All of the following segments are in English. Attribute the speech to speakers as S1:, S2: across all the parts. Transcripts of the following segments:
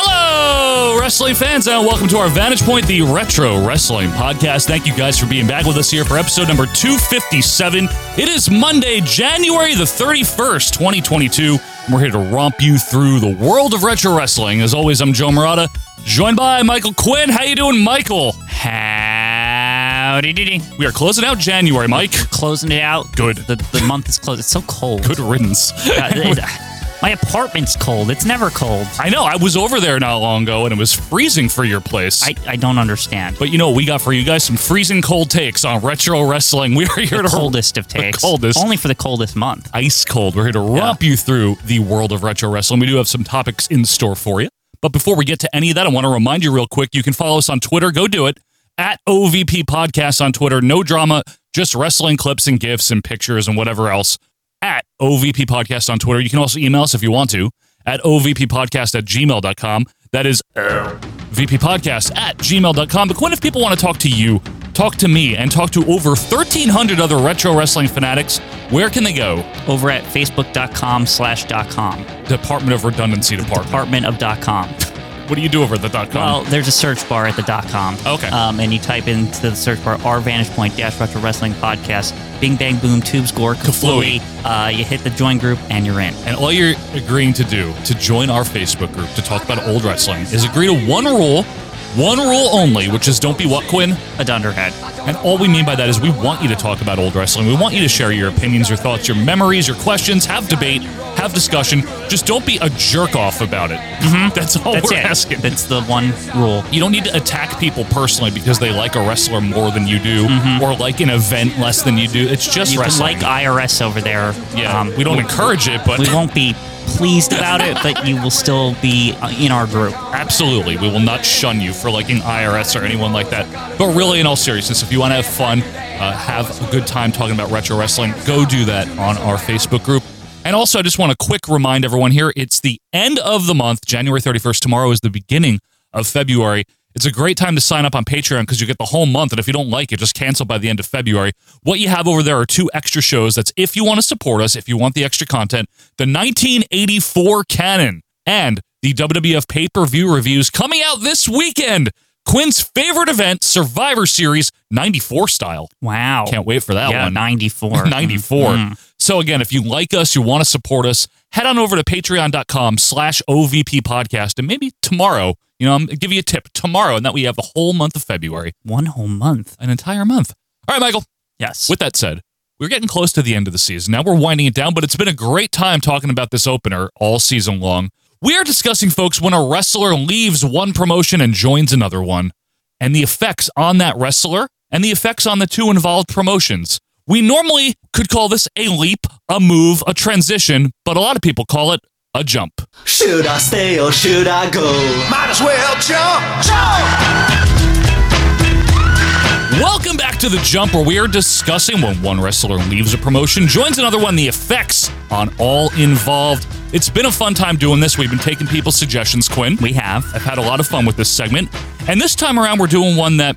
S1: Hello, wrestling fans, and welcome to our Vantage Point, the Retro Wrestling Podcast. Thank you guys for being back with us here for episode number 257. It is Monday, January the 31st, 2022. and We're here to romp you through the world of retro wrestling. As always, I'm Joe Murata, joined by Michael Quinn. How you doing, Michael?
S2: Howdy diddy.
S1: We are closing out January, Mike.
S2: Closing it out.
S1: Good.
S2: The, the month is closed. It's so cold.
S1: Good riddance.
S2: God, it- my apartment's cold. It's never cold.
S1: I know, I was over there not long ago, and it was freezing for your place.
S2: I, I don't understand.
S1: But you know, we got for you guys some freezing cold takes on retro wrestling. We are here
S2: the
S1: to
S2: coldest of
S1: the
S2: takes.
S1: coldest.
S2: Only for the coldest month.
S1: ice cold. We're here to romp you through the world of retro wrestling. We do have some topics in store for you. But before we get to any of that, I want to remind you real quick you can follow us on Twitter. Go do it at OVP Podcast on Twitter. No drama, just wrestling clips and gifs and pictures and whatever else at OVP Podcast on Twitter. You can also email us if you want to at OVP Podcast at gmail.com. That is VP Podcast at gmail.com. But Quinn, if people want to talk to you, talk to me, and talk to over 1,300 other retro wrestling fanatics, where can they go?
S2: Over at facebook.com slash dot com.
S1: Department of Redundancy Department.
S2: Apartment of dot com.
S1: What do you do over at the dot com?
S2: Well, there's a search bar at the dot com.
S1: Okay.
S2: Um, and you type into the search bar our vantage point dash retro wrestling podcast. Bing bang boom tubes gore
S1: Kaflooey.
S2: kaflooey. Uh, you hit the join group and you're in.
S1: and all you're agreeing to do to join our Facebook group to talk about old wrestling is agree to one rule, one rule only, which is don't be what, Quinn?
S2: A dunderhead.
S1: And all we mean by that is we want you to talk about old wrestling. We want you to share your opinions, your thoughts, your memories, your questions, have debate, have discussion. Just don't be a jerk off about it. That's all
S2: Mm-hmm. That's
S1: Oh, we're
S2: it.
S1: asking.
S2: That's the one rule.
S1: you don't need to attack people personally because they like a wrestler more than you do or like an event less than you do. It's just
S2: Mm-hmm. you
S1: wrestling.
S2: can like IRS over there. Um,
S1: yeah, we don't encourage it, but
S2: we won't be pleased about it, but you will still be uh, in our group.
S1: Absolutely. We will not shun you for liking IRS or anyone like that. But really, in all seriousness, if you want to have fun, uh, have a good time talking about retro wrestling, go do that on our Facebook group. And also, I just want to quick remind everyone here it's the end of the month, January 31st. Tomorrow is the beginning of February. It's a great time to sign up on Patreon because you get the whole month. And if you don't like it, just cancel by the end of February. What you have over there are two extra shows. That's if you want to support us, if you want the extra content, the 1984 canon and the WWF pay per view reviews coming out this weekend. Quinn's favorite event, Survivor Series 94 style.
S2: Wow.
S1: Can't wait for that
S2: Oh. yeah, Mm-hmm.
S1: one.
S2: 94.
S1: 94. So again, if you like us, you want to support us, head on over to patreon.com slash OVP podcast. And maybe tomorrow, you know, I'm give you a tip tomorrow. And that we have the whole month of February,
S2: One whole month.
S1: an entire month. All right, Michael.
S2: Yes.
S1: With that said, we're getting close to the end of the season. Now we're winding it down, but it's been a great time talking about this opener all season long. We are discussing, folks, when a wrestler leaves one promotion and joins another one, and the effects on that wrestler and the effects on the two involved promotions. We normally could call this a leap, a move, a transition, but a lot of people call it a jump.
S3: Should I stay or should I go?
S4: Might as well jump, jump.
S1: Welcome back to The Jump, where we are discussing when one wrestler leaves a promotion, joins another one, the effects on all involved. It's been a fun time doing this. We've been taking people's suggestions, Quinn.
S2: we have.
S1: I've had a lot of fun with this segment. And this time around, we're doing one that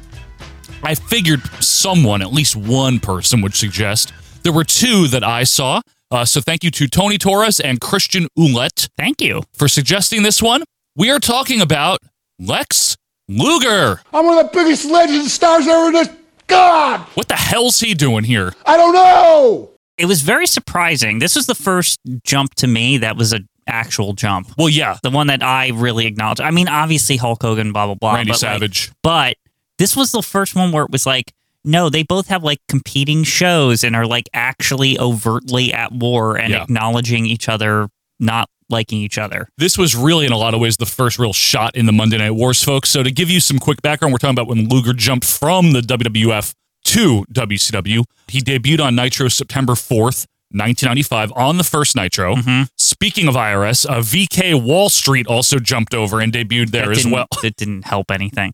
S1: I figured someone, at least one person, would suggest. There were two that I saw. Uh, so thank you to Tony Torres and Christian Ouellette
S2: Thank you.
S1: for suggesting this one. We are talking about Lex Luger.
S5: I'm one of the biggest legends and stars ever in this. God,
S1: What the hell's he doing here?
S5: I don't know.
S2: It was very surprising. This was the first jump to me that was an actual jump.
S1: Well, yeah,
S2: The one that I really acknowledged. I mean, obviously Hulk Hogan, blah, blah, blah.
S1: Randy
S2: but, like,
S1: Savage.
S2: but this was the first one where it was like, no, they both have like competing shows and are like actually overtly at war and
S1: Yeah.
S2: acknowledging each other, not liking each other.
S1: this was really in a lot of ways the first real shot in the Monday Night Wars, folks. So to give you some quick background, we're talking about when Luger jumped from the WWF to WCW. He debuted on Nitro September 4th, 1995, on the first Nitro.
S2: Mm-hmm.
S1: Speaking of IRS, uh, VK Wall Street also jumped over and debuted there
S2: That
S1: as
S2: didn't-
S1: well.
S2: That didn't help anything.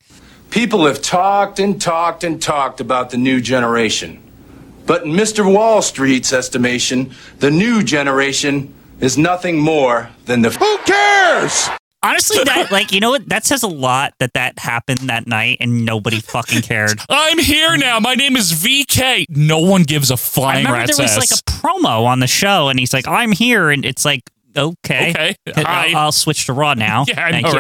S6: People have talked and talked and talked about the new generation. But in Mr. Wall Street's estimation, the new generation is nothing more than the
S7: Who cares?
S2: Honestly, that like you know what that says a lot that that happened that night and nobody fucking cared.
S1: I'm here now. My name is VK. No one gives a
S2: I
S1: flying
S2: remember
S1: rat's
S2: there was
S1: ass.
S2: like a promo on the show, and he's like, "I'm here," and it's like, "Okay,
S1: Okay, hi.
S2: I'll, I'll switch to Raw now."
S1: Yeah, I
S2: Thank
S1: know,
S2: you.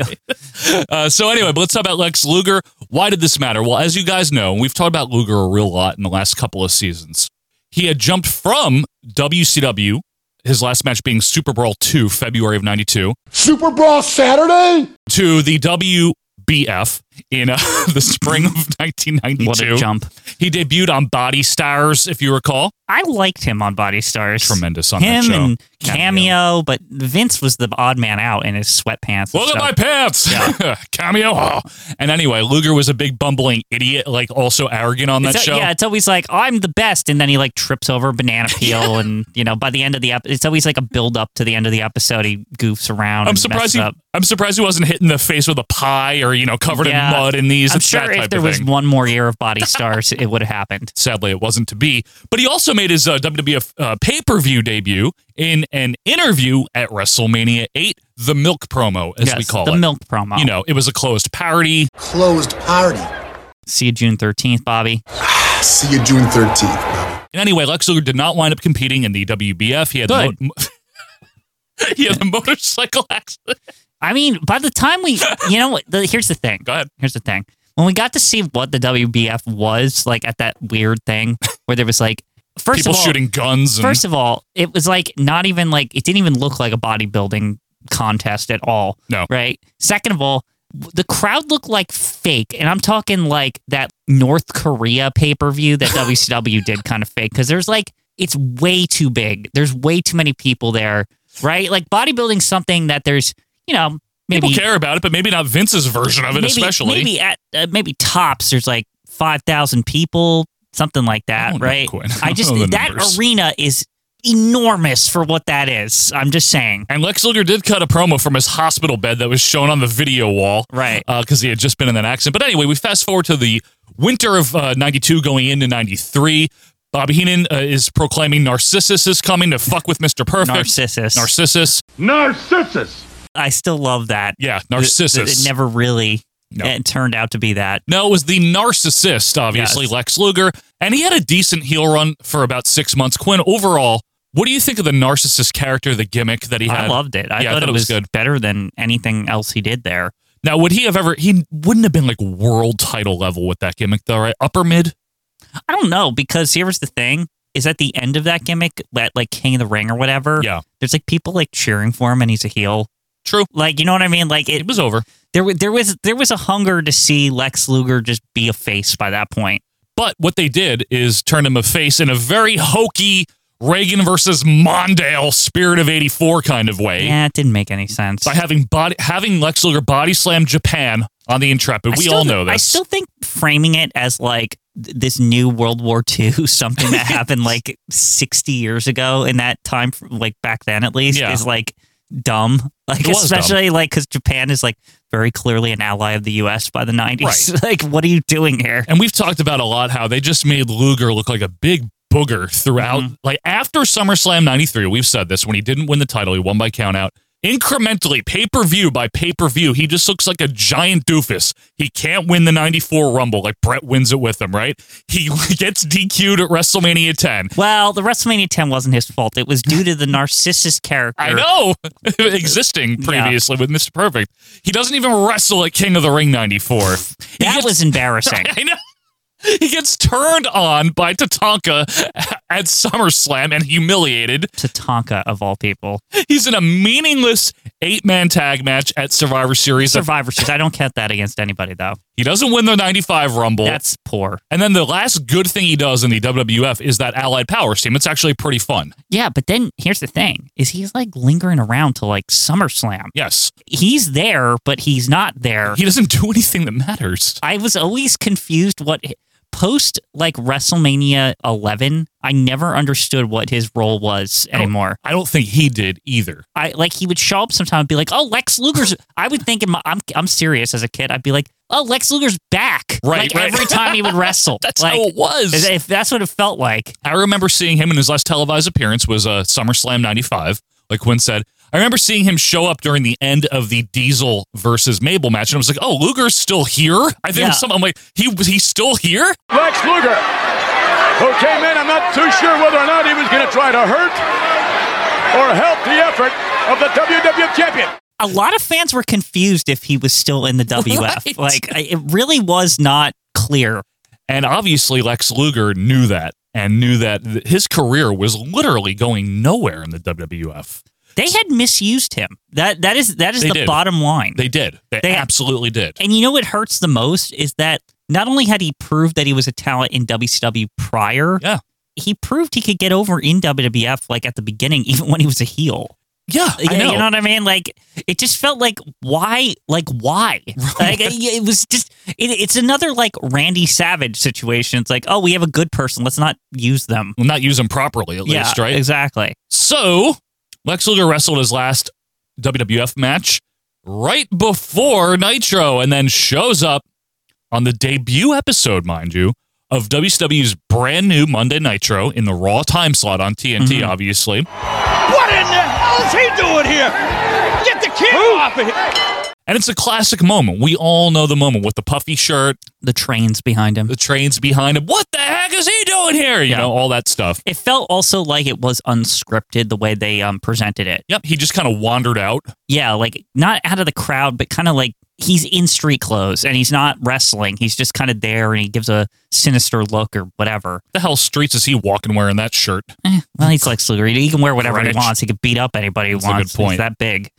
S1: right? uh, so anyway, but let's talk about Lex Luger. Why did this matter? Well, as you guys know, we've talked about Luger a real lot in the last couple of seasons. He had jumped from WCW, his last match being Super Brawl 2, February of 92,
S5: Super Brawl Saturday?
S1: to the WBF in uh, the spring of 1992.
S2: What a jump!
S1: He debuted on Body Stars, if you recall.
S2: I liked him on Body Stars.
S1: Tremendous on that
S2: him
S1: show.
S2: and
S1: Cameo.
S2: cameo, but Vince was the odd man out in his sweatpants. and
S1: Look at
S2: stuff.
S1: my pants! Cameo. Oh. And anyway, Luger was a big bumbling idiot, like also arrogant on that
S2: It's a-
S1: show.
S2: Yeah, it's always like I'm the best, and then he like trips over a banana peel, and you know by the end of the episode, it's always like a build up to the end of the episode. He goofs around.
S1: I'm
S2: and
S1: surprised
S2: messes
S1: he.
S2: Mm, up.
S1: I'm surprised he wasn't hit in the face with a pie or you know covered
S2: Yeah.
S1: in mud in these.
S2: I'm
S1: It's that
S2: sure
S1: type
S2: if there
S1: of
S2: was
S1: thing.
S2: one more year of Body Stars, it would have happened.
S1: Sadly, it wasn't to be. But he also made his uh, WWF uh, pay per view debut in an interview at WrestleMania 8, the milk promo, as we
S2: Yes,
S1: call
S2: the
S1: it.
S2: milk promo.
S1: You know, it was a closed parody.
S8: Closed party.
S2: See you June 13th, Bobby.
S8: See you June 13th.
S1: And anyway, Lex Luger did not wind up competing in the WBF. He had the
S2: Good.
S1: mo- he had the motorcycle accident.
S2: I mean, by the time we, you know, what, the, here's the thing.
S1: Go ahead.
S2: Here's the thing. When we got to see what the WBF was, like at that weird thing where there was like, first
S1: People
S2: of all,
S1: shooting guns. And,
S2: first of all, it was like not even like it didn't even look like a bodybuilding contest at all.
S1: No.
S2: Right. Second of all, the crowd looked like fake, and I'm talking like that North Korea pay per view that WCW did, kind of fake, because there's like it's way too big. There's way too many people there. Right. Like bodybuilding's something that there's you know maybe
S1: people care about it, but maybe not Vince's version of it,
S2: maybe,
S1: especially.
S2: maybe at uh, maybe tops there's like 5000 people something like
S1: I
S2: that
S1: don't know,
S2: right
S1: Quinn. I
S2: i
S1: don't
S2: just
S1: know Oh, the
S2: that
S1: numbers.
S2: arena is enormous for what that is i'm just saying
S1: And Lex Luger did cut a promo from his hospital bed that was shown on the video wall.
S2: Right.
S1: Because he had just been in that accident. But anyway, we fast forward to the winter of uh, 92 going into 93. Bobby Heenan uh, is proclaiming Narcissus is coming to fuck with Mr. Perfect.
S2: Narcissus.
S1: Narcissus.
S7: Narcissus.
S2: i still love that
S1: Yeah,
S2: Th- th-
S1: Narcissus.
S2: it never really
S1: No.
S2: it turned out to be that
S1: No, it was the narcissist, obviously,
S2: Yes.
S1: Lex Luger. And he had a decent heel run for about six months. Quinn, overall, what do you think of the narcissist character, the gimmick that he had?
S2: i loved it i
S1: Yeah,
S2: thought, it was, good. better than anything else he did there
S1: Now, would he have ever, he wouldn't have been like world title level with that gimmick, though, right? Upper mid?
S2: i don't know because here was the thing is at the end of that gimmick at like king of the ring or whatever
S1: Yeah.
S2: there's like people like cheering for him and he's a heel
S1: True.
S2: like you know what i mean like it,
S1: It was over.
S2: there was there was there was a hunger to see Lex Luger just be a face by that point.
S1: But what they did is turn him a face in a very hokey Reagan versus Mondale spirit of 84 kind of way
S2: Yeah, it didn't make any sense.
S1: by having body, having Lex Luger body slam Japan on the Intrepid.
S2: I
S1: we
S2: still-
S1: all know this.
S2: I still think framing it as like th- this new World War II something that happened like 60 years ago in that time fr- like back then at least
S1: Yeah.
S2: is like dumb. Like
S1: It was
S2: especially like cuz Japan is like very clearly an ally of the US by the 90s.
S1: Right.
S2: like what are you doing here?
S1: And we've talked about a lot how they just made Luger look like a big booger throughout. Like after SummerSlam 93, we've said this when he didn't win the title, he won by countout. Incrementally, pay per view by pay per view, he just looks like a giant doofus. He can't win the 94 Rumble like Brett wins it with him, right? He gets DQ'd at WrestleMania 10.
S2: Well, the WrestleMania 10 wasn't his fault. It was due to the narcissist character.
S1: I know, existing previously with Mr. Perfect. He doesn't even wrestle at King of the Ring 94. He
S2: That
S1: gets-
S2: was embarrassing.
S1: I know. He gets turned on by Tatanka at SummerSlam and humiliated.
S2: to Tonka of all people.
S1: He's in a meaningless eight man tag match at Survivor Series.
S2: Survivor Series. I don't count that against anybody though.
S1: He doesn't win the 95 Rumble.
S2: That's poor.
S1: and then the last good thing he does in the WWF is that Allied Power team. It's actually pretty fun.
S2: Yeah, but then here's the thing: is he's like lingering around to like SummerSlam.
S1: Yes.
S2: He's there, but he's not there.
S1: He doesn't do anything that matters.
S2: I was always confused what post like WrestleMania 11, I never understood what his role was
S1: Oh.
S2: anymore.
S1: I don't think he did either.
S2: I like he would show up sometime and be like, "Oh, Lex Luger's." I would think in my, I'm I'm serious as a kid. I'd be like, "Oh, Lex Luger's back!"
S1: Right,
S2: Like,
S1: right.
S2: Every time he would wrestle,
S1: That's
S2: like,
S1: how it was.
S2: is- If that's what it felt like,
S1: I remember seeing him in his last televised appearance was uh, SummerSlam 95, like Quinn said. I remember seeing him show up during the end of the Diesel versus Mabel match, and I was like, "Oh, Luger's still here." I think
S2: Yeah.
S1: some, I'm like, "He he's still here."
S7: Lex Luger, who came in, I'm not too sure whether or not he was going to try to hurt or help the effort of the WWF champion.
S2: a lot of fans were confused if he was still in the WF.
S1: Right.
S2: Like I- it really was not clear.
S1: And obviously, Lex Luger knew that and knew that th- his career was literally going nowhere in the WWF.
S2: They had misused him. That that is that is
S1: They
S2: the
S1: did.
S2: bottom line.
S1: They did. They,
S2: They-
S1: absolutely did.
S2: And you know what hurts the most is that not only had he proved that he was a talent in WCW prior,
S1: Yeah.
S2: he proved he could get over in WWF like at the beginning, even when he was a heel.
S1: Yeah,
S2: You,
S1: I know.
S2: you know what I mean? Like it just felt like why, like why? Like it it was just it, it's another like Randy Savage situation. It's like oh, we have a good person, let's not use them.
S1: Well, not use him properly, at least,
S2: yeah,
S1: right?
S2: exactly.
S1: So, Lex Luger wrestled his last WWF match right before Nitro and then shows up on the debut episode, mind you, of WCW's brand new Monday Nitro in the Raw time slot on TNT, obviously.
S4: What in the hell is he doing here? Get the kid off of here.
S1: And it's a classic moment. We all know the moment with the puffy shirt,
S2: The trains behind him.
S1: the trains behind him. What the heck is he doing here? You
S2: Yeah.
S1: know, all that stuff.
S2: It felt also like it was unscripted the way they um, presented it.
S1: Yep, he just kind of wandered out.
S2: yeah, like not out of the crowd, but kind of like he's in street clothes and he's not wrestling. He's just kind of there and he gives a sinister look or whatever.
S1: The hell streets is he walking wearing that shirt?
S2: Well, he's like Luger. He can wear whatever
S1: Greenwich.
S2: he wants. He could beat up anybody he
S1: That's a good
S2: wants.
S1: point.
S2: He's that big.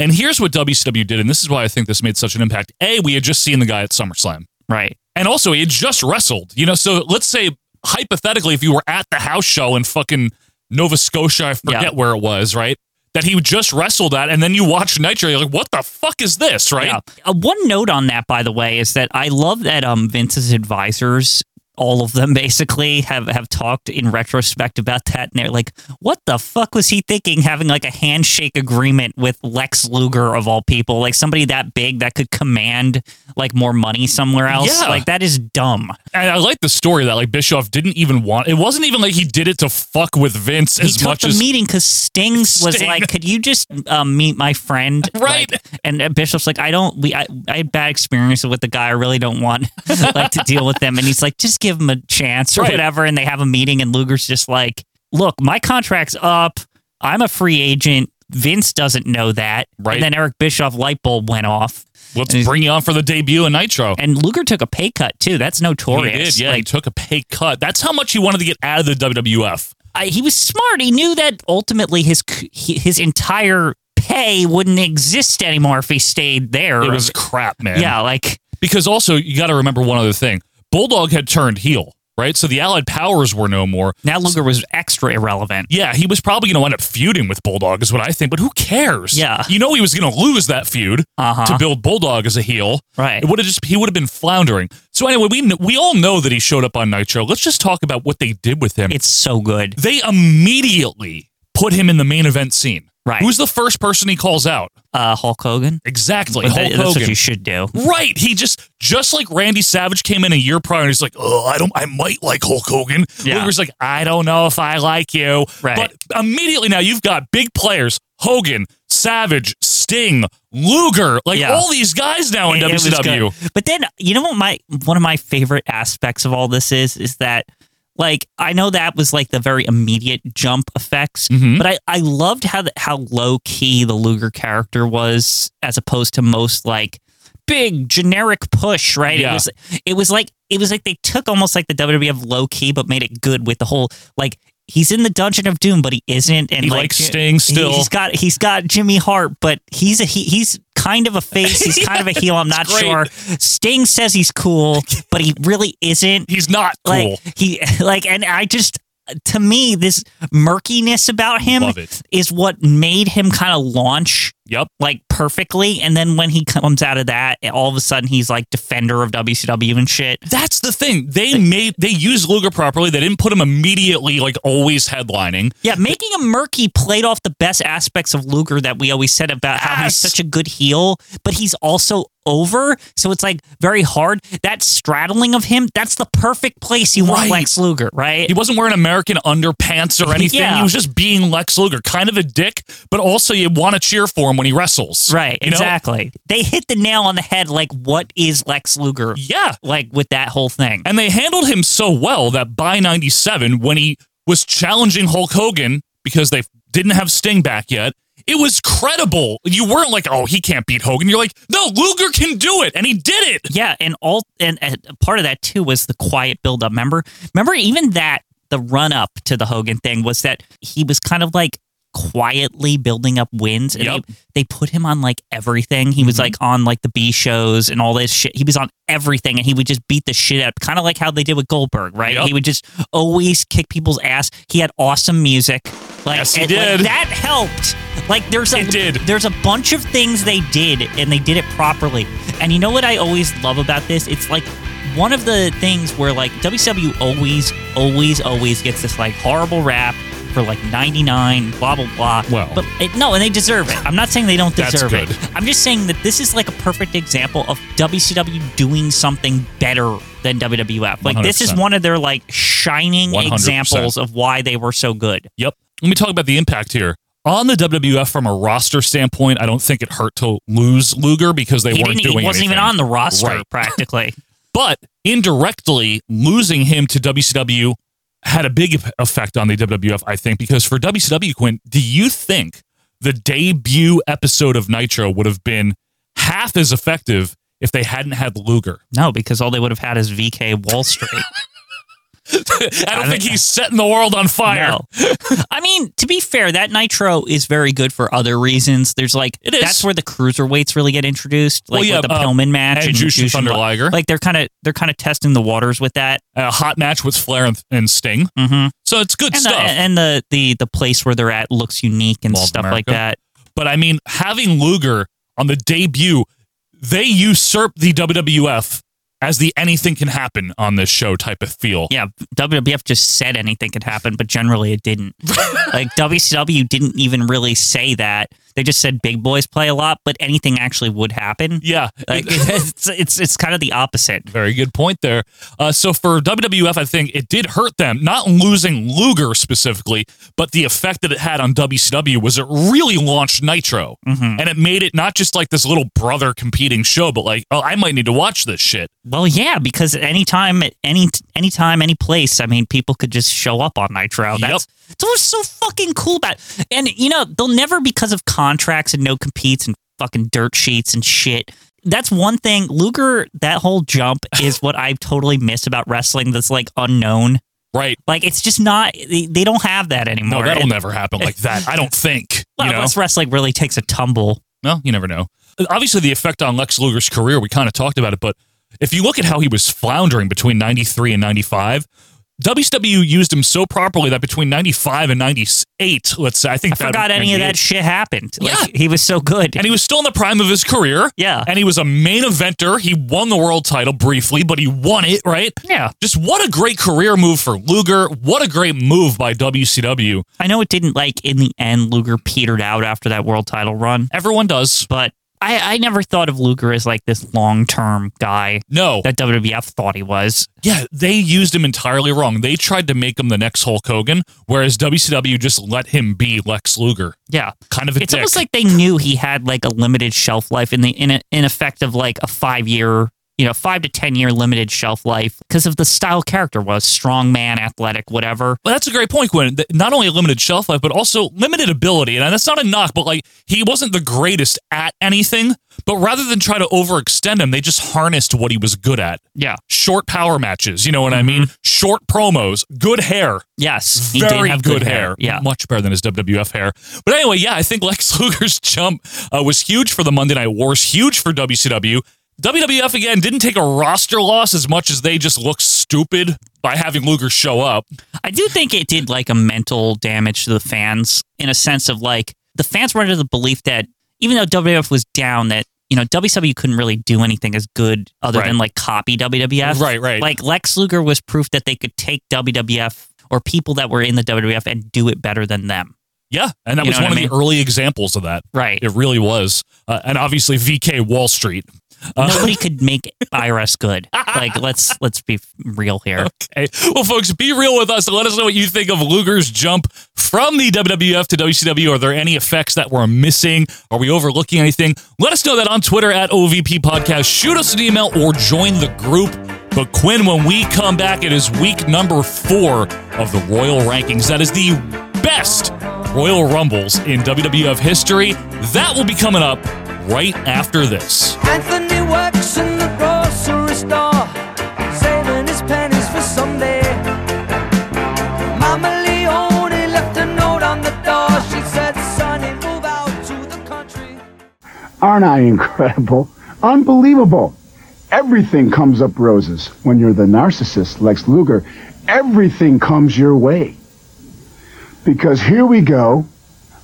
S1: And here's what WCW did, and this is why I think this made such an impact. A, we had just seen the guy at SummerSlam.
S2: Right.
S1: And also, he had just wrestled. You know, so let's say, hypothetically, if you were at the house show in fucking Nova Scotia, I forget
S2: Yeah.
S1: where it was, right? That he just wrestled at, and then you watch Nitro, you're like, what the fuck is this, right?
S2: Yeah. Uh, one note on that, by the way, is that I love that um Vince's advisors, all of them basically, have have talked in retrospect about that, and they're like, "What the fuck was he thinking, having like a handshake agreement with Lex Luger of all people, like somebody that big that could command like more money somewhere else?
S1: Yeah.
S2: Like that is dumb."
S1: And I like the story that, like, Bischoff didn't even want it. wasn't even like he did it to fuck with Vince
S2: He
S1: as
S2: took
S1: much
S2: the
S1: as.
S2: meeting because Sting was
S1: Sting.
S2: like, "Could you just um, meet my friend?"
S1: Right.
S2: Like, and uh, Bishop's like, "I don't. We I, I had bad experiences with the guy. I really don't want like to deal with them." And he's like, "Just give him a chance or
S1: Right.
S2: whatever." And they have a meeting, and Luger's just like, "Look, my contract's up. I'm a free agent." Vince doesn't know that.
S1: Right.
S2: And then Eric Bischoff light bulb went off.
S1: Let's
S2: and he's-
S1: bring you on for the debut in Nitro.
S2: And Luger took a pay cut too. That's
S1: he
S2: notorious.
S1: did, yeah. he
S2: Like,
S1: took a pay cut. That's how much he wanted to get out of the WWF.
S2: I, he was smart. He knew that ultimately his c- he- his entire pay wouldn't exist anymore if he stayed there.
S1: It was crap, man.
S2: yeah, like
S1: Because also, you got to remember one other thing Bulldog had turned heel, right? So the Allied powers were no more.
S2: now Luger was extra irrelevant.
S1: Yeah, he was probably going to end up feuding with Bulldog, is what I think, but who cares?
S2: Yeah.
S1: You know, he was going to lose that feud
S2: Uh-huh.
S1: to build Bulldog as a heel.
S2: Right.
S1: It would have just, he would have been floundering. So anyway, we, kn- we all know that he showed up on Nitro. Let's just talk about what they did with him.
S2: It's so good.
S1: they immediately put him in the main event scene.
S2: Right.
S1: Who's the first person he calls out?
S2: Uh, Hulk Hogan.
S1: Exactly.
S2: But
S1: Hulk
S2: that- that's
S1: Hogan.
S2: what you should do.
S1: Right. He just just like Randy Savage came in a year prior and he's like, Oh, I don't I might like Hulk Hogan.
S2: Yeah.
S1: Luger's like, I don't know if I like you.
S2: Right.
S1: But immediately now you've got big players, Hogan, Savage, Sting, Luger, like
S2: Yeah.
S1: all these guys now in
S2: It- it was
S1: WCW.
S2: good. But then you know what my one of my favorite aspects of all this is is that like I know that was like the very immediate jump effects,
S1: Mm-hmm.
S2: but I I loved how the, how low key the Luger character was as opposed to most like big generic push, right?
S1: Yeah.
S2: It was it was like it was like they took almost like the WWF low key but made it good with the whole like He's in the Dungeon of Doom, but he isn't. And
S1: He
S2: like
S1: likes Sting still.
S2: he's got he's got Jimmy Hart, but he's a he, he's kind of a face. He's kind of a heel. I'm not
S1: great.
S2: sure. Sting says he's cool, but he really isn't.
S1: He's not cool.
S2: Like he like, and I just to me this murkiness about him
S1: Love it.
S2: is what made him kind of launch
S1: Yep.
S2: like perfectly. And then when he comes out of that, all of a sudden he's like defender of WCW and shit.
S1: That's the thing. They made they used Luger properly. They didn't put him immediately like always headlining.
S2: Yeah, making him murky played off the best aspects of Luger that we always said about how
S1: Yes.
S2: he's such a good heel, but he's also over. So it's like very hard. That straddling of him, that's the perfect place you want
S1: Right.
S2: Lex Luger, right?
S1: He wasn't wearing American underpants or anything.
S2: Yeah.
S1: He was just being Lex Luger, kind of a dick, but also you want to cheer for him when he wrestles.
S2: Right,
S1: You know?
S2: exactly. They hit the nail on the head. Like, what is Lex Luger?
S1: Yeah.
S2: Like, with that whole thing.
S1: And they handled him so well that by 97, when he was challenging Hulk Hogan because they didn't have Sting back yet, it was credible. You weren't like, oh, he can't beat Hogan. You're like, no, Luger can do it. And he did it.
S2: Yeah, and all and, and part of that too was the quiet build up. Remember, remember even that the run up to the Hogan thing was that he was kind of like quietly building up wins and
S1: Yep.
S2: they, they put him on like everything he was
S1: Mm-hmm.
S2: like on like the b shows and all this shit he was on everything and he would just beat the shit up kind of like how they did with goldberg right
S1: Yep.
S2: he would just always kick people's ass he had awesome music like,
S1: Yes, he
S2: and, like,
S1: did.
S2: that helped like there's a
S1: It did.
S2: there's a bunch of things they did and they did it properly. And you know what I always love about this? It's like one of the things where like WCW always, always, always gets this like horrible rap for like 99, blah, blah, blah.
S1: Well.
S2: but it, no, and they deserve it. I'm not saying they don't
S1: That's
S2: deserve
S1: good.
S2: it. I'm just saying that this is like a perfect example of WCW doing something better than WWF. Like this is
S1: 100%.
S2: one of their like shining
S1: 100%.
S2: examples of why they were so good.
S1: Yep. Let me talk about the impact here. On the WWF from a roster standpoint, I don't think it hurt to lose Luger because they
S2: He,
S1: weren't
S2: didn't,
S1: doing
S2: he wasn't even
S1: anything.
S2: on the roster
S1: Right.
S2: practically.
S1: But indirectly, losing him to WCW had a big effect on the WWF, I think, because for WCW, Quinn, do you think the debut episode of Nitro would have been half as effective if they hadn't had Luger?
S2: No, because all they would have had is VK Wall Street.
S1: I don't think he's setting the world on fire.
S2: no. I mean, to be fair, that Nitro is very good for other reasons. There's like
S1: It is.
S2: that's where the cruiserweights really get introduced, like
S1: Well, yeah,
S2: with the
S1: uh,
S2: Pillman match
S1: and
S2: and,
S1: Jushin Thunder Liger.
S2: Like they're kind of they're kind of testing the waters with that.
S1: A hot match with Flair and, and Sting.
S2: Mm-hmm.
S1: So it's good
S2: And, the,
S1: stuff.
S2: and the the the place where they're at looks unique and
S1: Mall of
S2: stuff like
S1: America.
S2: that.
S1: But I mean, having Luger on the debut, they usurped the WWF as the anything can happen on this show type of feel.
S2: Yeah, WWF just said anything could happen, but generally it didn't. like WCW didn't even really say that. They just said big boys play a lot, but anything actually would happen.
S1: Yeah.
S2: Like it's it's it's kind of the opposite.
S1: Very good point there. Uh, so for WWF, I think it did hurt them, not losing Luger specifically, but the effect that it had on WCW was it really launched Nitro. And it made it not just like this little brother competing show, but like, oh, I might need to watch this shit.
S2: Well, yeah, because anytime, at any anytime, any place, I mean, people could just show up on Nitro. That's, that's what's so fucking cool about. It. And you know, they'll never because of contracts and no competes and fucking dirt sheets and shit. That's one thing. Luger, that whole jump is what I totally miss about wrestling. That's like unknown.
S1: Right.
S2: Like it's just not. They, they don't have that
S1: No,
S2: anymore.
S1: that'll
S2: And-
S1: never happen like that. I don't think.
S2: Well,
S1: you know?
S2: unless wrestling really takes a tumble.
S1: Well, you never know. Obviously, the effect on Lex Luger's career, we kind of talked about it, but if you look at how he was floundering between 93 and 95, WCW used him so properly that between 95 and 98, let's say, I think
S2: I
S1: that-
S2: forgot any of
S1: 98.
S2: that shit happened. Like,
S1: Yeah.
S2: he was so good.
S1: And he was still in the prime of his career.
S2: Yeah.
S1: And he was a main eventer. He won the world title briefly, but he won it, right?
S2: Yeah.
S1: Just what a great career move for Luger. What a great move by WCW.
S2: I know it didn't like in the end Luger petered out after that world title run,
S1: Everyone does.
S2: but I, I never thought of Luger as like this long term guy
S1: No.
S2: that WWF thought he was.
S1: Yeah, they used him entirely wrong. They tried to make him the next Hulk Hogan, whereas WCW just let him be Lex Luger.
S2: Yeah.
S1: Kind of a
S2: It's
S1: dick.
S2: almost like they knew he had like a limited shelf life in the in, a, in effect of like a five year, you know, five to ten year limited shelf life because of the style character was strong man, athletic, whatever.
S1: Well, that's a great point, Quinn. That Not only limited shelf life, but also limited ability. And that's not a knock, but like he wasn't the greatest at anything. But rather than try to overextend him, they just harnessed what he was good at.
S2: Yeah.
S1: Short power matches, you know what I mean? Short promos, good hair.
S2: Yes. he did
S1: Very
S2: have
S1: good, hair.
S2: Yeah.
S1: Much better than his WWF hair. But anyway, yeah, I think Lex Luger's jump uh, was huge for the Monday Night Wars, huge for WCW. WWF, again, didn't take a roster loss as much as they just looked stupid by having Luger show up.
S2: I do think it did like a mental damage to the fans in a sense of like the fans were under the belief that even though WWF was down, that you know WCW couldn't really do anything as good other
S1: Right.
S2: than like copy WWF.
S1: Right, right.
S2: Like Lex Luger was proof that they could take WWF or people that were in the WWF and do it better than them.
S1: Yeah, and that
S2: You
S1: was
S2: know
S1: one
S2: what
S1: of
S2: I
S1: the early examples of that.
S2: Right.
S1: It really was. Uh, and obviously VK Wall Street. Uh.
S2: Nobody could make IRS good. Like let's let's be real here.
S1: Okay. Well, folks, be real with us and let us know what you think of Luger's jump from the WWF to WCW. Are there any effects that we're missing? Are we overlooking anything? Let us know that on Twitter at OVP Podcast. Shoot us an email or join the group. But Quinn, when we come back, it is week number four of the Royal Rankings. That is the best Royal Rumbles in WWF history. That will be coming up right after this.
S9: Anthony works in the grocery store, saving his pennies for someday. Mama Leone left a note on the door. She said, Sonny, move out to the country.
S5: Aren't I incredible? Unbelievable. Everything comes up roses. When you're the narcissist, Lex Luger, everything comes your way. Because here we go.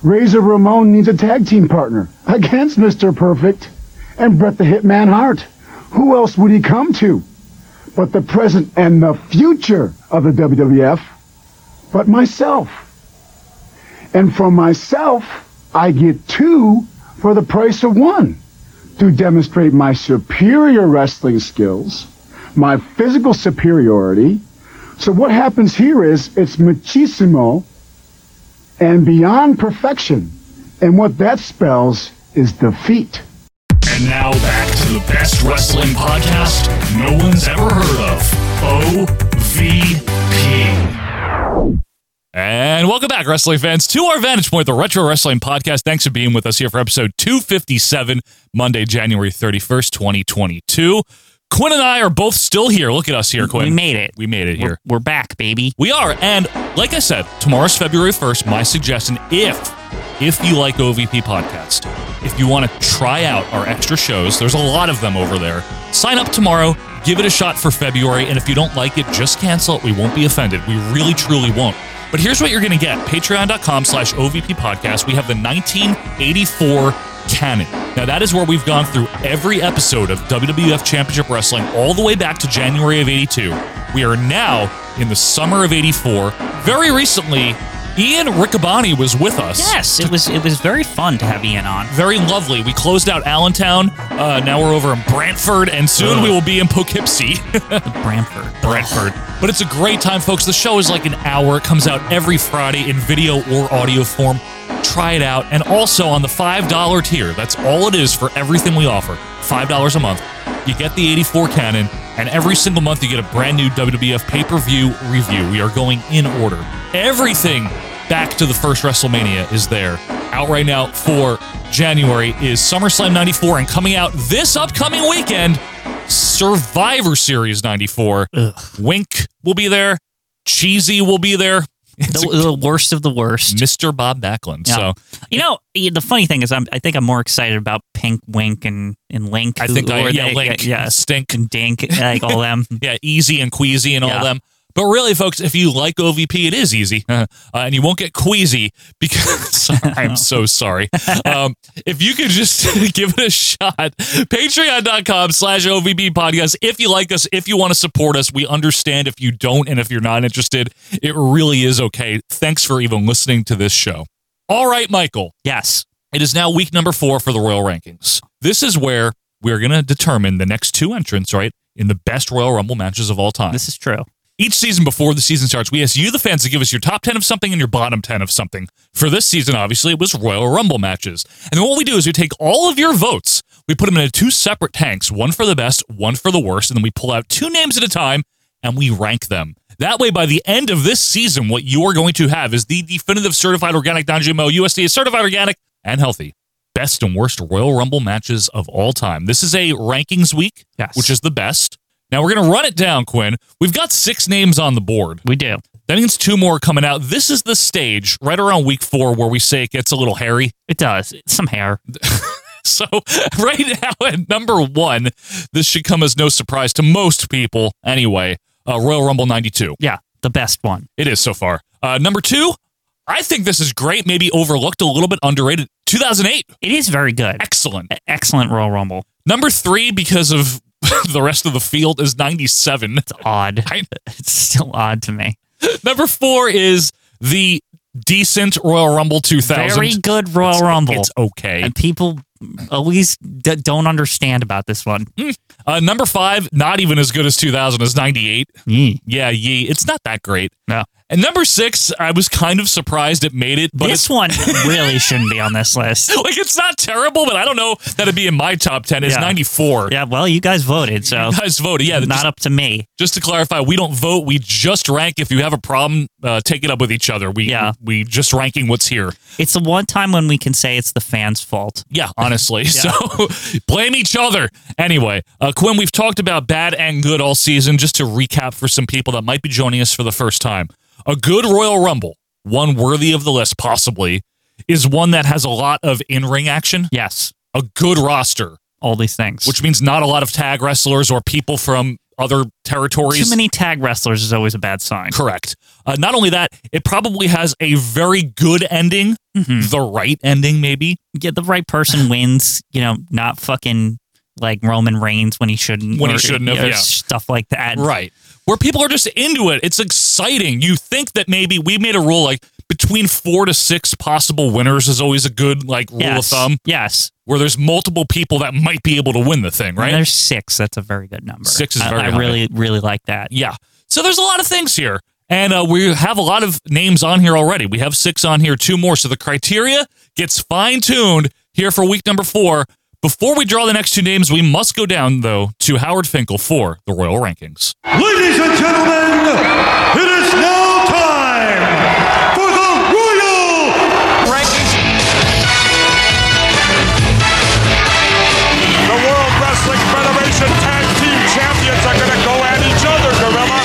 S5: Razor Ramon needs a tag team partner against Mr. Perfect and Bret the Hitman Hart. Who else would he come to? But the present and the future of the WWF, but myself. And from myself, I get two for the price of one to demonstrate my superior wrestling skills, my physical superiority. So what happens here is it's machismo and beyond perfection. And what that spells is defeat.
S1: And now back to the best wrestling podcast no one's ever heard of OVP. And welcome back, wrestling fans, to our Vantage Point, the Retro Wrestling Podcast. Thanks for being with us here for episode 257, Monday, January 31st, 2022. Quinn and I are both still here. Look at us here, Quinn.
S2: We made it.
S1: We made it
S2: We're-
S1: here.
S2: we're back, baby.
S1: We are, and like I said, tomorrow's February 1st. My suggestion, if if you like OVP podcast, if you want to try out our extra shows, there's a lot of them over there. Sign up tomorrow, give it a shot for February, and if you don't like it, just cancel it. We won't be offended. We really truly won't. But here's what you're gonna get. Patreon.com slash OVP podcast. We have the 1984 canon. Now, that is where we've gone through every episode of WWF Championship Wrestling all the way back to January of 82. We are now in the summer of 84. Very recently, Ian Riccaboni was with us.
S2: Yes, it was it was very fun to have Ian on.
S1: Very lovely. We closed out Allentown. Uh, now we're over in Brantford, and soon we will be in Poughkeepsie.
S2: Brantford.
S1: Brantford. But it's a great time, folks. The show is like an hour. It comes out every Friday in video or audio form. Try it out. And also on the $5 tier, that's all it is for everything we offer $5 a month. You get the 84 Canon, and every single month you get a brand new WWF pay per view review. We are going in order. Everything back to the first WrestleMania is there. Out right now for January is SummerSlam 94, and coming out this upcoming weekend, Survivor Series 94. Wink will be there. Cheesy will be there. It's
S2: The,
S1: a-
S2: the worst of the worst.
S1: Mr. Bob Backlund.
S2: Yeah.
S1: So
S2: you know, y- the funny thing is, I'm, I think I'm more excited about Pink, Wink, and, and Link.
S1: I
S2: who-
S1: think
S2: who
S1: I,
S2: are
S1: yeah,
S2: they?
S1: Link,
S2: Yeah, yes.
S1: Stink,
S2: and Dink, like all them.
S1: yeah, Easy and Queasy and all
S2: Yeah.
S1: them. But really, folks, if you like OVP, it is easy, uh, and you won't get queasy because I'm so sorry. Um, if you could just give it a shot, patreon.com slash OVP podcast. If you like us, if you want to support us, we understand if you don't and if you're not interested, it really is okay. Thanks for even listening to this show. All right, Michael.
S2: Yes.
S1: It is now week number four for the Royal Rankings. This is where we're going to determine the next two entrants, right, in the best Royal Rumble matches of all time.
S2: This is true.
S1: Each season before the season starts, we ask you, the fans, to give us your top 10 of something and your bottom 10 of something. For this season, obviously, it was Royal Rumble matches. And then what we do is we take all of your votes, we put them into two separate tanks, one for the best, one for the worst, and then we pull out two names at a time and we rank them. That way, by the end of this season, what you are going to have is the definitive certified organic non GMO, USDA certified organic and healthy best and worst Royal Rumble matches of all time. This is a rankings week,
S2: Yes.
S1: which is the best. Now we're going to run it down, Quinn. We've got six names on the board.
S2: We do.
S1: That means two more coming out. This is the stage right around week four where we say it gets a little hairy.
S2: It does. It's some hair.
S1: So, right now at number one, this should come as no surprise to most people anyway. Uh, Royal Rumble 92.
S2: Yeah, the best one.
S1: It is so far. Uh, number two, I think this is great, maybe overlooked, a little bit underrated. 2008.
S2: It is very good.
S1: Excellent.
S2: Excellent Royal Rumble.
S1: Number three, because of the rest of the field, is 97.
S2: It's odd.
S1: I-
S2: It's still odd to me.
S1: Number four is the decent Royal Rumble 2000.
S2: Very good Royal
S1: It's-
S2: Rumble.
S1: It's okay.
S2: and people always d- don't understand about this one.
S1: Uh, number five, not even as good as 2000, is 98.
S2: Yee.
S1: Yeah, ye. It's not that great.
S2: No.
S1: And number six, I was kind of surprised it made it, but it's
S2: this one really shouldn't be on this list.
S1: like it's not terrible, but I don't know that it'd be in my top ten. It's
S2: Yeah.
S1: 94.
S2: Yeah, well, you guys voted, so
S1: You guys voted. Yeah,
S2: not
S1: just,
S2: up to me.
S1: just to clarify, we don't vote. We just rank. If you have a problem, uh, take it up with each other. We
S2: Yeah.
S1: we just ranking what's here.
S2: It's the one time when we can say it's the fans' fault.
S1: Yeah, honestly. So blame each other. Anyway, uh, Quinn, we've talked about bad and good all season. Just to recap for some people that might be joining us for the first time, a good Royal Rumble, one worthy of the list possibly, is one that has a lot of in ring action,
S2: Yes,
S1: a good roster,
S2: all these things.
S1: which means not a lot of tag wrestlers or people from other territories.
S2: too many tag wrestlers is always a bad sign.
S1: Correct. Uh, not only that, it probably has a very good ending,
S2: Mm-hmm.
S1: the right ending, maybe.
S2: Yeah, the right person wins. You know, not fucking like Roman Reigns when he shouldn't.
S1: When he
S2: or,
S1: shouldn't have,
S2: you know,
S1: yeah.
S2: Stuff like that.
S1: Right. Where people are just into it. It's exciting. You think that maybe we made a rule like between four to six possible winners is always a good like rule
S2: Yes.
S1: of thumb
S2: Yes.
S1: where there's multiple people that might be able to win the thing,
S2: And
S1: right?
S2: there's six. That's a very good number.
S1: Six is
S2: I-
S1: very
S2: I,
S1: high.
S2: really, really like that.
S1: Yeah. So there's a lot of things here. And uh, we have a lot of names on here already. We have six on here, two more. So the criteria gets fine tuned here for week number four. Before we draw the next two names, we must go down, though, to Howard Finkel for the Royal Rankings.
S10: Ladies and gentlemen, it is now time for the Royal
S7: The World Wrestling Federation Tag Team Champions are going to go at each other, Gorilla.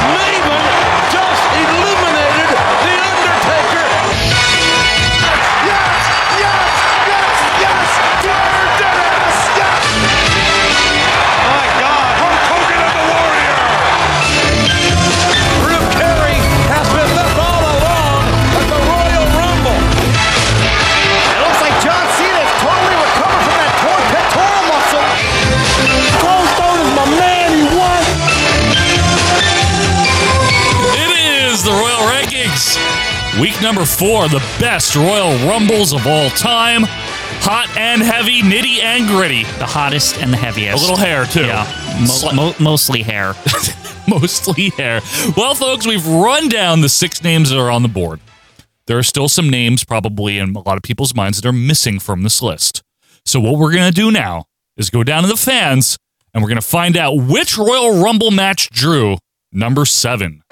S4: Maven just eliminated The Undertaker.
S10: Yes! Yes! Yes! Yes! Flair did it! Yes! My God! Hulk Hogan and the Warrior!
S4: Drew Carey has been left all alone at the Royal Rumble.
S10: It looks like John Cena is totally recovered from that torn pectoral muscle. Cold Stone is my man. He won.
S1: It is the Royal Rankings. Week number four, the best Royal Rumbles of all time. Hot and heavy, nitty and gritty.
S2: The hottest and the heaviest.
S1: A little hair, too.
S2: Yeah. Mo- mo- mostly hair.
S1: mostly hair. Well, folks, we've run down the six names that are on the board. There are still some names, probably in a lot of people's minds, that are missing from this list. So, what we're going to do now is go down to the fans and we're going to find out which Royal Rumble match drew number seven.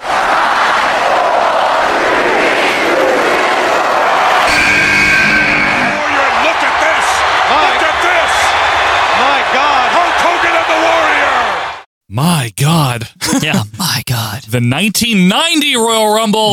S7: Warrior, look at this. Look at this.
S4: My God.
S7: Hulk Hogan and the Warrior.
S1: My God.
S2: yeah. My God.
S1: The 1990 Royal Rumble.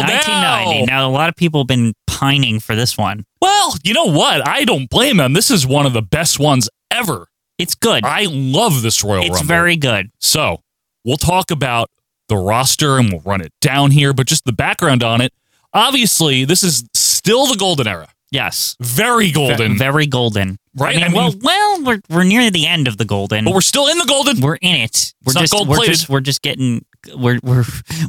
S1: Now.
S2: 1990. Now, a lot of people have been pining for this one.
S1: Well, you know what? I don't blame them. This is one of the best ones ever.
S2: It's good.
S1: I love this Royal
S2: it's
S1: Rumble.
S2: very good.
S1: So we'll talk about the roster and we'll run it down here, but just the background on it. Obviously, this is still the golden era.
S2: Yes.
S1: Very golden.
S2: Ve- very golden.
S1: Right,
S2: I mean,
S1: I mean-
S2: well, well, we're we're near the end of the golden.
S1: but we're still in the golden.
S2: we're in it. We're
S1: not
S2: just we're
S1: gold-plated.
S2: just we're just getting we're we're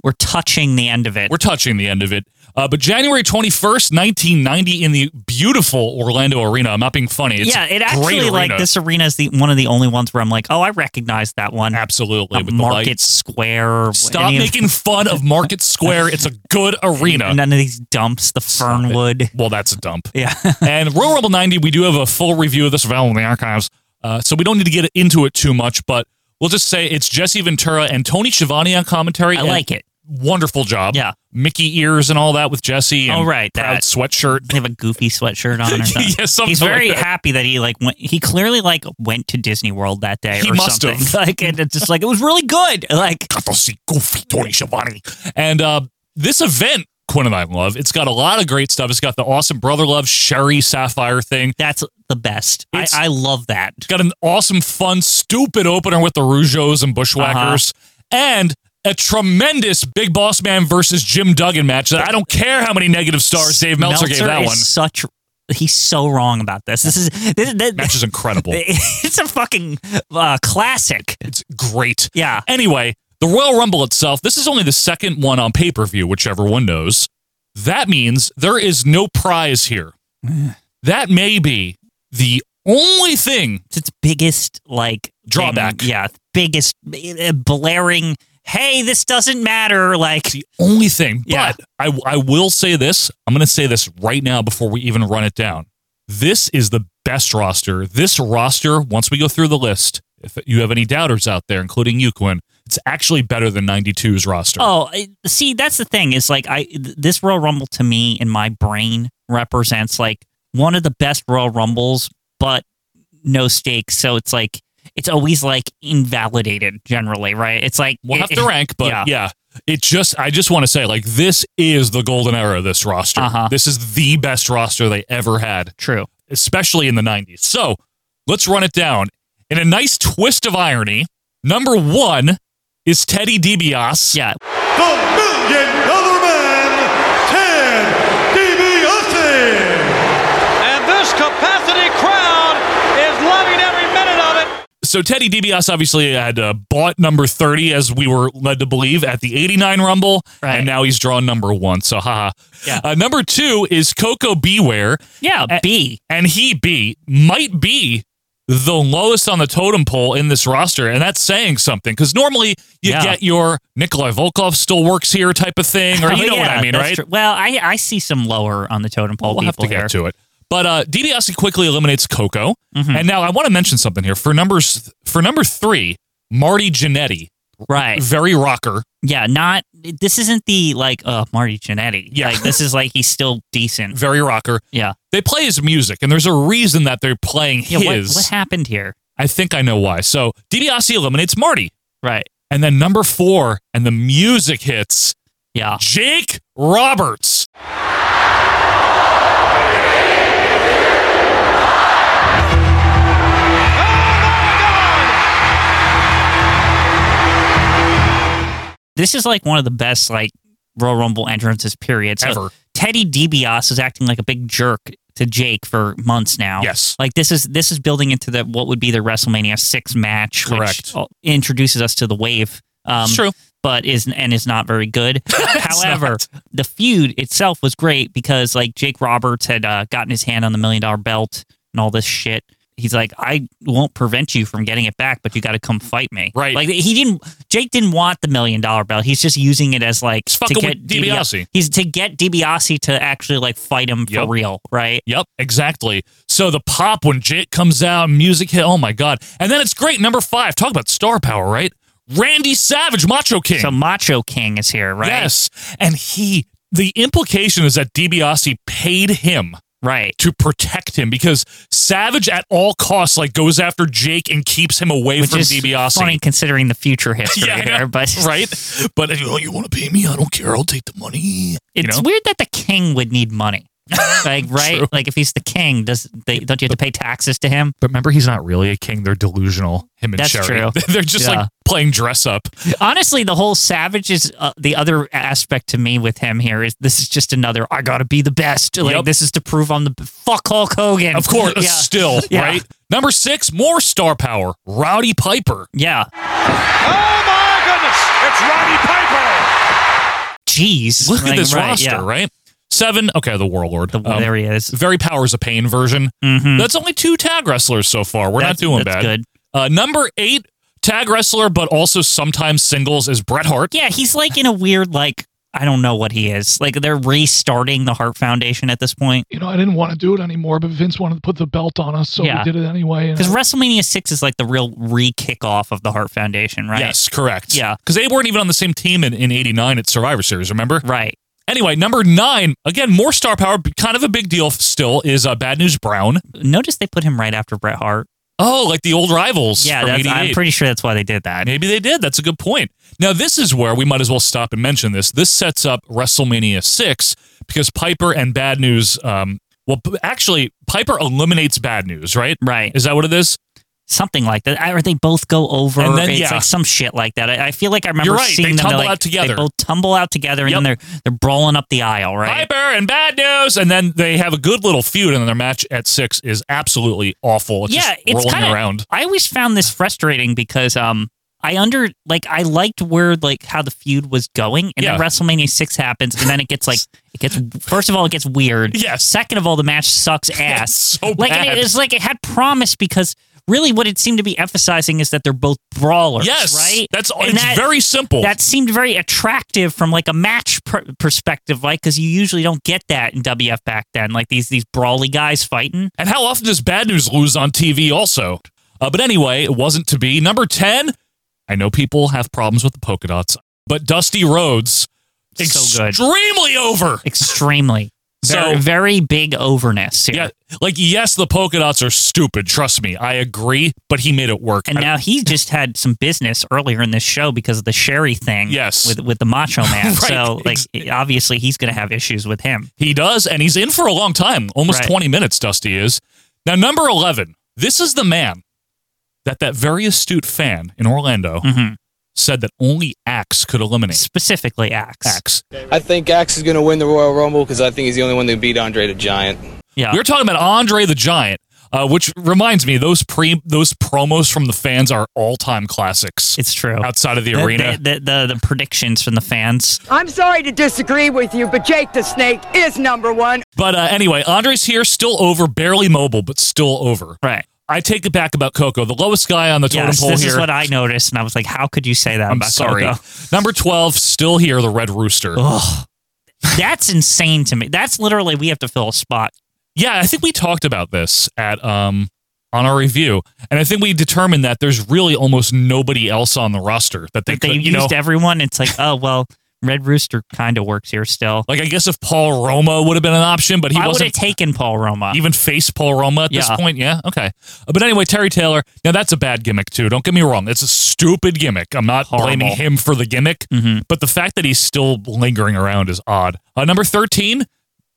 S2: we're touching the end of it.
S1: We're touching the end of it. Uh, but January 21st, 1990, in the beautiful Orlando Arena. I'm not being funny. It's a
S2: yeah, it
S1: great
S2: actually like
S1: arena.
S2: this arena is the one of the only ones where I'm like, oh, I recognize that one.
S1: Absolutely.
S2: Uh,
S1: with the
S2: Market
S1: lights.
S2: Square. or
S1: Stop
S2: any of-
S1: making fun of Market Square. It's a good arena.
S2: none of these dumps. The
S1: Stop it.
S2: Fernwood.
S1: Well, that's a dump.
S2: Yeah.
S1: and Royal Rumble 90, we do have a full review of this available in the archives. Uh, so we don't need to get into it too much, but we'll just say it's Jesse Ventura and Tony Schiavone on commentary.
S2: I
S1: and
S2: like it.
S1: Wonderful job.
S2: Yeah.
S1: Mickey ears and all that with Jesse. And
S2: Oh, right,
S1: Proud
S2: that.
S1: sweatshirt.
S2: They have a goofy sweatshirt on or something.
S1: Yeah, something
S2: He's
S1: like
S2: very
S1: that.
S2: happy that he like went. He clearly like went to Disney World that day.
S1: He
S2: or
S1: must
S2: something.
S1: have.
S2: Like and it's just like it was really good. Like
S1: Got to see goofy Tony Schiavone. And uh, this event, Quinn and I love. It's got a lot of great stuff. It's got the awesome brother love Sherry Sapphire thing.
S2: that's the best. I,
S1: It's-
S2: I love that.
S1: Got an awesome, fun, stupid opener with the Rougeos and Bushwhackers, and a tremendous Big Boss Man versus Jim Duggan match that I don't care how many negative stars Dave Meltzer, gave that
S2: is
S1: one.
S2: Such he's so wrong about this. This is this, this
S1: match is incredible.
S2: It's a fucking uh, classic.
S1: It's great.
S2: Yeah.
S1: Anyway, the Royal Rumble itself, this is only the second one on pay per view, which everyone knows. That means there is no prize here. that may be the only thing.
S2: It's its biggest like
S1: Drawback.
S2: thing. yeah, biggest uh, blaring. Hey, this doesn't matter. Like
S1: the only thing.
S2: Yeah.
S1: But I, I will say this. I'm going to say this right now before we even run it down. This is the best roster. This roster, once we go through the list, if you have any doubters out there, including you, Quinn, it's actually better than 92's roster.
S2: Oh, I- see, that's the thing. Is like I th- this Royal Rumble to me in my brain represents like one of the best Royal Rumbles, but no stakes. So it's like it's always like invalidated generally, right? It's like eh,
S1: We'll have to rank, but yeah. It just, I just want to say, like, this is the golden era of this roster.
S2: Uh-huh.
S1: This is the best roster they ever had,
S2: true.
S1: especially in the 90s. So let's run it down. In a nice twist of irony, number one is Teddy DiBiase.
S2: Yeah,
S11: The Million Dollar Man, Ted DiBiase.
S4: And this capacity crowd is loving every minute of it.
S1: So Teddy DiBiase obviously had uh, bought number 30, as we were led to believe, at the 89 Rumble,
S2: Right.
S1: and now he's drawn number one. So, haha.
S2: Yeah.
S1: Uh, number two is Coco Beware.
S2: yeah.
S1: Eh,
S2: B.
S1: and he be might be the lowest on the totem pole in this roster, and that's saying something because normally you
S2: Yeah.
S1: get your Nikolai Volkov still works here type of thing, or you
S2: Oh,
S1: know what
S2: yeah,
S1: I mean,
S2: that's
S1: right?
S2: true. Well, I I see some lower on the totem pole
S1: We'll have
S2: people
S1: to get
S2: here.
S1: to it. But uh, DiBiase quickly eliminates Coco,
S2: Mhm.
S1: and now I want to mention something here for numbers for number three, Marty Jannetty,
S2: Right.
S1: very rocker.
S2: Yeah, not this isn't the like uh Marty Jannetty.
S1: Yeah.
S2: Like this is like he's still decent.
S1: very rocker.
S2: Yeah.
S1: They play his music, and there's a reason that they're playing
S2: Yeah, what,
S1: his.
S2: what happened here?
S1: I think I know why. So DiBiase eliminates Marty,
S2: Right.
S1: and then number four, and the music hits
S2: Yeah.
S1: Jake Roberts.
S2: This is like one of the best like Royal Rumble entrances period. So
S1: Ever.
S2: Teddy DiBiase is acting like a big jerk to Jake for months now.
S1: Yes.
S2: Like this is this is building into the what would be the WrestleMania 6 match
S1: Correct.
S2: which uh, introduces us to the wave. Um
S1: It's true.
S2: but is and is not very good. However,
S1: not.
S2: the feud itself was great because like Jake Roberts had uh, gotten his hand on the million dollar belt and all this shit. He's like, I won't prevent you from getting it back, but you got to come fight me.
S1: Right.
S2: Like he didn't. Jake didn't want the million dollar belt. He's just using it as like
S1: He's fucking with DiBiase.
S2: He's to get DiBiase to actually like fight him
S1: Yep.
S2: for real, right?
S1: Yep, exactly. So the pop when Jake comes out, music hit. Oh my god! And then it's great. Number five, talk about star power, right? Randy Savage, Macho King.
S2: So Macho King is here, right?
S1: Yes, and he. The implication is that DiBiase paid him
S2: Right.
S1: to protect him because Savage at all costs like goes after Jake and keeps him away
S2: Which
S1: from
S2: is
S1: DiBiase.
S2: funny considering the future history
S1: I know,
S2: there, but
S1: right, but oh, you want to pay me? I don't care. I'll take the money.
S2: It's
S1: you know?
S2: weird that the king would need money. Like right, like if he's the king, does they don't you have to pay taxes to him?
S1: But remember, he's not really a king. They're delusional. Him and
S2: That's
S1: Sherry.
S2: true.
S1: They're just
S2: Yeah.
S1: like playing dress up.
S2: Honestly, the whole savage is uh, the other aspect to me with him here is this is just another I gotta be the best. Like
S1: Yep.
S2: this is to prove I'm the b- fuck Hulk Hogan.
S1: Of course,
S2: yeah,
S1: still
S2: Yeah.
S1: right. Number six, more star power. Rowdy Piper.
S2: yeah.
S4: Oh my goodness! It's Roddy Piper.
S2: Jeez,
S1: Look
S2: Like,
S1: at this
S2: right,
S1: roster,
S2: yeah.
S1: right? Seven. Okay, the Warlord. Mm-hmm.
S2: The-
S1: Um,
S2: there he is.
S1: very powers of pain version.
S2: Mhm.
S1: That's only two tag wrestlers so far. We're
S2: That's-
S1: not doing
S2: that's
S1: bad.
S2: good.
S1: Uh, number eight, tag wrestler, but also sometimes singles is Bret Hart.
S2: Yeah, he's like in a weird like I don't know what he is. Like they're restarting the Heart Foundation at this point
S12: you know, I didn't want to do it anymore, but Vince wanted to put the belt on us, so
S2: Yeah.
S12: we did it anyway. And
S2: because WrestleMania six is like the real re kickoff of the Heart Foundation, right?
S1: Yes, correct.
S2: Yeah.
S1: Because they weren't even on the same team in, in 89 at Survivor Series, remember?
S2: Right.
S1: Anyway, number nine, again, more star power, but kind of a big deal still, is uh, Bad News Brown.
S2: Notice they put him right after Bret Hart.
S1: Oh, like the old rivals.
S2: Yeah,
S1: from E
S2: that's, I'm
S1: 88.
S2: pretty sure that's why they did that.
S1: Maybe they did. That's a good point. Now, this is where we might as well stop and mention this. This sets up WrestleMania 6 because Piper and Bad News, um, well, p- actually, Piper eliminates Bad News, right?
S2: Right.
S1: Is that what it is?
S2: something like that, I- or they both go over.
S1: And then,
S2: it's
S1: yeah.
S2: like some shit like that. I, I feel like I remember
S1: You're right, they
S2: seeing them. they're
S1: tumble
S2: like-
S1: out together.
S2: They both tumble out together, and then
S1: Yep.
S2: they're they're brawling up the aisle, right?
S1: Piper and bad news, and then they have a good little feud, and then their match at six is absolutely awful. It's
S2: yeah,
S1: just
S2: it's
S1: rolling
S2: kinda,
S1: around.
S2: I always found this frustrating because um I under like I liked where like how the feud was going, and then
S1: Yeah.
S2: WrestleMania six happens, and then it gets like it gets first of all it gets weird.
S1: Yes.
S2: Second of all, the match sucks ass.
S1: so
S2: like and
S1: bad.
S2: it is like it had promise because really what it seemed to be emphasizing is that they're both brawlers.
S1: Yes,
S2: right.
S1: that's
S2: And
S1: it's
S2: that-
S1: very simple.
S2: That seemed very attractive from like a match per- perspective, like because you usually don't get that in WF back then. Like these these brawly guys fighting.
S1: And how often does bad news lose on TV also? Uh, but anyway, it wasn't to be. Number 10, I know people have problems with the polka dots, but Dusty Rhodes,
S2: So good.
S1: extremely over.
S2: Extremely.
S1: So-
S2: Very, very big overness here.
S1: Yeah, like, yes, the polka dots are stupid. Trust me, I agree, but he made it work.
S2: And
S1: I-
S2: now he just had some business earlier in this show because of the Sherry thing
S1: Yes.
S2: with with the Macho Man.
S1: Right.
S2: So like obviously he's going to have issues with him.
S1: He does, and he's in for a long time, almost
S2: Right.
S1: 20 minutes, Dusty is. Now, number 11, this is the man that that very astute fan in Orlando
S2: Mm-hmm.
S1: said that only Axe could eliminate.
S2: Specifically Axe.
S1: Axe.
S13: I think Axe is going to win the Royal Rumble because I think he's the only one that beat Andre the Giant.
S2: Yeah.
S1: We were talking about Andre the Giant, uh, which reminds me those pre those promos from the fans are all time classics.
S2: It's true.
S1: Outside of the,
S2: The-
S1: arena,
S2: the, the, the predictions from the fans.
S14: I'm sorry to disagree with you, but Jake the Snake is number one.
S1: but uh, anyway, Andre's here, still over, barely mobile, but still over.
S2: Right.
S1: I take it back about Coco, the lowest guy on the totem
S2: Yes,
S1: pole
S2: this
S1: here.
S2: is what I noticed, and I was like, "How could you say that
S1: I'm
S2: about
S1: sorry.
S2: Coco?
S1: Number twelve, still here, the Red Rooster.
S2: Ugh. That's insane to me. That's literally we have to fill a spot.
S1: Yeah, I think we talked about this at um on our review, and I think we determined that there's really almost nobody else on the roster that they,
S2: They,
S1: could,
S2: used
S1: you know,
S2: everyone. It's like, oh well, Red Rooster kind of works here still.
S1: Like I guess if Paul Roma would have been an option, but he
S2: I would have
S1: wasn't
S2: taken Paul Roma.
S1: even face Paul Roma at this
S2: Yeah.
S1: point. Yeah, okay. Uh, But anyway, Terry Taylor. Now that's a bad gimmick too. Don't get me wrong. It's a stupid gimmick. I'm not blaming him for the gimmick,
S2: Mm-hmm.
S1: but the fact that he's still lingering around is odd. Uh, number thirteen,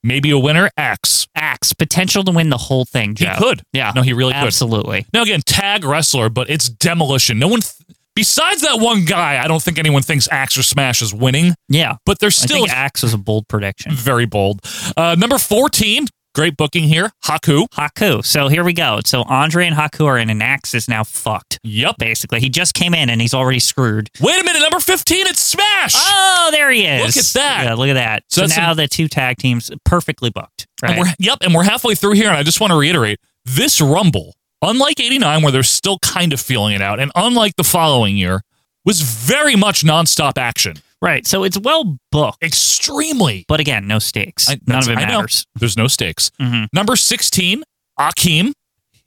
S1: maybe a winner. Axe.
S2: Axe potential to win the whole thing.
S1: He
S2: Joe.
S1: could.
S2: Yeah.
S1: No, he really could.
S2: Absolutely.
S1: Now again, tag wrestler, but it's demolition. No one. Th- Besides that one guy, I don't think anyone thinks Axe or Smash is winning.
S2: Yeah.
S1: But there's
S2: I
S1: still
S2: think Axe was a bold prediction.
S1: very bold. Uh, number 14, great booking here. Haku.
S2: Haku. So here we go. So Andre and Haku are in an axe is now fucked.
S1: Yep.
S2: Basically, he just came in and he's already screwed.
S1: Wait a minute, number 15, it's Smash.
S2: Oh, there he is.
S1: Look at that.
S2: Yeah, look at that.
S1: So
S2: So,
S1: that's
S2: now the two tag teams perfectly booked.
S1: And we're,
S2: Right.
S1: yep, and we're halfway through here, and I just want to reiterate this Rumble, unlike 89, where they're still kind of feeling it out, and unlike the following year, was very much nonstop action.
S2: Right. So it's well booked.
S1: Extremely.
S2: But again, no stakes. None
S1: that's-
S2: of it
S1: I know.
S2: matters.
S1: There's no stakes.
S2: Mm-hmm.
S1: Number 16, Akeem.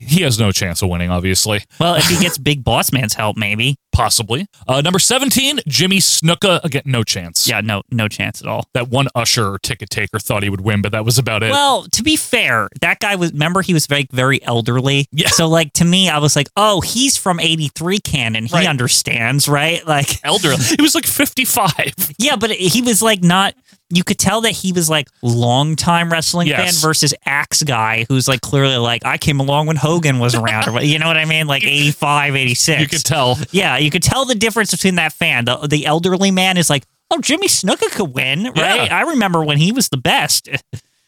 S1: He has no chance of winning, obviously.
S2: Well, if he gets Big Boss Man's help, maybe.
S1: Possibly. Uh, number 17, Jimmy Snuka. Again, no chance.
S2: Yeah, no, no chance at all.
S1: That one usher or ticket taker thought he would win, but that was about it.
S2: Well, to be fair, that guy was. Remember, he was very, very elderly. Yeah. So, like to me, I was like, "Oh, he's from '83 canon. He
S1: Right.
S2: understands, right?" Like,
S1: Elder. He was like 55.
S2: yeah, but he was like not. You could tell that he was like longtime wrestling
S1: Yes.
S2: fan versus Axe guy, who's like clearly like I came along when Hogan was around, or what- you know what I mean, like 85, 86.
S1: You could tell.
S2: Yeah, you could tell the difference between that fan. The the elderly man is like, "Oh, Jimmy Snuka could win, right?
S1: Yeah.
S2: I remember when he was the best."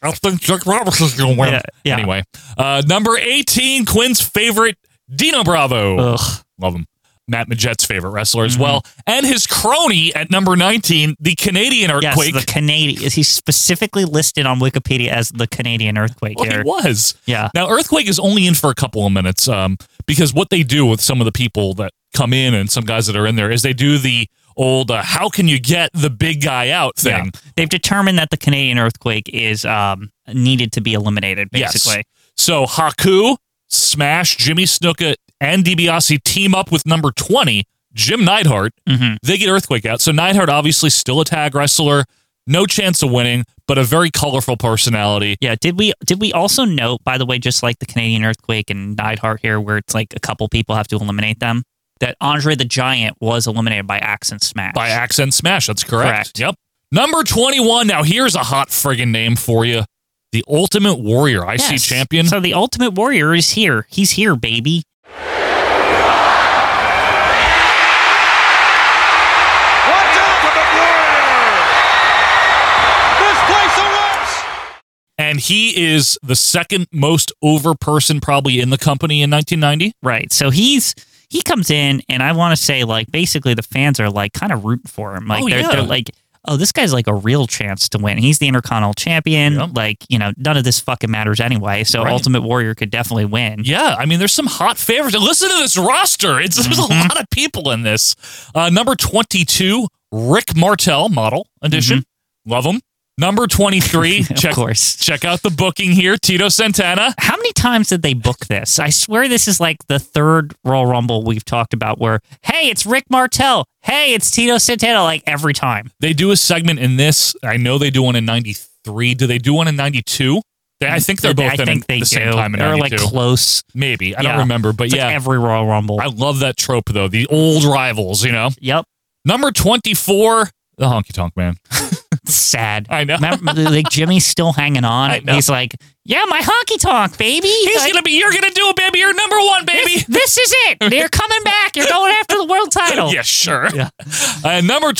S1: I think Jack Robertson's going to win.
S2: Yeah, yeah.
S1: Anyway, uh, number 18, Quinn's favorite, Dino Bravo.
S2: Ugh. Mm-hmm.
S1: Love him. Matt Majette's favorite wrestler as well. And his crony at number 19, the Canadian
S2: Yes,
S1: Earthquake.
S2: the Canadian. He's specifically listed on Wikipedia as the Canadian earthquake
S1: Well,
S2: here.
S1: he was.
S2: Yeah.
S1: Now, Earthquake is only in for a couple of minutes um, because what they do with some of the people that come in and some guys that are in there is they do the old uh, how can you get the big guy out thing.
S2: They've determined that the Canadian earthquake is um, needed to be eliminated, basically.
S1: Yes. So Haku, Smash, Jimmy Snuka, and DiBiase team up with number 20, Jim Neidhart.
S2: Mm-hmm.
S1: They get Earthquake out. So Neidhart, obviously, still a tag wrestler, no chance of winning, but a very colorful personality.
S2: Yeah. Did we did we also note, by the way, just like the Canadian earthquake and Neidhart here, where it's like a couple people have to eliminate them, that Andre the Giant was eliminated by Axe and Smash.
S1: By Accent Smash. That's correct.
S2: Correct.
S1: Yep. Number 21. Now, here's a hot friggin' name for you The Ultimate Warrior IC
S2: Yes.
S1: Champion.
S2: So the Ultimate Warrior is here. He's here, baby.
S1: and he is the second most over person probably in the company in 1990.
S2: Right. So he's he comes in, and I want to say like basically the fans are like kind of rooting for him. Like
S1: Oh,
S2: they're,
S1: yeah.
S2: they're like, oh, this guy's like a real chance to win. He's the Intercontinental Champion. Like you know, none of this fucking matters anyway. So
S1: Right.
S2: Ultimate Warrior could definitely win.
S1: Yeah, I mean, there's some hot favorites. Listen to this roster. It's there's a
S2: Mm-hmm.
S1: lot of people in this. Uh, number 22, Rick Martel, model edition. Love him. Number 23,
S2: Mm-hmm. Of
S1: check,
S2: course.
S1: check out the booking here, Tito Santana.
S2: How many times did they book this? I swear this is like the third Royal Rumble we've talked about where, hey, it's Rick Martel. Hey, it's Tito Santana. Like every time.
S1: They do a segment in this. I know they do one in 93. Do they do one in 92? They, I think they're
S2: They-
S1: both
S2: I
S1: in
S2: think they
S1: the same
S2: do.
S1: time in
S2: They're, like,
S1: 92.
S2: close.
S1: Maybe. I
S2: Yeah.
S1: don't remember, but
S2: It's like
S1: yeah.
S2: every Royal Rumble.
S1: I love that trope, though. The old rivals, you know?
S2: Yep.
S1: Number 24, the Honky Tonk Man.
S2: Sad.
S1: I know.
S2: Remember, like Jimmy's still hanging on.
S1: I know.
S2: He's like, yeah, my honky tonk, baby.
S1: He's
S2: Like,
S1: gonna be. You're gonna do it, baby. You're number one, baby.
S2: This, this is it. They're coming back. You're going after the world title.
S1: Yeah, sure. Uh, number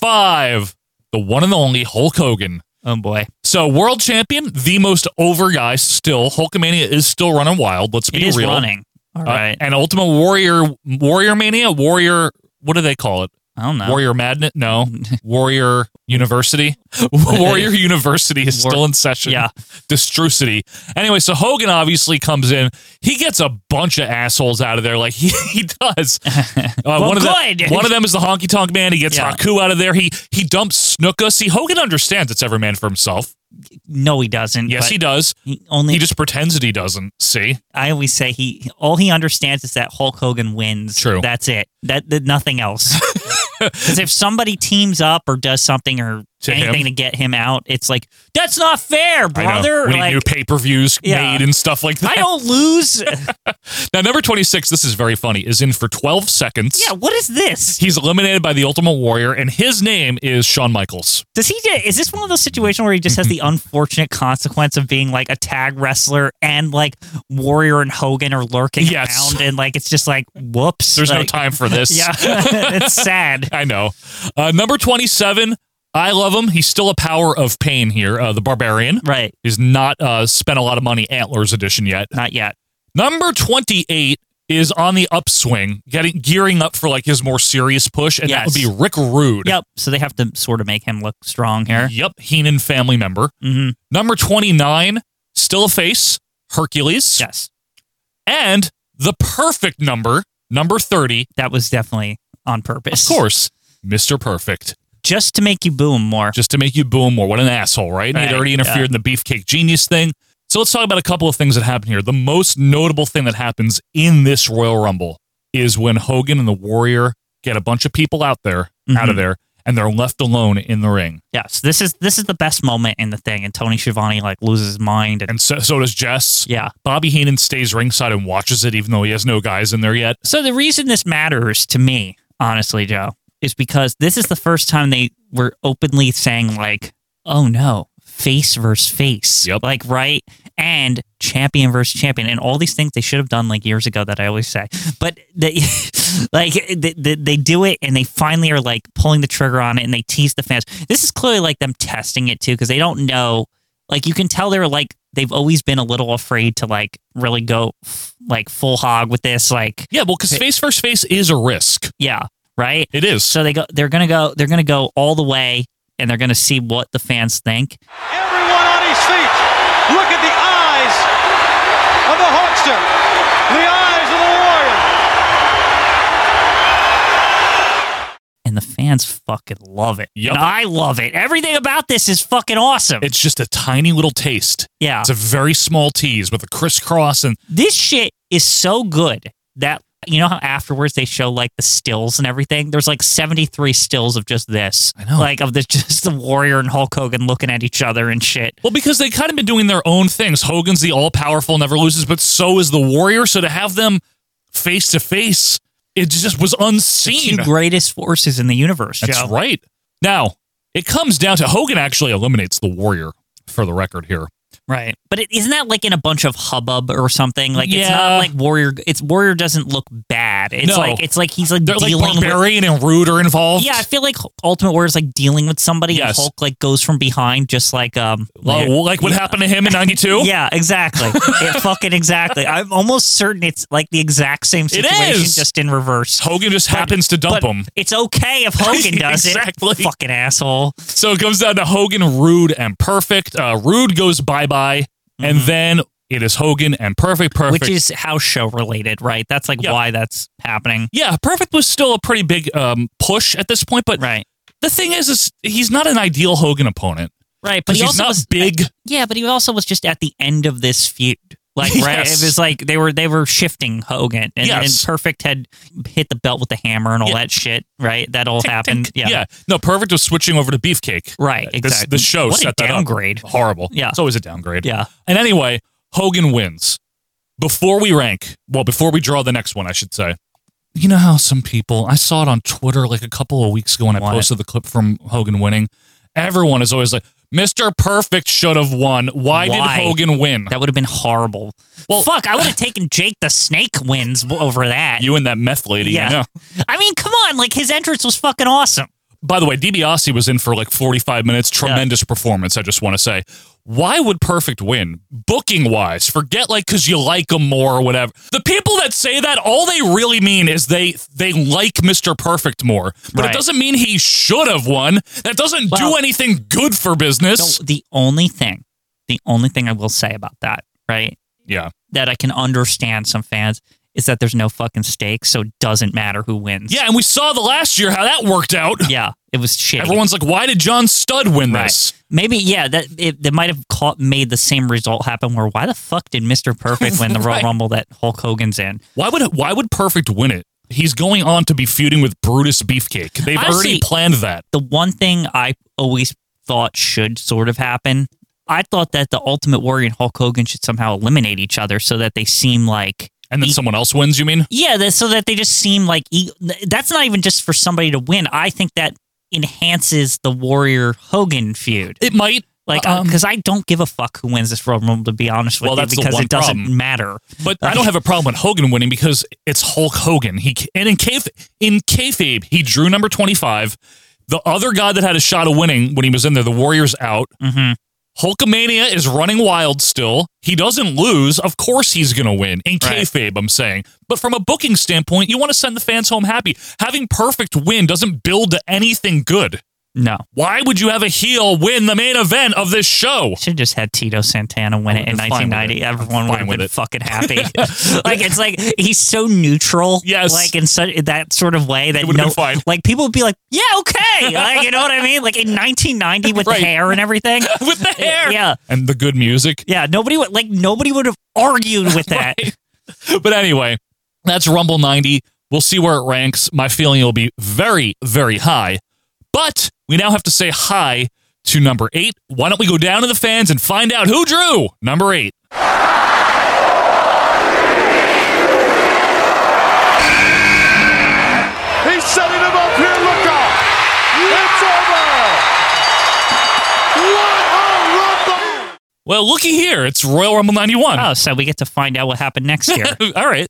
S1: 25, the one and only Hulk Hogan.
S2: Oh boy.
S1: So, world champion, the most over guy still. Hulkamania is still running wild. Let's be
S2: It is
S1: real.
S2: running. All
S1: Uh,
S2: right.
S1: and Ultimate Warrior, Warrior Mania, Warrior, what do they call it?
S2: I don't know.
S1: Warrior Madness? No. Warrior University? Warrior University is
S2: War-
S1: still in session.
S2: Yeah.
S1: Destrucity. Anyway, so Hogan obviously comes in. He gets a bunch of assholes out of there. Like he, he does. Uh, one, of the-
S2: good.
S1: one of them is the honky tonk man. He gets
S2: Yeah.
S1: Haku out of there. He he dumps Snuka. See, Hogan understands it's every man for himself.
S2: No, he doesn't.
S1: Yes,
S2: but
S1: he does.
S2: He only
S1: He just pretends that he doesn't. See?
S2: I always say he all he understands is that Hulk Hogan wins.
S1: True.
S2: That's it. That, that nothing else. Because if somebody teams up or does something or
S1: To him.
S2: anything to get him out, it's like that's not
S1: I
S2: fair,
S1: know.
S2: brother.
S1: we need
S2: Like,
S1: new pay per views
S2: Yeah.
S1: made and stuff like that.
S2: I don't lose.
S1: Now, number 26, this is very funny, is in for 12 seconds.
S2: yeah, what is this?
S1: He's eliminated by the Ultimate Warrior, and his name is Shawn Michaels.
S2: Does he? get- Is this one of those situations where he just has
S1: Mm-hmm.
S2: the unfortunate consequence of being like a tag wrestler and like Warrior and Hogan are lurking
S1: Yes.
S2: around and like it's just like whoops.
S1: There's no
S2: like-
S1: time for this.
S2: Yeah, it's sad.
S1: I know. Uh, number 27, I love him. He's still a power of pain here. Uh, the Barbarian.
S2: Right.
S1: He's not uh, spent a lot of money, Antlers edition yet.
S2: Not yet.
S1: Number 28 is on the upswing, getting gearing up for like his more serious push, and that
S2: Yes.
S1: would be Rick Rude.
S2: Yep. So they have to sort of make him look strong here.
S1: Yep. Heenan family member.
S2: Mm-hmm.
S1: Number 29, still a face, Hercules.
S2: Yes.
S1: And the perfect number, number 30,
S2: That was definitely on
S1: of
S2: purpose.
S1: course, Mr. Perfect.
S2: Just to make you boom more.
S1: Just to make you boom more. What an asshole, right? And He'd
S2: Right,
S1: already interfered
S2: yeah.
S1: in the Beefcake Genius thing. So let's talk about a couple of things that happen here. The most notable thing that happens in this Royal Rumble is when Hogan and the Warrior get a bunch of people out there,
S2: Mm-hmm.
S1: out of there, and they're left alone in the ring.
S2: yes. This is this is the best moment in the thing. And Tony Schiavone like loses his mind and,
S1: And so, so does Jess.
S2: yeah.
S1: Bobby Heenan stays ringside and watches it, even though he has no guys in there yet.
S2: So the reason this matters to me, honestly, Joe, is because this is the first time they were openly saying like, "Oh no, face versus face."
S1: Yep.
S2: Like right and champion versus champion and all these things they should have done like years ago that I always say. But they like they, they, they do it and they finally are like pulling the trigger on it and they tease the fans. This is clearly like them testing it too because they don't know like you can tell they're like they've always been a little afraid to like really go f- like full hog with this like
S1: Yeah, well, because face first face is a risk.
S2: yeah, right.
S1: It is.
S2: So they go. They're gonna go. They're gonna go all the way, and they're gonna see what the fans think.
S10: Everyone on his feet. Look at the eyes of the Hulkster. The eyes of the Warrior.
S2: And the fans fucking love it.
S1: Yup.
S2: And I love it. Everything about this is fucking awesome.
S1: It's just a tiny little taste.
S2: yeah.
S1: It's a very small tease with a crisscross and
S2: this shit is so good that you know how afterwards they show like the stills and everything. There's like 73 stills of just this. I
S1: know.
S2: Like of the just the Warrior and Hulk Hogan looking at each other and shit.
S1: well, because they kind of been doing their own things. Hogan's the all powerful, never loses, but so is the warrior. So to have them face to face, it just was unseen.
S2: Two greatest forces in the universe.
S1: That's
S2: Joe.
S1: right. Now, it comes down to Hogan actually eliminates the warrior for the record here.
S2: Right. But it, isn't that like in a bunch of hubbub or something? Like it's
S1: Yeah.
S2: not like Warrior. It's Warrior doesn't look bad. It's
S1: No.
S2: like it's like he's like
S1: They're like
S2: dealing with.
S1: barbarian and rude are involved.
S2: Yeah, I feel like Ultimate Warrior is like dealing with somebody,
S1: Yes.
S2: and Hulk like goes from behind, just like um,
S1: Well, well, like what
S2: Yeah.
S1: happened to him in '92?
S2: Yeah, exactly. it fucking exactly. I'm almost certain it's like the exact same
S1: It
S2: situation,
S1: is.
S2: just in reverse.
S1: Hogan just happens to dump
S2: but
S1: him.
S2: It's okay if Hogan does
S1: Exactly.
S2: it. Fucking asshole.
S1: So it comes down to Hogan, Rude, and Perfect. Uh, Rude goes bye bye, and then it is Hogan and Perfect. Perfect,
S2: Mm-hmm. Which is house show related, right? That's like
S1: Yeah.
S2: why that's happening.
S1: yeah, Perfect was still a pretty big um, push at this point. But
S2: right.
S1: the thing is, is he's not an ideal Hogan opponent.
S2: Right, but
S1: 'Cause
S2: he
S1: he's
S2: also
S1: not
S2: was
S1: big.
S2: Yeah, but he also was just at the end of this feud. Like right,
S1: Yes.
S2: it was like they were they were shifting Hogan and,
S1: Yes.
S2: and Perfect had hit the belt with the hammer and all
S1: Yeah.
S2: that shit. Right, that all happened. Yeah,
S1: No, Perfect was switching over to Beefcake.
S2: right,
S1: This,
S2: exactly.
S1: the show
S2: what
S1: set
S2: a
S1: that up.
S2: downgrade.
S1: Horrible.
S2: Yeah.
S1: It's always a downgrade.
S2: Yeah.
S1: And anyway, Hogan wins. Before we rank, well, before we draw the next one, I should say. You know how some people, I saw it on Twitter like a couple of weeks ago when I
S2: What?
S1: posted the clip from Hogan winning. Everyone is always like, Mr. Perfect should have won. Why,
S2: Why?
S1: did Hogan win?
S2: That would have been horrible. Well, fuck, I would have taken Jake the Snake wins w- over that.
S1: you and that meth lady.
S2: Yeah.
S1: I know.
S2: I mean, come on, like his entrance was fucking awesome.
S1: By the way, DiBiase was in for like 45 minutes. Tremendous performance, I just want to say. Why would Perfect win? Booking wise, forget like because you like him more or whatever. The people that say that, all they really mean is they they like Mr. Perfect more. But
S2: Right.
S1: it doesn't mean he should have won. That doesn't
S2: Well-
S1: do anything good for business.
S2: So the only thing, the only thing I will say about that, right,
S1: yeah.
S2: that I can understand some fans is that there's no fucking stakes, so it doesn't matter who wins.
S1: Yeah, and we saw the last year how that worked out.
S2: Yeah, it was shit.
S1: Everyone's like, why did John Studd win
S2: Right.
S1: this?
S2: Maybe yeah, that it, that might have caught, made the same result happen. Where why the fuck did Mister Perfect win the Royal
S1: Right.
S2: Rumble that Hulk Hogan's in?
S1: Why would why would Perfect win it? He's going on to be feuding with Brutus Beefcake. They've
S2: Honestly-
S1: already planned that.
S2: the one thing I always thought should sort of happen. I thought that the Ultimate Warrior and Hulk Hogan should somehow eliminate each other so that they seem like
S1: And then
S2: e-
S1: someone else wins, you mean?
S2: yeah, that, so that they just seem like e- that's not even just for somebody to win. I think that enhances the Warrior Hogan feud.
S1: It might.
S2: Like,
S1: Um,
S2: because I don't give a fuck who wins this Royal Rumble, to be honest with
S1: Well,
S2: you,
S1: that's the
S2: because
S1: one
S2: it doesn't
S1: problem.
S2: matter.
S1: But I don't have a problem with Hogan winning because it's Hulk Hogan. He and in kayf in kayfabe he drew number twenty five. The other guy that had a shot of winning when he was in there, the Warriors out.
S2: Mhm.
S1: Hulkamania is running wild still. He doesn't lose. Of course he's going to win in
S2: Right.
S1: kayfabe. I'm saying, but from a booking standpoint, you want to send the fans home happy. Having perfect win doesn't build to anything good.
S2: No,
S1: Why would you have a heel win the main event of this show?
S2: Should have just had Tito Santana win
S1: I
S2: it in
S1: would've been fine with
S2: 1990.
S1: it. I'm fine
S2: Everyone would have
S1: with
S2: been
S1: it.
S2: fucking happy. like it's like he's so neutral.
S1: Yes.
S2: Like in such that sort of way that
S1: It would've
S2: no,
S1: been fine.
S2: like people would be like, yeah, okay, like you know what I mean? Like in 1990 with
S1: Right.
S2: hair and everything.
S1: With the hair
S2: Yeah.
S1: and the good music.
S2: Yeah. Nobody would like nobody would have argued
S1: Oh
S2: with that.
S1: But anyway, that's Rumble 90. We'll see where it ranks. My feeling it'll be very, very high. But we now have to say hi to number eight. Why don't we go down to the fans and find out who drew number eight?
S11: He's setting him up here. Look out. It's over. What a rumble.
S1: Well, looky here. It's Royal Rumble 91.
S2: Oh, so we get to find out what happened next year.
S1: All right.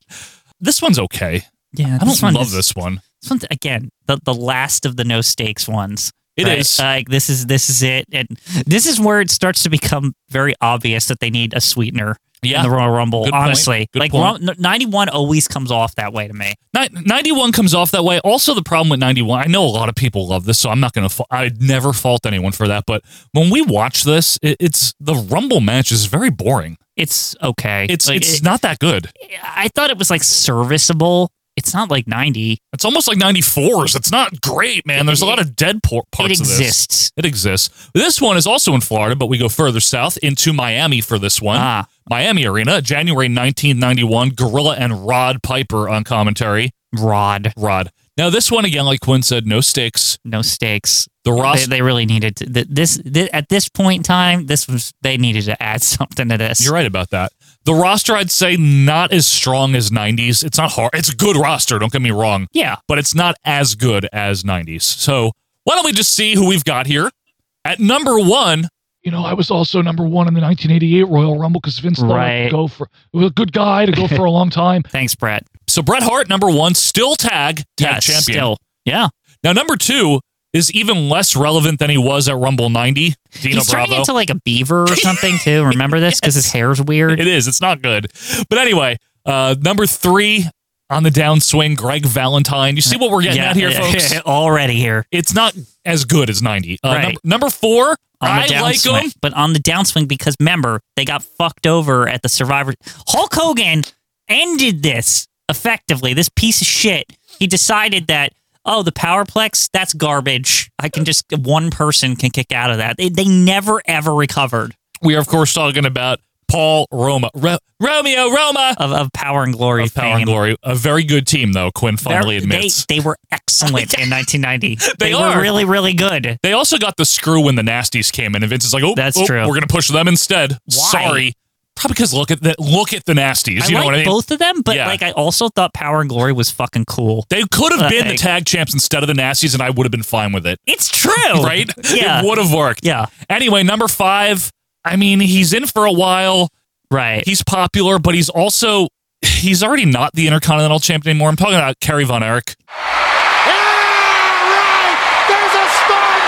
S1: This one's okay.
S2: yeah.
S1: I don't
S2: one
S1: love
S2: is-
S1: this one.
S2: this one's again the the last of the no stakes ones.
S1: It
S2: It is
S1: is.
S2: like this is this is it, and this is where it starts to become very obvious that they need a sweetener
S1: Yeah.
S2: in the Royal Rumble.
S1: Good point.
S2: honestly,
S1: Good
S2: like
S1: point.
S2: ninety one always comes off that way to me.
S1: Ni- 91 comes off that way. Also, the problem with 91, I know a lot of people love this, so I'm not going to, fa- I'd never fault anyone for that. But when we watch this, it, it's the Rumble match is very boring.
S2: It's okay.
S1: It's
S2: Like,
S1: it's
S2: it-
S1: not that good.
S2: I thought it was like serviceable. It's not like ninety.
S1: It's almost like 94s. It's not great, man. There's a lot of dead por- parts
S2: it
S1: of this.
S2: exists.
S1: It exists. This one is also in Florida, but we go further south into Miami for this one.
S2: Ah.
S1: Miami Arena, January 1991, Gorilla and Rod Piper on commentary.
S2: Rod,
S1: Rod. Now, this one, again, like Quinn said, no stakes.
S2: no stakes.
S1: The
S2: They,
S1: roster.
S2: they really needed to, th- this, this at this point in time. This was they needed to add something to this.
S1: You're right about that. The roster, I'd say, not as strong as 90s. It's not hard. It's a good roster, don't get me wrong.
S2: Yeah.
S1: but it's not as good as 90s. So why don't we just see who we've got here? At number one,
S12: You know, I was also number one in the 1988 Royal Rumble because Vince
S2: Right.
S12: right. go for was a good guy to go for a long time.
S2: Thanks, Brett.
S1: So Bret Hart, number one, still tag tag
S2: Yes,
S1: champion.
S2: still. Yeah.
S1: Now number two is even less relevant than he was at Rumble ninety. Dino
S2: He's
S1: Bravo.
S2: turning into like a beaver or something too. Remember this? Because his hair's weird.
S1: it is. It's not good. But anyway, uh, number three on the downswing, Greg Valentine. You see what we're getting
S2: Yeah,
S1: at here,
S2: yeah,
S1: folks?
S2: Already here.
S1: It's not as good as ninety. Uh,
S2: Right.
S1: number, number four,
S2: On
S1: I
S2: the
S1: like
S2: downswing,
S1: him.
S2: but on the downswing because remember they got fucked over at the Survivor. Hulk Hogan ended this effectively. This piece of shit. He decided that oh the powerplex that's garbage. I can just one person can kick out of that. They they never ever recovered
S1: We are of course talking about Paul Roma, Ro- Romeo Roma
S2: of, of power and glory.
S1: of Power
S2: fame.
S1: and Glory. A very good team, though. Quinn
S2: They're-
S1: finally admits.
S2: they, they were excellent in 1990.
S1: They
S2: were
S1: are.
S2: really really good.
S1: They also got the screw when the nasties came in, and Vince is like, "Oh,
S2: That's
S1: oh,
S2: true.
S1: We're gonna push them instead."
S2: Why?
S1: Sorry, probably because look at the look at the nasties.
S2: I
S1: you know
S2: like
S1: what I mean?
S2: both of them, but
S1: Yeah.
S2: like I also thought Power and Glory was fucking cool.
S1: They could have been the
S2: Like-
S1: tag champs instead of the nasties, and I would have been fine with it.
S2: It's true,
S1: right?
S2: Yeah,
S1: it would have worked.
S2: yeah,
S1: Anyway, number five. I mean, he's in for a while.
S2: right.
S1: He's popular, but he's also he's already not the Intercontinental Champion anymore. I'm talking about Kerry Von Erich.
S11: There's a storm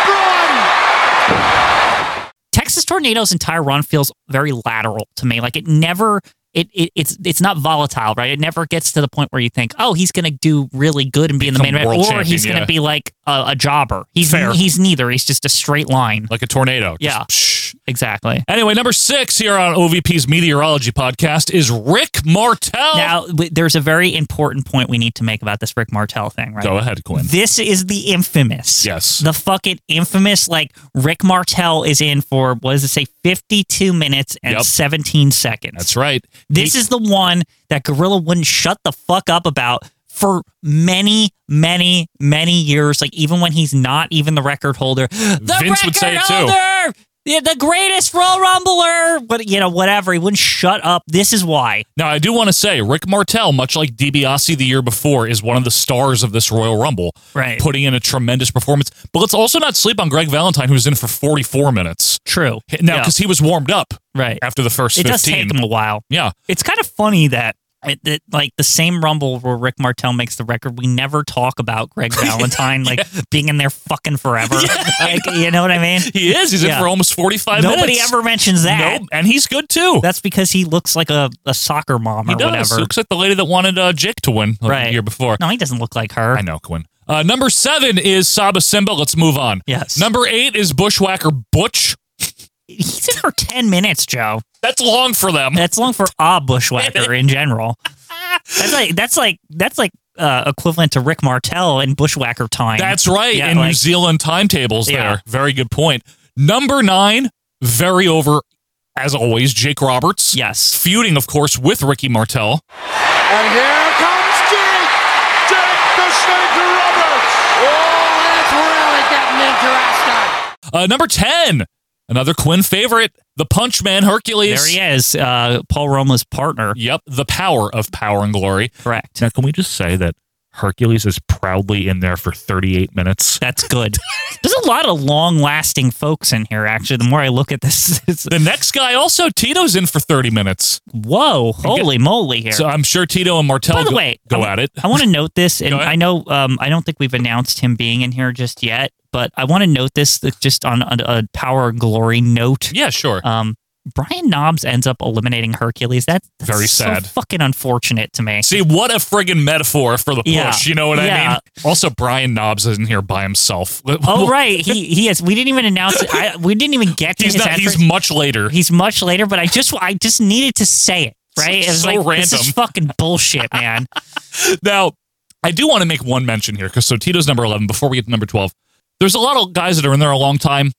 S11: brewing.
S2: Texas Tornado's entire run feels very lateral to me. Like it never. It, it it's it's not volatile, right? It never gets to the point where you think, oh, he's gonna do really good and be in the main
S1: Become
S2: event, or
S1: world champion,
S2: he's gonna
S1: yeah.
S2: be like a, a jobber. He's
S1: Fair.
S2: he's neither. He's just a straight line.
S1: like a tornado. Just
S2: Yeah.
S1: psh.
S2: Exactly.
S1: Anyway, number six here on OVP's meteorology podcast is Rick Martel.
S2: Now, w- there's a very important point we need to make about this Rick Martel thing, right?
S1: Go ahead, Quinn.
S2: This is the infamous.
S1: Yes.
S2: The fucking infamous, like, Rick Martel is in for, what does it say, 52 minutes and
S1: Yep.
S2: 17 seconds.
S1: That's right.
S2: This
S1: He-
S2: is the one that Gorilla wouldn't shut the fuck up about for many, many, many years. Like, even when he's not even the record holder. The
S1: Vince would say
S2: record
S1: it too.
S2: holder! Yeah, the greatest Royal Rumbler, but you know, whatever. He wouldn't shut up. This is why.
S1: Now, I do want to say Rick Martel, much like DiBiase the year before, is one of the stars of this Royal Rumble,
S2: Right.
S1: putting in a tremendous performance. But let's also not sleep on Greg Valentine, who's in for 44 minutes
S2: True.
S1: now
S2: Yeah.
S1: because he was warmed up
S2: Right.
S1: after the first
S2: it
S1: 15.
S2: does take him a while.
S1: yeah,
S2: It's kind of funny that. It, that, like the same rumble where Rick Martel makes the record, we never talk about Greg Valentine like being in there fucking forever. like, you know what I mean?
S1: he is. He's
S2: Yeah.
S1: in for almost 45 minutes.
S2: Nobody ever mentions that.
S1: Nope, and he's good too.
S2: That's because he looks like a, a soccer mom
S1: he
S2: or
S1: does.
S2: whatever.
S1: Looks like the lady that wanted uh, Jake to win uh,
S2: Right.
S1: the year before.
S2: No, he doesn't look like her.
S1: I know, Quinn. Uh, number seven is Saba Simba. Let's move on.
S2: Yes.
S1: Number eight is Bushwhacker Butch.
S2: He's in for 10 minutes, Joe.
S1: That's long for them.
S2: That's long for a bushwhacker in general. That's like, that's like, that's like uh, equivalent to Rick Martel in bushwhacker time.
S1: That's right.
S2: Yeah,
S1: in New
S2: like-
S1: Zealand timetables
S2: Yeah.
S1: there. Very good point. Number nine, very over, as always, Jake Roberts.
S2: Yes.
S1: Feuding, of course, with Ricky Martel.
S11: And here comes Jake. Jake the Snake Roberts. Oh, that's really getting interesting.
S1: Uh, number 10, another Quinn favorite, the Punch Man Hercules.
S2: There he is, uh, Paul Roma's partner.
S1: Yep. The power of power and glory.
S2: Correct.
S1: Now, can we just say that Hercules is proudly in there for 38 minutes?
S2: That's good. There's a lot of long-lasting folks in here. Actually, the more I look at this, it's,
S1: The next guy also, Tito's in for 30 minutes.
S2: whoa, holy moly! Here.
S1: So I'm sure Tito and Martel
S2: By the
S1: go,
S2: way,
S1: go
S2: I-
S1: at it.
S2: I want to note this, and
S1: Go ahead.
S2: I know um, I don't think we've announced him being in here just yet, but I want to note this that just on, on a power of glory note.
S1: yeah, sure.
S2: Um, Brian Knobs ends up eliminating Hercules. That's, that's
S1: Very
S2: so
S1: sad.
S2: fucking unfortunate to me.
S1: See, what a friggin' metaphor for the push.
S2: Yeah.
S1: You know what I
S2: Yeah.
S1: mean? Also, Brian Knobs isn't here by himself.
S2: Oh right, he he is. We didn't even announce it. I, we didn't even get to
S1: He's
S2: his
S1: not. He's
S2: entrance.
S1: much later.
S2: He's much later, but I just I just needed to say it. Right? It was
S1: So
S2: like this is
S1: random.
S2: fucking bullshit, man.
S1: Now, I do want to make one mention here because so Tito's number 11. Before we get to number 12, there's a lot of guys that are in there a long time,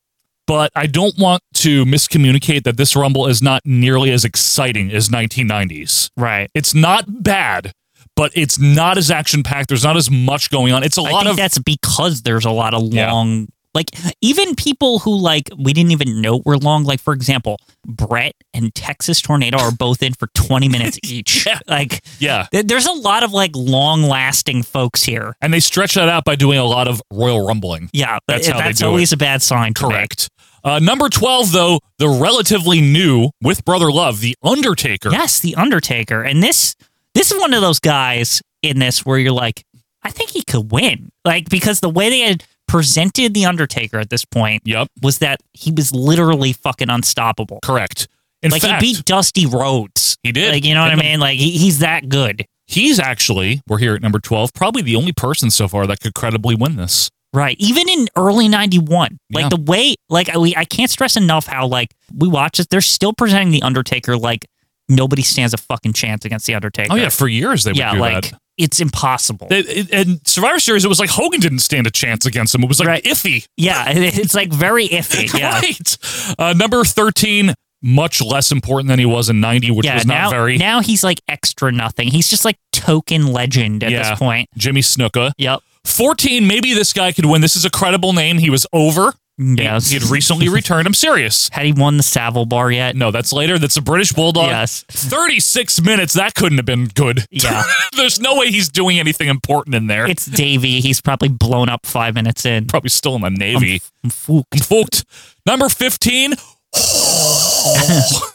S1: but I don't want to miscommunicate that this Rumble is not nearly as exciting as 1990s.
S2: right.
S1: It's not bad, but it's not as action packed. There's not as much going on. It's a
S2: I
S1: lot
S2: think
S1: of
S2: that's because there's a lot of
S1: Yeah.
S2: long like even people who like we didn't even know were long like for example brett and texas tornado are both in for 20 minutes each like
S1: yeah.
S2: th- there's a lot of like long lasting folks here
S1: And they stretch that out by doing a lot of Royal Rumbling.
S2: yeah but
S1: That's how they do it.
S2: always a bad sign to me.
S1: Correct. Uh, number 12, though, the relatively new, with Brother Love, The Undertaker.
S2: Yes, The Undertaker. And this this is one of those guys in this where you're like, I think he could win. Like, because the way they had presented The Undertaker at this point
S1: yep.
S2: was that he was literally fucking unstoppable.
S1: Correct. In
S2: like,
S1: fact-
S2: he beat Dusty Rhodes.
S1: He did.
S2: Like, you know what I
S1: And the-
S2: mean? Like, he, he's that good.
S1: He's actually, we're here at number 12, probably the only person so far that could credibly win this.
S2: Right. Even in early 91, like
S1: Yeah.
S2: the way, like, I, we, I can't stress enough how, like, we watch this, they're still presenting The Undertaker like nobody stands a fucking chance against The Undertaker.
S1: Oh, yeah, for years they would
S2: yeah,
S1: do
S2: like,
S1: that.
S2: it's impossible.
S1: They- it- and Survivor Series, it was like Hogan didn't stand a chance against him. It was like iffy.
S2: yeah, it- it's like very iffy. Yeah.
S1: Right. Uh, number 13, much less important than he was in 90, which
S2: yeah,
S1: was
S2: now,
S1: not very.
S2: now he's like extra nothing. He's just like token legend at
S1: Yeah.
S2: this point.
S1: Jimmy Snuka.
S2: Yep.
S1: 14, maybe this guy could win. This is a credible name. He was over.
S2: Yes.
S1: He had recently returned. I'm serious.
S2: Had he won the Savile Bar yet?
S1: No, that's later. That's a British Bulldog.
S2: Yes.
S1: 36 minutes. That couldn't have been good.
S2: Yeah.
S1: There's no way he's doing anything important in there.
S2: It's Davey. He's probably blown up five minutes in.
S1: probably still in the Navy.
S2: I'm fucked.
S1: Fucked. Number 15.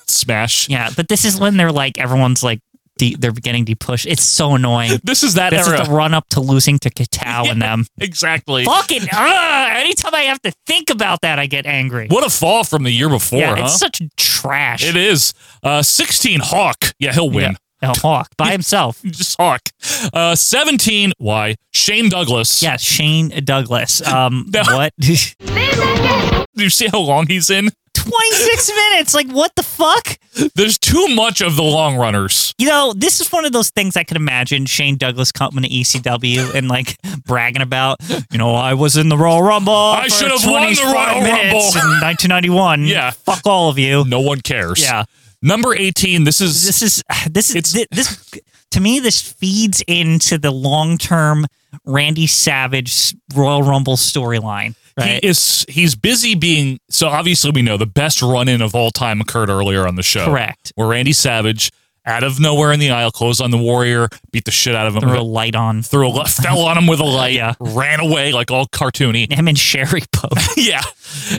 S1: Smash.
S2: Yeah, but this is when they're like everyone's like de- they're getting depushed. It's so annoying.
S1: This is that
S2: This
S1: era.
S2: is the run up to losing to Katao and them.
S1: exactly.
S2: Fucking uh, anytime I have to think about that, I get angry.
S1: What a fall from the year before,
S2: yeah,
S1: huh?
S2: it's such trash.
S1: It is. Uh, 16, Hawk. Yeah, he'll win.
S2: Yeah. A hawk by himself.
S1: Just Hawk. Uh, 17, why? Shane Douglas.
S2: Yeah, Shane Douglas. Um, what?
S1: Do you see how long he's in?
S2: Twenty six minutes. Like what the fuck?
S1: There's too much of the long runners.
S2: You know, this is one of those things I could imagine Shane Douglas coming to ECW and like bragging about. You know, I was in the Royal Rumble.
S1: I
S2: for
S1: should have won the
S2: 25
S1: Royal
S2: minutes
S1: Rumble."
S2: in 1991.
S1: Yeah.
S2: fuck all of you.
S1: No one cares.
S2: Yeah.
S1: Number 18, this is.
S2: This is this is thi- this to me. This feeds into the long term Randy Savage Royal Rumble storyline. Right?
S1: He is he's busy being so obviously we know the best run in of all time occurred earlier on the show.
S2: Correct.
S1: Where Randy Savage out of nowhere in the aisle closed on the warrior, beat the shit out of him,
S2: Throw a light on
S1: threw a li- fell on him with a light,
S2: Yeah.
S1: ran away like all cartoony.
S2: him and Sherry both.
S1: yeah.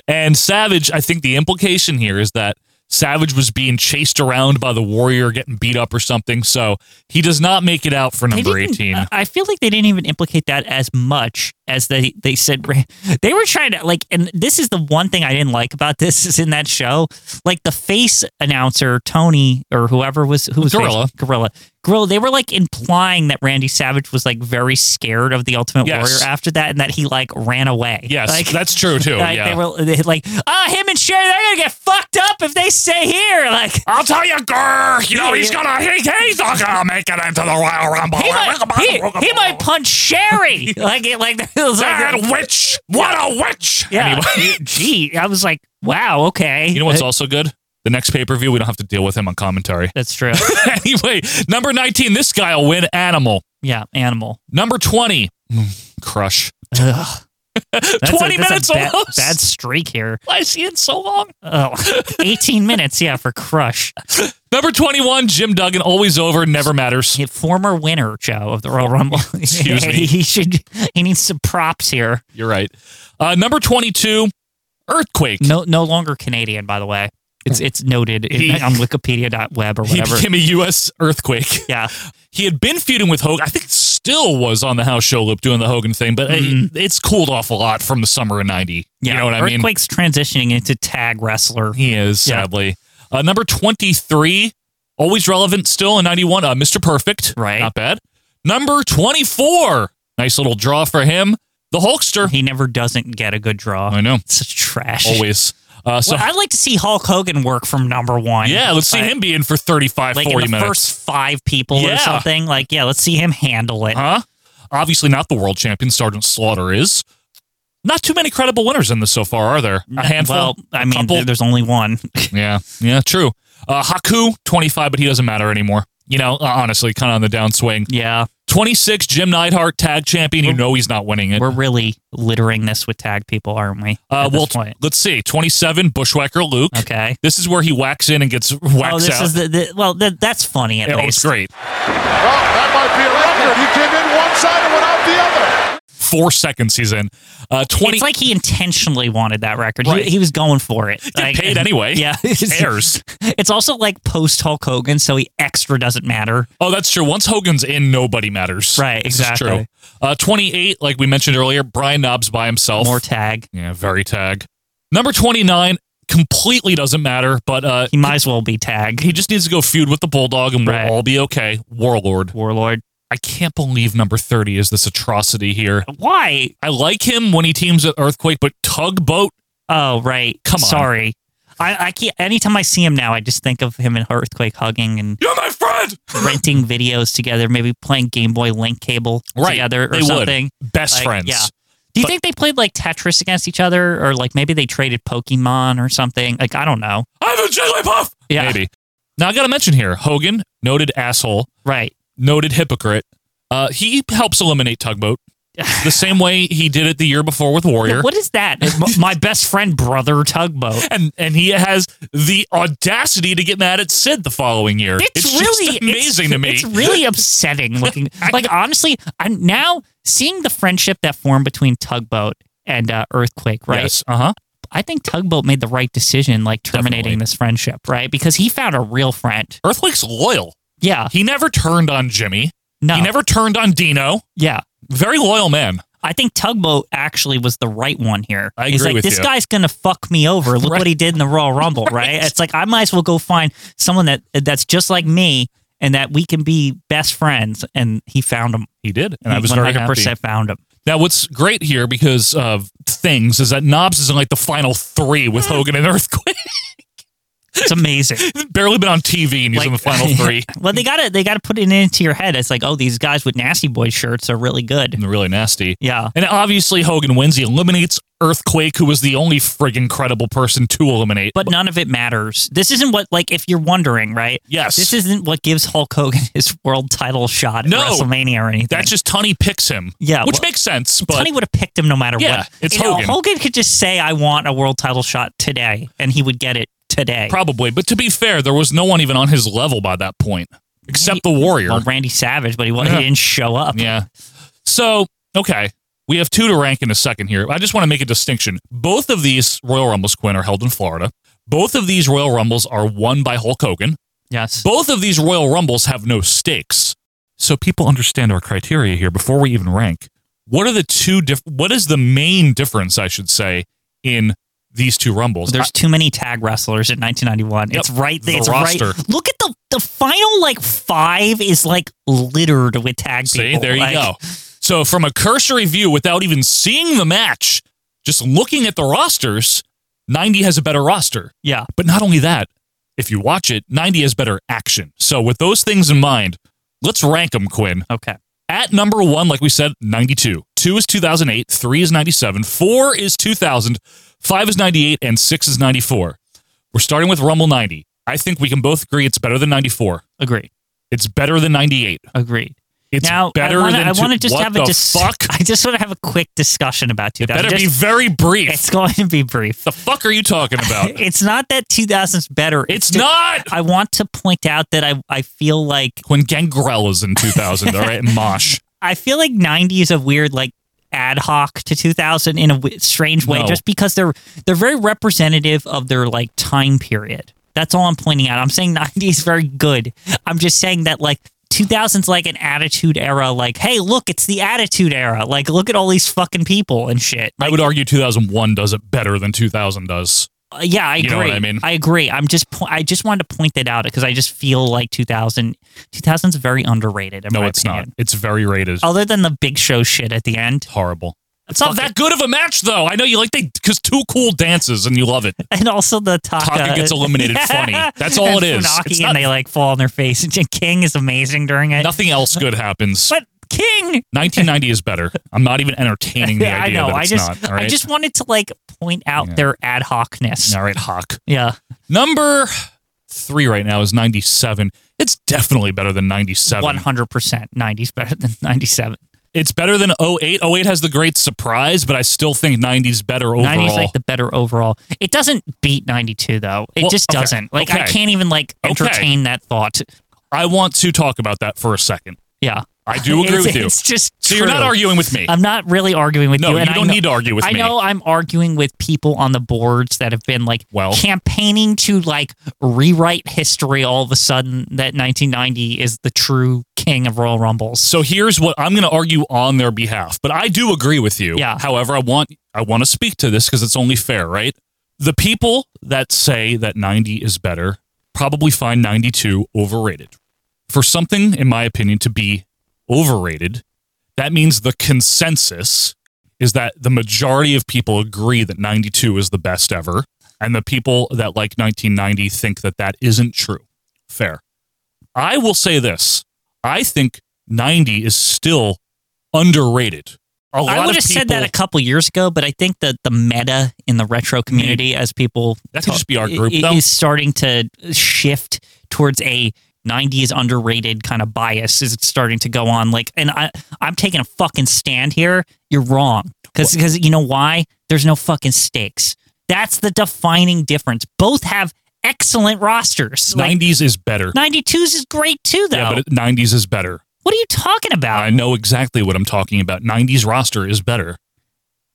S1: And Savage, I think the implication here is that Savage was being chased around by the warrior getting beat up or something, so he does not make it out for
S2: They
S1: number
S2: didn't- uh,
S1: 18.
S2: I- I feel like they didn't even implicate that as much as they they said Ra- they were trying to like. And this is the one thing I didn't like about this is in that show, like the face announcer Tony or whoever was who was
S1: Gorilla.
S2: face- Gorilla Gorilla. They were like implying that Randy Savage was like very scared of the Ultimate
S1: Yes.
S2: Warrior after that, and that he like ran away.
S1: yes,
S2: like,
S1: that's true too.
S2: like,
S1: yeah.
S2: They were they, like, ah, him and Sherry, they're gonna get fucked up if they stay here. Like,
S1: I'll tell you, grr, you know, he's
S2: Yeah.
S1: gonna, he, he's not gonna make it into the Royal Rumble.
S2: he might, he, he might punch Sherry. like it, like it was
S1: That
S2: like
S1: witch! What a witch!
S2: yeah.
S1: Anyway,
S2: Gee, I was like, wow, okay.
S1: you know what's
S2: Uh,
S1: also good? The next pay per view, we don't have to deal with him on commentary.
S2: That's true.
S1: anyway, number 19, this guy will win Animal.
S2: yeah, animal.
S1: Number 20, mm, Crush.
S2: Ugh. That's
S1: 20
S2: that's
S1: minutes
S2: bad,
S1: almost.
S2: bad streak here.
S1: Why is he in so long?
S2: Oh, 18 minutes, yeah, for Crush.
S1: Number 21, Jim Duggan, always over, never matters.
S2: He- Former winner, Joe, of the Royal Rumble.
S1: Excuse me.
S2: he should. He needs some props here.
S1: You're right. Uh, number 22, Earthquake.
S2: No, no longer Canadian, by the way. It's it's noted in,
S1: He-
S2: on Wikipedia.web or
S1: He
S2: whatever.
S1: became a U.S. earthquake.
S2: yeah,
S1: he had been feuding with Hogan. I think still was on the house show loop doing the Hogan thing, but uh, it's cooled off a lot from the summer of '90.
S2: Mm-hmm. yeah.
S1: You know what I mean?
S2: Earthquake's transitioning into tag wrestler.
S1: He is
S2: Yeah.
S1: sadly uh, number twenty-three, always relevant still in '91. Uh, Mr. Perfect,
S2: Right.
S1: Not bad. Number twenty-four, nice little draw for him. The Hulkster.
S2: He never doesn't get a good draw.
S1: I know,
S2: Such trash.
S1: always. Uh, so
S2: Well, I'd like to see Hulk Hogan work from number one.
S1: yeah, let's see
S2: Like-
S1: him be in for 35,
S2: Like
S1: 40
S2: in the
S1: minutes.
S2: first five people
S1: Yeah. Uh,
S2: or something. Like, yeah, let's see him handle it.
S1: huh? Obviously, not the world champion. Sergeant Slaughter is. Not too many credible winners in this so far, are there? A handful.
S2: Uh, Well, I
S1: A
S2: mean,
S1: couple?
S2: there- there's only one.
S1: Yeah, yeah, true. Uh, Haku, 25, but he doesn't matter anymore. You know, uh, honestly, kind of on the downswing.
S2: yeah,
S1: 26, Jim Neidhart, tag champion. You know he's not winning it.
S2: we're really littering this with tag people, aren't we?
S1: Uh,
S2: at
S1: well,
S2: this point.
S1: let's see. 27, Bushwhacker Luke.
S2: Okay.
S1: This is where he whacks in and gets waxed
S2: Oh, this
S1: out.
S2: is the, the well. That that's funny at
S1: yeah, oh,
S2: least.
S1: it's great.
S11: Well, that might be a record. He came in one side and went out the other.
S1: four seconds he's in. Uh, 20,
S2: it's like he intentionally wanted that record. He, he was going for it.
S1: Get
S2: Like,
S1: paid anyway.
S2: Yeah,
S1: Who cares?
S2: It's also like post Hulk Hogan, so he extra doesn't matter.
S1: Oh, that's true. Once Hogan's in, nobody matters.
S2: Right,
S1: This is
S2: exactly.
S1: true. Uh, 28, like we mentioned earlier, Brian Knobs by himself.
S2: More tag.
S1: Yeah, very tag. Number 29 completely doesn't matter, but uh,
S2: He might as well be tag.
S1: he just needs to go feud with the Bulldog and we'll
S2: Right.
S1: all be okay. Warlord.
S2: Warlord.
S1: I can't believe number 30 is this atrocity here.
S2: Why?
S1: I like him when he teams at Earthquake, but Tugboat,
S2: Oh, right.
S1: Come on.
S2: Sorry. I, I can't. Anytime I see him now, I just think of him and Earthquake hugging and
S1: you're my friend!
S2: renting videos together, maybe playing Game Boy Link cable
S1: Right.
S2: together or
S1: They would.
S2: something.
S1: Best
S2: Like,
S1: friends.
S2: Yeah. Do you
S1: But-
S2: think they played like Tetris against each other or like maybe they traded Pokemon or something? Like, I don't know.
S1: I'm a Jigglypuff!
S2: Yeah.
S1: Maybe. Now, I got to mention here Hogan, noted asshole,
S2: Right.
S1: noted hypocrite. Uh, he helps eliminate Tugboat the same way he did it the year before with Warrior.
S2: What is that? M- My best friend, brother tugboat.
S1: and and he has the audacity to get mad at Sid the following year.
S2: It's,
S1: just
S2: really
S1: amazing
S2: it's,
S1: to me.
S2: It's really upsetting looking. like honestly, I'm now seeing the friendship that formed between tugboat and uh, earthquake. Right.
S1: Yes. Uh huh.
S2: I think Tugboat made the right decision, like terminating
S1: Definitely.
S2: this friendship, right? Because he found a real friend.
S1: Earthquake's loyal.
S2: Yeah.
S1: He never turned on Jimmy.
S2: No.
S1: He never turned on Dino.
S2: yeah.
S1: Very loyal man.
S2: I think Tugboat actually was the right one here.
S1: I
S2: He's
S1: agree
S2: like,
S1: with
S2: this
S1: you.
S2: guy's gonna fuck me over. Look
S1: Right.
S2: what he did in the Royal Rumble, right. It's like I might as well go find someone that that's just like me and that we can be best friends. And he found him.
S1: He did, and I
S2: He
S1: was very happy.
S2: 100% found him.
S1: Now, what's great here because of things is that Knobs is in like the final three
S2: Mm.
S1: with Hogan and Earthquake.
S2: It's amazing.
S1: Barely been on TV, and he's in the final three.
S2: well, they gotta they gotta put it into your head. It's like, oh, these guys with nasty boy shirts are really good.
S1: And they're really nasty.
S2: Yeah.
S1: And obviously, Hogan wins. He eliminates Earthquake, who was the only friggin' credible person to eliminate.
S2: But none of it matters. This isn't what like if you're wondering, right?
S1: Yes.
S2: This isn't what gives Hulk Hogan his world title shot at
S1: No.
S2: WrestleMania or anything.
S1: That's just Tony picks him.
S2: Yeah,
S1: Which
S2: well,
S1: makes sense. But
S2: Tony would have picked him no matter
S1: Yeah,
S2: what.
S1: it's
S2: You know,
S1: Hogan.
S2: Hogan could just say, "I want a world title shot today," and he would get it today.
S1: Probably. But to be fair, there was no one even on his level by that point, except the Warrior.
S2: Well, Randy Savage, but he, wa- he
S1: Yeah.
S2: didn't show up.
S1: yeah. So, okay. We have two to rank in a second here. I just want to make a distinction. Both of these Royal Rumbles, Quinn, are held in Florida. Both of these Royal Rumbles are won by Hulk Hogan.
S2: Yes.
S1: Both of these Royal Rumbles have no stakes. So people understand our criteria here before we even rank. What are the two diff- what is the main difference, I should say, in these two rumbles?
S2: There's too many tag wrestlers in 1991.
S1: Yep.
S2: It's right there.
S1: The
S2: it's
S1: roster.
S2: right. Look at the the final like five is like littered with tag
S1: See,
S2: people.
S1: there you
S2: Like,
S1: go. So from a cursory view, without even seeing the match, just looking at the rosters, 90 has a better roster.
S2: Yeah.
S1: But not only that, if you watch it, 90 has better action. So with those things in mind, let's rank them, Quinn.
S2: Okay.
S1: At number one, like we said, 92. Two is 2008, three is 97, four is 2000, five is 98, and six is 94. We're starting with Rumble 90. I think we can both agree it's better than 94.
S2: Agreed.
S1: It's better than 98.
S2: Agreed.
S1: It's
S2: now
S1: better
S2: I wanna,
S1: than
S2: I want to
S1: two-
S2: just
S1: what
S2: have a
S1: the
S2: dis-
S1: fuck?
S2: I just want to have a quick discussion about 2000.
S1: Better
S2: Just-
S1: be very brief.
S2: it's going to be brief.
S1: the fuck are you talking about?
S2: It's not that 2000's better.
S1: it's
S2: ju-
S1: not
S2: I want to point out that I I feel like
S1: when Gangrel is in 2000. all right, Mosh.
S2: I feel like 90 is a weird like ad hoc to 2000 in a w- strange way
S1: No.
S2: just because they're they're very representative of their like time period. That's all I'm pointing out. I'm saying 90 is very good. I'm just saying that like 2000's like an attitude era like hey look it's the attitude era like look at all these fucking people and shit.
S1: I would argue 2001 does it better than 2000 does.
S2: Uh, yeah, I
S1: You
S2: agree.
S1: know what I mean?
S2: agree. I'm just po- I just wanted to point that out because I just feel like 2000 2000's very underrated in
S1: No,
S2: my
S1: it's
S2: opinion.
S1: not. It's very rated.
S2: Other than the big show shit at the end.
S1: Horrible. It's
S2: Fuck
S1: not that
S2: it.
S1: good of a match, though. I know you like they because two cool dances and you love it.
S2: and also the Taka,
S1: Taka gets eliminated funny. That's all
S2: and
S1: it is.
S2: Funaki
S1: It's
S2: and
S1: not-
S2: they like fall on their face. And King is amazing during it.
S1: Nothing else good happens.
S2: But King,
S1: 1990 is better. I'm not even entertaining the
S2: yeah,
S1: idea
S2: I know.
S1: that
S2: I
S1: it's
S2: just
S1: not. All right?
S2: I just wanted to like point out
S1: Yeah.
S2: their ad hocness.
S1: all right, Hawk.
S2: Yeah,
S1: Number three right now is 97. It's definitely better than 97.
S2: one hundred percent. Nineties better than ninety seven.
S1: It's better than 08. 08 has the great surprise, but I still think 90's better overall.
S2: 90's like the better overall. It doesn't beat 92 though. It
S1: Well,
S2: just
S1: okay,
S2: doesn't. Like I
S1: okay.
S2: can't even like
S1: Okay.
S2: entertain that thought.
S1: I want to talk about that for a second.
S2: Yeah.
S1: I do agree
S2: It's-
S1: with you.
S2: It's just
S1: so you're not
S2: true.
S1: arguing with me.
S2: I'm not really arguing with
S1: No,
S2: you.
S1: you
S2: and I
S1: don't
S2: know-
S1: need to argue with
S2: I
S1: me.
S2: know I'm arguing with people on the boards that have been like
S1: Well-
S2: campaigning to like rewrite history all of a sudden that 1990 is the true king of Royal Rumbles.
S1: So here's what I'm going to argue on their behalf, but I do agree with you.
S2: Yeah.
S1: However, I want I want to speak to this because it's only fair, right? The people that say that 90 is better probably find 92 overrated. For something, in my opinion, to be overrated, that means the consensus is that the majority of people agree that 92 is the best ever, and the people that like 1990 think that that isn't true. Fair. I will say this. I think 90 is still underrated. A lot
S2: I would
S1: of
S2: have said
S1: people- Mm-hmm.
S2: that a couple years ago, but I think that the meta in the retro community, as people
S1: That could just be our group,
S2: i-
S1: though.
S2: is starting to shift towards a 90s underrated kind of bias. Is starting to go on like, and I I'm taking a fucking stand here. You're wrong because because you know why? There's no fucking stakes. That's the defining difference. Both have excellent rosters. Like,
S1: 90s is better.
S2: 92s is great too, though.
S1: Yeah, but it- 90s is better.
S2: what are you talking about?
S1: I know exactly what I'm talking about. 90s roster is better.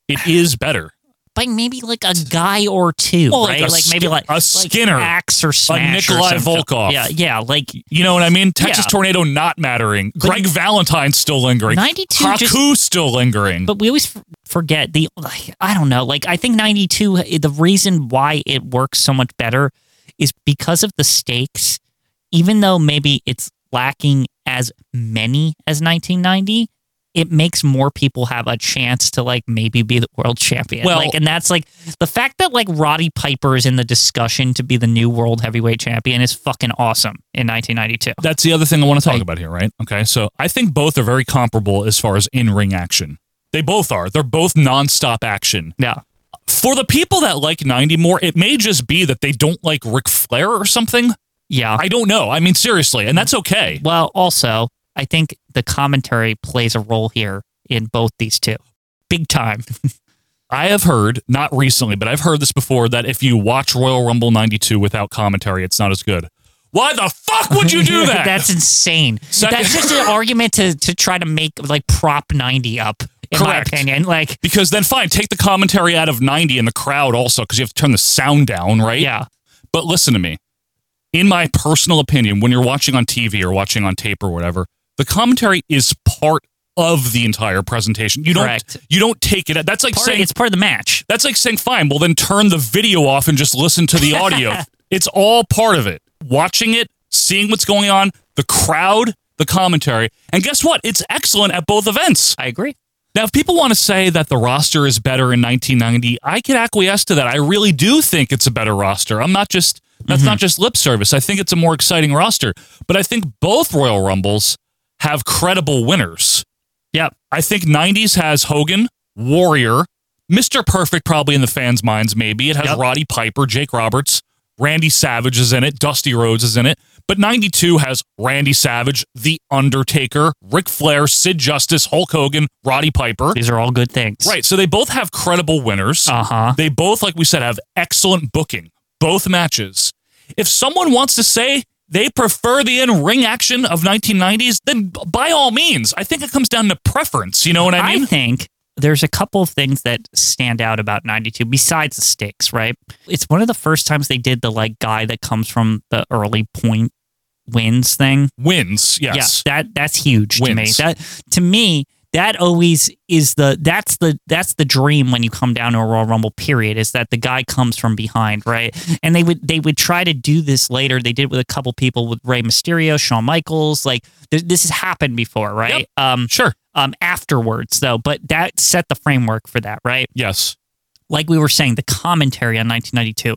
S1: It is better.
S2: by maybe like a guy or two,
S1: Well, like
S2: right?
S1: a
S2: Like, maybe
S1: Sk-
S2: like
S1: a
S2: like
S1: Skinner,
S2: Axe or Smash, or
S1: Nikolai
S2: something.
S1: Volkov.
S2: Yeah, yeah, like
S1: You know what I mean? Texas
S2: Yeah.
S1: Tornado not mattering.
S2: But-
S1: Greg Valentine still lingering.
S2: 92
S1: Haku
S2: just-
S1: still lingering.
S2: But we always f- forget the like, I don't know. Like I think 92 eh, the reason why it works so much better is because of the stakes. Even though maybe it's lacking as many as 1990, it makes more people have a chance to like maybe be the world champion.
S1: Well-
S2: like and that's like the fact that like Roddy Piper is in the discussion to be the new world heavyweight champion is fucking awesome in 1992.
S1: That's the other thing I want to talk about here, right? Okay, so I think both are very comparable as far as in ring action. They both are. They're both nonstop action.
S2: Yeah.
S1: For the people that like 90 more, it may just be that they don't like Ric Flair or something.
S2: Yeah.
S1: I don't know. I mean, seriously, and that's okay.
S2: Well, also, I think the commentary plays a role here in both these two. Big time.
S1: I have heard, not recently, but I've heard this before, that if you watch Royal Rumble 92 without commentary, it's not as good. Why the fuck would you do that?
S2: That's insane.
S1: Second-
S2: That's just an argument to, to try to make like prop 90 up, in my
S1: Correct.
S2: opinion. Like,
S1: because then fine, take the commentary out of 90 and the crowd also, because you have to turn the sound down, right?
S2: Yeah.
S1: But listen to me. In my personal opinion, when you're watching on TV or watching on tape or whatever, the commentary is part of the entire presentation. You don't
S2: Correct.
S1: you don't take it. That's like
S2: part-
S1: saying
S2: it's part of the match.
S1: that's like saying fine, well then turn the video off and just listen to the audio. it's all part of it. Watching it, seeing what's going on, the crowd, the commentary. And guess what? It's excellent at both events.
S2: I agree.
S1: Now, if people want to say that the roster is better in 1990, I can acquiesce to that. I really do think it's a better roster. I'm not just that's not just lip service. I think it's a more exciting roster. But I think both Royal Rumbles have credible winners.
S2: Yep.
S1: I think 90s has Hogan, Warrior, Mr. Perfect probably in the fans' minds maybe. It has
S2: Yep.
S1: Roddy Piper, Jake Roberts, Randy Savage is in it, Dusty Rhodes is in it. But 92 has Randy Savage, The Undertaker, Ric Flair, Sid Justice, Hulk Hogan, Roddy Piper.
S2: These are all good things.
S1: Right. So they both have credible winners.
S2: Uh huh.
S1: They both, like we said, have excellent booking, both matches. If someone wants to say they prefer the in ring action of 1990s, then b- by all means, I think it comes down to preference. You know what I mean?
S2: I think there's a couple of things that stand out about 92 besides the stakes, right? It's one of the first times they did the like guy that comes from the early point wins thing.
S1: Wins, yes.
S2: Yeah, that that's huge to me.
S1: Wins.
S2: That to me, that always is the that's the that's the dream when you come down to a Royal Rumble period is that the guy comes from behind, right? And they would they would try to do this later. They did it with a couple people with Rey Mysterio, Shawn Michaels, like th- this has happened before, right? Um
S1: Sure.
S2: um afterwards though, but that set the framework for that, right?
S1: Yes.
S2: like we were saying, the commentary on 1992.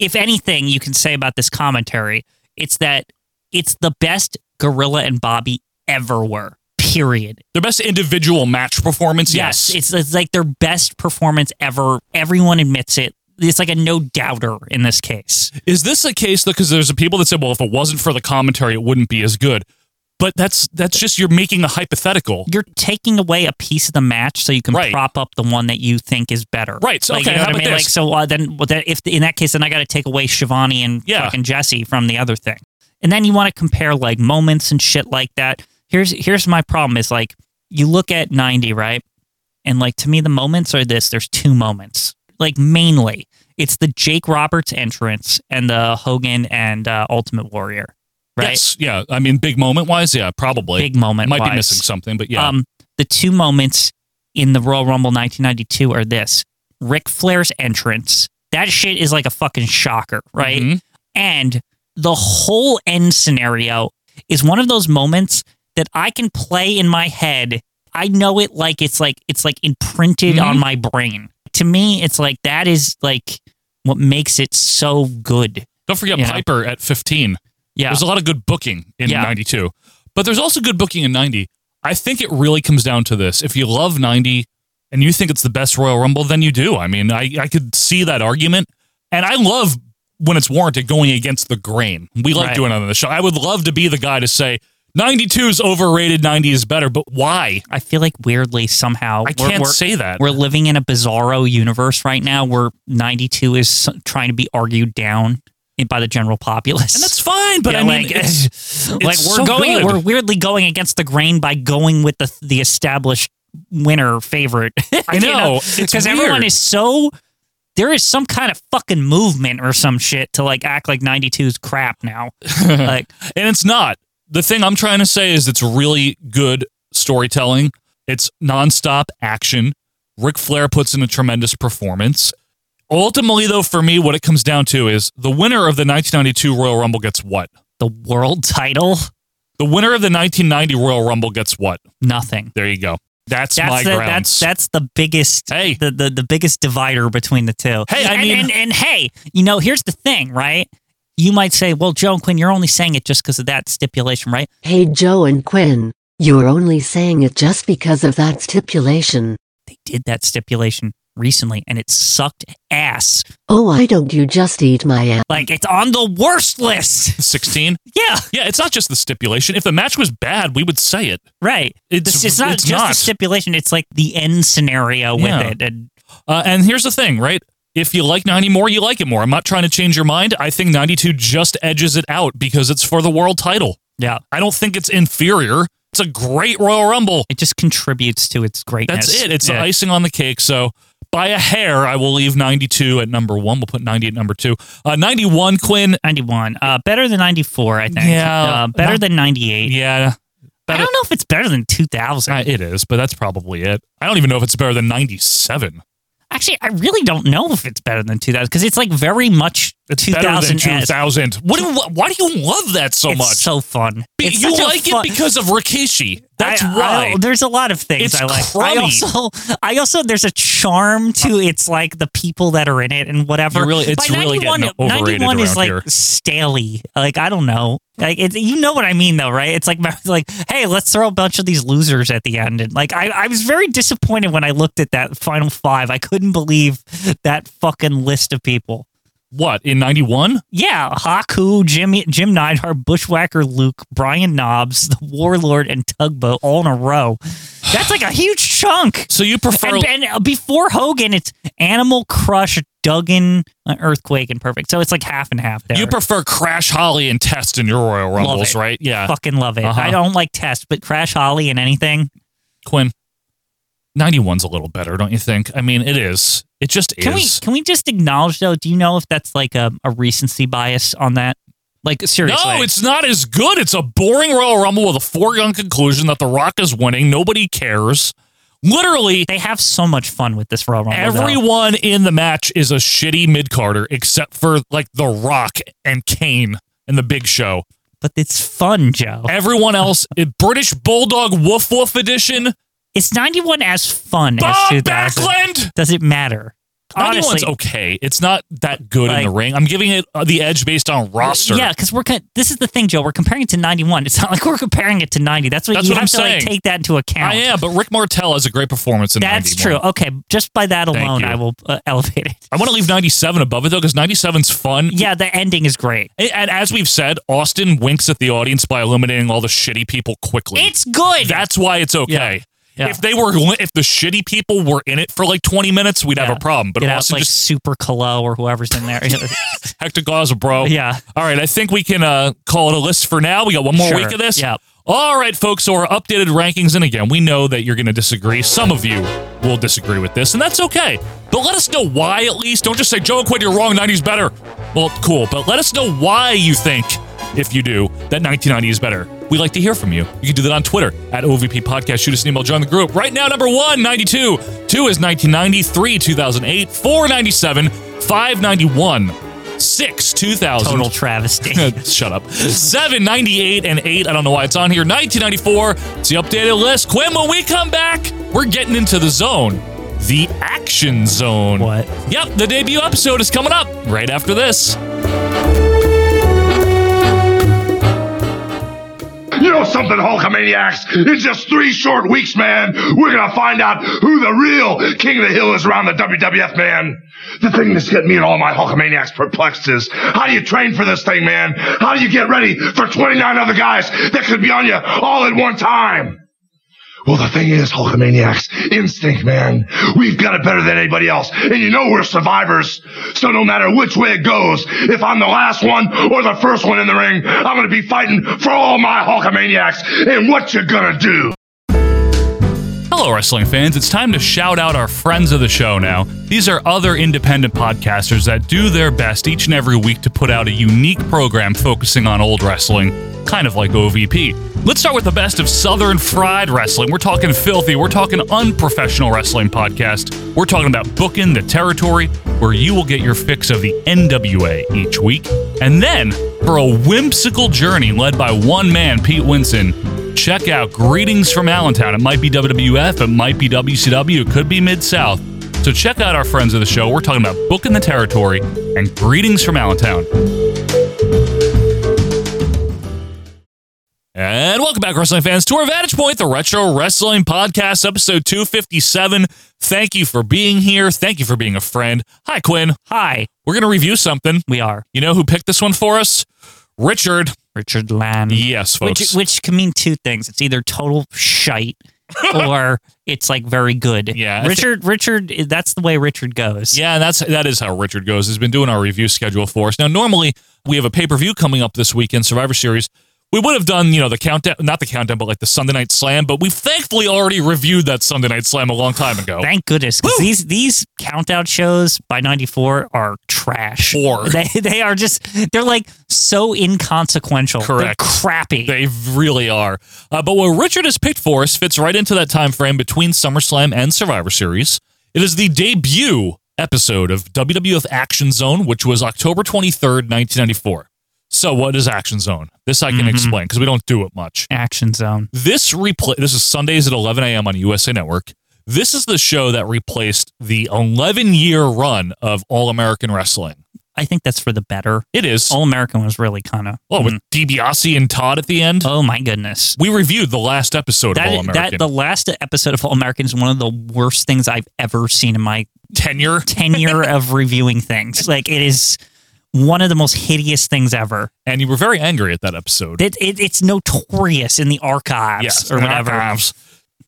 S2: If anything you can say about this commentary, it's that it's the best Gorilla and Bobby ever were. Period.
S1: Their best individual match performance, yes.
S2: It's, it's like their best performance ever. Everyone admits it. It's like a no doubter in this case.
S1: Is this a case though? Because there's people that said, well, if it wasn't for the commentary, it wouldn't be as good. But that's that's just you're making a hypothetical.
S2: You're taking away a piece of the match so you can
S1: Right.
S2: prop up the one that you think is better.
S1: Right, so,
S2: like,
S1: okay,
S2: you know
S1: how
S2: what I
S1: about
S2: mean?
S1: this?
S2: Like, so uh, then, well, that, if in that case, then I got to take away Shivani and
S1: Yeah.
S2: fucking Jesse from the other thing, and then you want to compare like moments and shit like that. here's here's my problem is like you look at 90 right and like to me the moments are this there's two moments like mainly it's the jake roberts entrance and the hogan and uh, ultimate warrior right
S1: Yes, yeah. I mean, big moment wise, yeah, probably.
S2: big moment
S1: Might be
S2: wise.
S1: missing something, but yeah.
S2: um the two moments in the royal rumble 1992 are this Ric flair's entrance that shit is like a fucking shocker right
S1: Mm-hmm.
S2: and the whole end scenario is one of those moments that i can play in my head i know it like it's like it's like imprinted
S1: Mm-hmm.
S2: on my brain to me it's like that is like what makes it so good
S1: Don't forget
S2: Yeah.
S1: Piper at 15.
S2: Yeah.
S1: There's a lot of good booking in
S2: Yeah.
S1: 92, but there's also good booking in 90. I think it really comes down to this. If you love 90 and you think it's the best Royal Rumble, then you do. I mean, I, I could see that argument. And I love when it's warranted going against the grain. We like
S2: Right.
S1: doing it on the show. I would love to be the guy to say 92 is overrated, 90 is better, but why?
S2: I feel like weirdly somehow
S1: I
S2: we're-
S1: can't
S2: we're-
S1: say that.
S2: We're living in a bizarro universe right now where 92 is so- trying to be argued down in- by the general populace.
S1: And that's fine, but
S2: Yeah,
S1: I mean,
S2: like,
S1: it's-
S2: like
S1: it's
S2: we're
S1: so
S2: going
S1: good.
S2: we're weirdly going against the grain by going with the the established winner favorite.
S1: I know, it's
S2: because everyone
S1: weird.
S2: is so there is some kind of fucking movement or some shit to like act like 92 is crap now. like
S1: and it's not. The thing I'm trying to say is it's really good storytelling. It's nonstop action. Ric Flair puts in a tremendous performance. Ultimately, though, for me, what it comes down to is the winner of the 1992 Royal Rumble gets what?
S2: the world title,
S1: The winner of the 1990 Royal Rumble gets what?
S2: nothing.
S1: There you go. That's,
S2: that's
S1: my
S2: the,
S1: grounds.
S2: That's that's the biggest hey. the, the the biggest divider between the two.
S1: Hey, I
S2: and,
S1: mean-
S2: and, and hey, you know, here's the thing, right? You might say, well, Joe and Quinn, you're only saying it just because of that stipulation, right?
S15: Hey Joe and Quinn, you're only saying it just because of that stipulation.
S2: They did that stipulation recently, and it sucked ass.
S15: Oh, why don't you just eat my ass?
S2: Like it's on the worst list.
S1: 16?
S2: Yeah.
S1: Yeah, it's not just the stipulation. If the match was bad, we would say it.
S2: Right.
S1: It's-
S2: This- it's not
S1: it's
S2: just the
S1: not.
S2: stipulation, it's like the end scenario with
S1: Yeah.
S2: it. And
S1: Uh, and here's the thing, right? If you like 90 more, you like it more. I'm not trying to change your mind. I think 92 just edges it out because it's for the world title.
S2: Yeah.
S1: I don't think it's inferior. It's a great Royal Rumble.
S2: it just contributes to its greatness.
S1: That's it. It's the
S2: Yeah.
S1: icing on the cake. So by a hair, I will leave 92 at number one. We'll put 90 at number two. Uh, 91, Quinn.
S2: 91. Uh, better than 94, I think.
S1: Yeah.
S2: Uh, better
S1: Not-
S2: than 98.
S1: Yeah.
S2: I don't know if it's better than 2000.
S1: Uh, it is, but that's probably it. I don't even know if it's better than 97.
S2: Actually, I really don't know if it's better than 2000 because it's like very much
S1: It's
S2: 2000
S1: better than
S2: -esque.
S1: 2000. What, do you- why do you love that so
S2: it's
S1: much?
S2: so fun.
S1: Be-
S2: It's
S1: you
S2: such a
S1: like
S2: fun-
S1: it because of Rikishi. That's
S2: I- I-
S1: why.
S2: there's a lot of things
S1: It's
S2: I like.
S1: crummy.
S2: I also, I also, there's a charm to it's like the people that are in it and whatever.
S1: You're really- it's
S2: By
S1: really getting
S2: 91,
S1: overrated
S2: 91 is
S1: around
S2: like
S1: here.
S2: staley. Like I don't know. Like it's, you know what I mean though, right? It's like like hey, let's throw a bunch of these losers at the end. And like I, I was very disappointed when I looked at that final five. I couldn't believe that fucking list of people.
S1: what, in 91?
S2: Yeah, Haku, Jimmy, Jim Neidhart, Bushwhacker Luke, Brian Knobs, the Warlord, and Tugboat all in a row. That's like a huge chunk.
S1: So you prefer.
S2: And, and before Hogan, it's Animal Crush, Duggan, uh, Earthquake, and Perfect. So it's like half and half there.
S1: You prefer Crash Holly and Test in your Royal
S2: Love
S1: Rumbles,
S2: it.
S1: right? Yeah.
S2: Fucking love it.
S1: Uh-huh.
S2: I don't like Test, but Crash Holly and anything.
S1: Quinn, 91's a little better, don't you think? I mean, it is. It just
S2: Can
S1: is.
S2: we can we just acknowledge though? Do you know if that's like a, a recency bias on that? Like seriously?
S1: no, it's not as good. It's a boring Royal Rumble with a foregone conclusion that The Rock is winning. Nobody cares. Literally,
S2: they have so much fun with this Royal Rumble. though.
S1: everyone in the match is a shitty mid Carter except for like The Rock and Kane and The Big Show.
S2: but it's fun, Joe.
S1: Everyone else, eh, British Bulldog Woof Woof Edition.
S2: It's 91 as fun
S1: Bob
S2: as 2000.
S1: Backlund!
S2: Does it matter?
S1: 91's
S2: Honestly,
S1: okay. It's not that good in
S2: Like-
S1: the ring. I'm giving it uh, the edge based on roster.
S2: Yeah, because we're con- this is the thing, Joe. We're comparing it to 91. It's not like we're comparing it to 90. That's what
S1: That's
S2: you
S1: what
S2: have
S1: I'm
S2: to like
S1: saying.
S2: take that into account.
S1: I am, but Rick Martel has a great performance in
S2: That's
S1: 91.
S2: true. Okay, just by that
S1: Thank
S2: alone,
S1: you.
S2: I will uh, elevate it.
S1: I want to leave 97 above it though, because 97's fun.
S2: Yeah, the ending is great.
S1: And- And as we've said, Austin winks at the audience by eliminating all the shitty people quickly.
S2: It's good.
S1: That's why it's okay.
S2: Yeah.
S1: If they were, if the shitty people were in it for like 20 minutes, we'd have
S2: Yeah.
S1: a problem. But
S2: Get out,
S1: Austin
S2: like
S1: just
S2: Super Colo or whoever's in there.
S1: Hector Gaza, bro.
S2: Yeah.
S1: All right, I think we can uh, call it a list for now. We got one more
S2: Sure.
S1: week of this.
S2: Yeah.
S1: All right, folks, so our updated rankings, and again, we know that you're going to disagree. Some of you will disagree with this, and that's okay. But let us know why, at least. Don't just say, Joe, quit, you're wrong, 90's better. Well, cool, but let us know why you think, if you do, that 1990 is better. We'd like to hear from you. You can do that on Twitter at OVP Podcast. Shoot us an email, join the group. Right now, number one, 92. Two is 1990, three, 2008, four, 97, five, 91 six 2000
S2: total travesty
S1: shut up 798 and 8 i don't know why it's on here 1994 it's the updated list quinn when we come back we're getting into the zone the action zone
S2: what
S1: yep the debut episode is coming up right after this
S16: You know something, Hulkamaniacs? In just three short weeks, man, we're gonna find out who the real King of the Hill is around the WWF, man. The thing that's getting me and all my Hulkamaniacs perplexed is, how do you train for this thing, man? How do you get ready for 29 other guys that could be on you all at one time? Well, the thing is, Hulkamaniacs, instinct, man. We've got it better than anybody else. And you know we're survivors. So no matter which way it goes, if I'm the last one or the first one in the ring, I'm gonna be fighting for all my Hulkamaniacs. And what you gonna do?
S1: Hello, wrestling fans. It's time to shout out our friends of the show now. These are other independent podcasters that do their best each and every week to put out a unique program focusing on old wrestling, kind of like OVP. Let's start with the best of Southern Fried Wrestling. We're talking filthy, we're talking unprofessional wrestling podcast. We're talking about booking the territory where you will get your fix of the NWA each week. And then, for a whimsical journey led by one man, Pete Winson, check out Greetings from Allentown. It might be WWF, it might be WCW, it could be Mid South. So check out our friends of the show. We're talking about Booking the Territory and Greetings from Allentown. And welcome back, wrestling fans, to our Vantage Point, the Retro Wrestling Podcast, episode 257. Thank you for being here. Thank you for being a friend. Hi, Quinn.
S2: Hi.
S1: We're going to review something.
S2: We are.
S1: You know who picked this one for us? Richard.
S2: Richard Lamb.
S1: Yes, folks.
S2: Which, which can mean two things. It's either total shite or it's like very good.
S1: Yeah, I
S2: Richard. Richard. That's the way Richard goes.
S1: Yeah, that's that is how Richard goes. He's been doing our review schedule for us. Now, normally we have a pay per view coming up this weekend, Survivor Series. We would have done, you know, the countdown, not the countdown, but like the Sunday Night Slam. But we thankfully already reviewed that Sunday Night Slam a long time ago.
S2: Thank goodness, because these these countdown shows by '94 are trash.
S1: Or
S2: They they are just they're like so inconsequential. They're
S1: Correct.
S2: crappy.
S1: They really are. Uh, but what Richard has picked for us fits right into that time frame between SummerSlam and Survivor Series. It is the debut episode of WWF Action Zone, which was October 23rd, 1994. So, what is Action Zone? This I can explain because we don't do it much.
S2: Action Zone.
S1: This replay. This is Sundays at 11 a.m. on USA Network. This is the show that replaced the 11 year run of All American Wrestling.
S2: I think that's for the better.
S1: It is.
S2: All American was really kind of.
S1: Oh, with DiBiase and Todd at the end.
S2: mm-hmm. Oh my goodness.
S1: We reviewed the last episode of All
S2: That,
S1: American.
S2: that the last episode of All American is one of the worst things I've ever seen in my
S1: tenure
S2: tenure of reviewing things. Like it is one of the most hideous things ever.
S1: and you were very angry at that episode.
S2: It, it it's notorious in the archives
S1: Yes,
S2: or
S1: in the
S2: whatever.
S1: archives.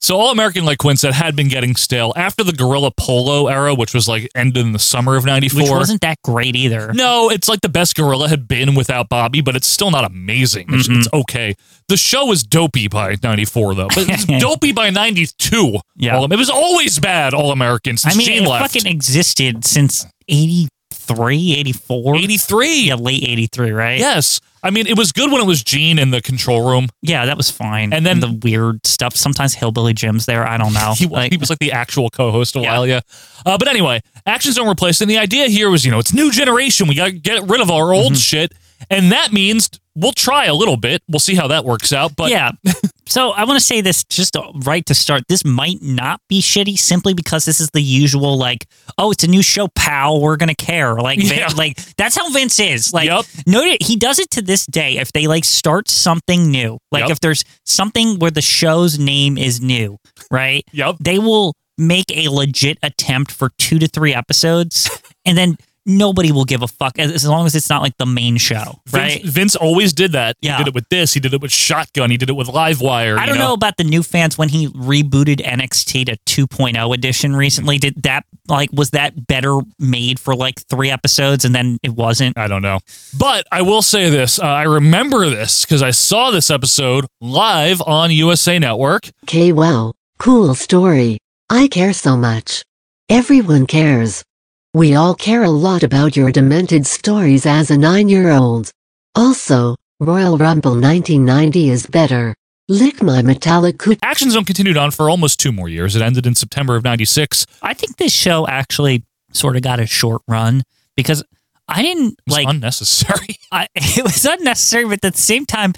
S1: So All American, like Quinn said, had been getting stale after the Gorilla Polo era, which was like ended in the summer of '94.
S2: Which wasn't that great either.
S1: No, it's like the best Gorilla had been without Bobby, but it's still not amazing. It's,
S2: Mm-hmm.
S1: it's okay. The show was dopey by '94 though, but it's dopey by '92.
S2: Yeah.
S1: All- it was always bad. All Americans.
S2: I mean,
S1: Gene
S2: it
S1: left.
S2: fucking existed since 83, 84.
S1: 83.
S2: Yeah, late 83, right?
S1: yes. I mean, it was good when it was Gene in the control room.
S2: Yeah, that was fine.
S1: And then-
S2: the weird stuff. Sometimes Hillbilly Jim's there. I don't know.
S1: he, was,
S2: Like,
S1: he was like the actual co-host a while, yeah. Uh, but anyway, Action Zone replaced, and the idea here was, you know, it's new generation. We got to get rid of our old
S2: Mm-hmm.
S1: shit, and that means we'll try a little bit. We'll see how that works out. But
S2: yeah. so I want to say this just to- right to start. This might not be shitty simply because this is the usual like, oh, it's a new show, pal. We're gonna care. Like, Vin-
S1: Yeah.
S2: like that's how Vince is. Like,
S1: Yep.
S2: no, he does it to this day. If they like start something new, like
S1: Yep.
S2: if there's something where the show's name is new, right?
S1: Yep.
S2: They will make a legit attempt for two to three episodes, and then. nobody will give a fuck as, as long as it's not like the main show, right?
S1: Vince, Vince always did that. He did it with this. He did it with Shotgun. He did it with Livewire.
S2: I
S1: you
S2: don't know? about the new fans when he rebooted NXT to 2.0 edition recently. Did that like was that better made for like three episodes and then it wasn't?
S1: I don't know. But I will say this: uh, I remember this because I saw this episode live on USA Network.
S15: K wow, cool story. I care so much. Everyone cares. We all care a lot about your demented stories as a nine year old. Also, Royal Rumble 1990 is better. Lick my metallic coo-
S1: Action Zone continued on for almost two more years. It ended in September of '96.
S2: I think this show actually sort of got a short run because I didn't like
S1: unnecessary.
S2: I, it was unnecessary, but at the same time,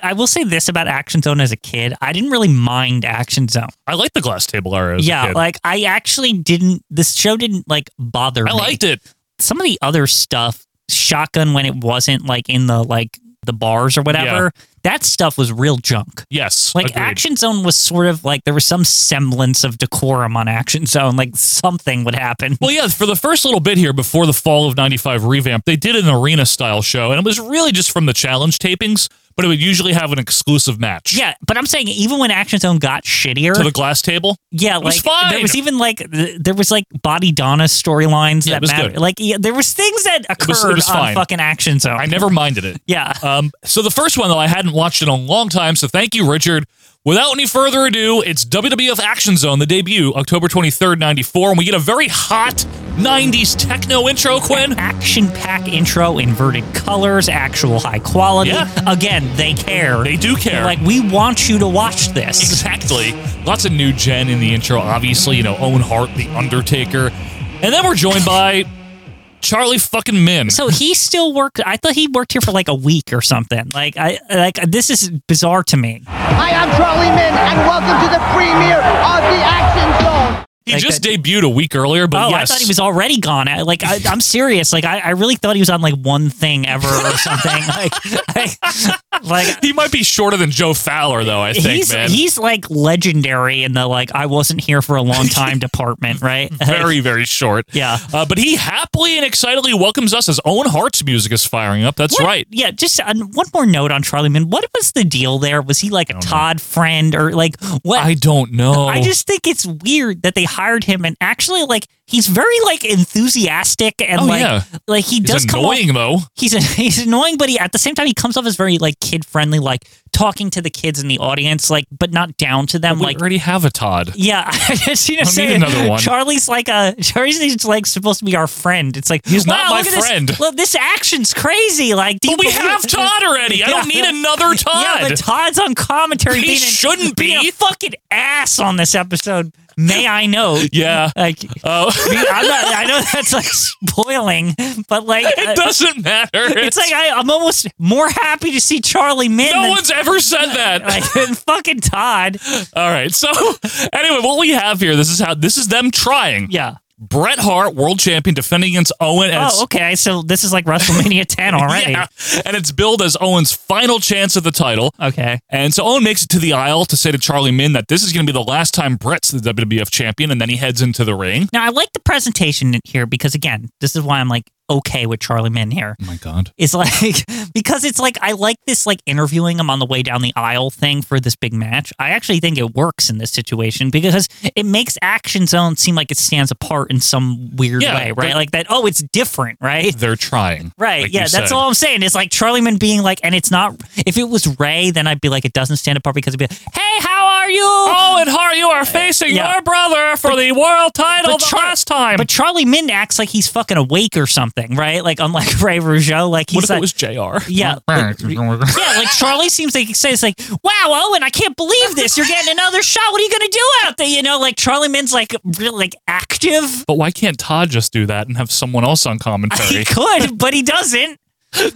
S2: I will say this about Action Zone as a kid: I didn't really mind Action Zone.
S1: I like the glass table era. as a
S2: yeah,
S1: kid.
S2: like I actually didn't. This show didn't like bother
S1: I
S2: me.
S1: liked it.
S2: Some of the other stuff, Shotgun, when it wasn't like in the like the bars or whatever, that stuff was real junk.
S1: Yes,
S2: Like
S1: agreed.
S2: Action Zone was sort of like there was some semblance of decorum on Action Zone. Like something would happen.
S1: Well, yeah, for the first little bit here before the fall of 95 revamp, they did an arena style show, and it was really just from the challenge tapings, but it would usually have an exclusive match.
S2: Yeah, but I'm saying even when Action Zone got shittier
S1: To the glass table?
S2: Yeah,
S1: It was
S2: like
S1: fine.
S2: there was even like th- there was like Body Donna storylines
S1: Yeah, it
S2: that
S1: was
S2: mattered.
S1: good.
S2: Like yeah, there was things that
S1: It was-
S2: occurred
S1: it was
S2: on
S1: fine.
S2: fucking Action Zone.
S1: I never minded it.
S2: Yeah.
S1: Um, so the first one, though, I hadn't watched in a long time, so thank you, Richard. Without any further ado, it's WWF Action Zone, the debut, October 23rd, 94, and we get a very hot 90s techno intro, Quinn.
S2: Action pack intro, inverted colors, actual high quality.
S1: Yeah.
S2: Again, they care.
S1: They do care.
S2: They're like we want you to watch this.
S1: Exactly. Lots of new gen in the intro, obviously. You know, Owen Hart, The Undertaker. And then we're joined by Charlie fucking Min.
S2: So he still worked. I thought he worked here for like a week or something. Like I like this is bizarre to me.
S9: Hi, I'm Charlie Min, and welcome to the premiere of the Action Zone.
S1: He just debuted a week earlier, but
S2: uh, Oh,
S1: yes.
S2: I thought he was already gone. I, like, I, I'm serious. Like, I, I really thought he was on like one thing ever or something. like, I, like
S1: He might be shorter than Joe Fowler, though, I think,
S2: he's
S1: man.
S2: he's like legendary in the like I wasn't here for a long time department, right?
S1: very, very short.
S2: Yeah.
S1: Uh, but he happily and excitedly welcomes us as Owen Hart's music is firing up. That's
S2: What-
S1: right.
S2: Yeah, just uh, one more note on Charlie Man. What was the deal there? Was he like a Todd friend or like what?
S1: I don't know.
S2: I just think it's weird that they hired him and actually like he's very like enthusiastic and
S1: Oh,
S2: like
S1: yeah.
S2: like he
S1: He's
S2: does come off-
S1: annoying, though.
S2: He's he's annoying, but he, at the same time he comes off as very like kid friendly, like talking to the kids in the audience, like but not down to them.
S1: we
S2: like
S1: already have a Todd.
S2: yeah, I just you know
S1: I need
S2: saying
S1: another one.
S2: Charlie's like a Charlie's like supposed to be our friend. It's like
S1: He's not
S2: wow,
S1: my
S2: look at this-
S1: friend.
S2: look, this action's crazy. Like do you
S1: But we
S2: believe-
S1: have Todd already. I don't
S2: Yeah.
S1: need another Todd.
S2: Yeah, but Todd's on commentary.
S1: He
S2: being a-
S1: shouldn't be.
S2: being a fucking ass on this episode. May I know?
S1: yeah.
S2: Like,
S1: Oh.
S2: I'm not, I know that's like spoiling, but like, uh,
S1: it doesn't matter.
S2: it's like I, I'm almost more happy to see Charlie Min.
S1: no
S2: than,
S1: one's ever said that.
S2: like than fucking Todd.
S1: All right. So anyway, what we have here, this is how this is them trying.
S2: Yeah.
S1: Bret Hart, world champion, defending against Owen. And it's-
S2: Oh, okay. So this is like WrestleMania 10 already.
S1: Yeah. And it's billed as Owen's final chance at the title.
S2: Okay.
S1: And so Owen makes it to the aisle to say to Charlie Min that this is going to be the last time Bret's the WWF champion, and then he heads into the ring.
S2: Now I like the presentation here because again, this is why I'm like okay with Charlie Min here.
S1: Oh my God.
S2: It's like because it's like I like this like interviewing him on the way down the aisle thing for this big match. I actually think it works in this situation because it makes Action Zone seem like it stands apart in some weird
S1: Yeah,
S2: way, right?
S1: they-
S2: like that. Oh, it's different, right?
S1: They're trying.
S2: Right.
S1: like
S2: yeah.
S1: you
S2: That's
S1: said.
S2: all I'm saying. It's like Charlie Man being like, and it's not, if it was Ray, then I'd be like, it doesn't stand apart because it'd be like, hey, how are you?
S1: Oh, and Hart, you are facing
S2: Uh, Yeah.
S1: your brother for the world title the
S2: Char-
S1: last time.
S2: But Charlie Min acts like he's fucking awake or something, right? Like, unlike Ray Rougeau, like he's
S1: what if
S2: like,
S1: it was JR?
S2: yeah. like- yeah, like Charlie seems like he says like, "Wow, Owen, I can't believe this. You're getting another shot. What are you gonna do out there?" You know, like Charlie Min's like real like active.
S1: But why can't Todd just do that and have someone else on
S2: He
S1: commentary?
S2: could, but he doesn't.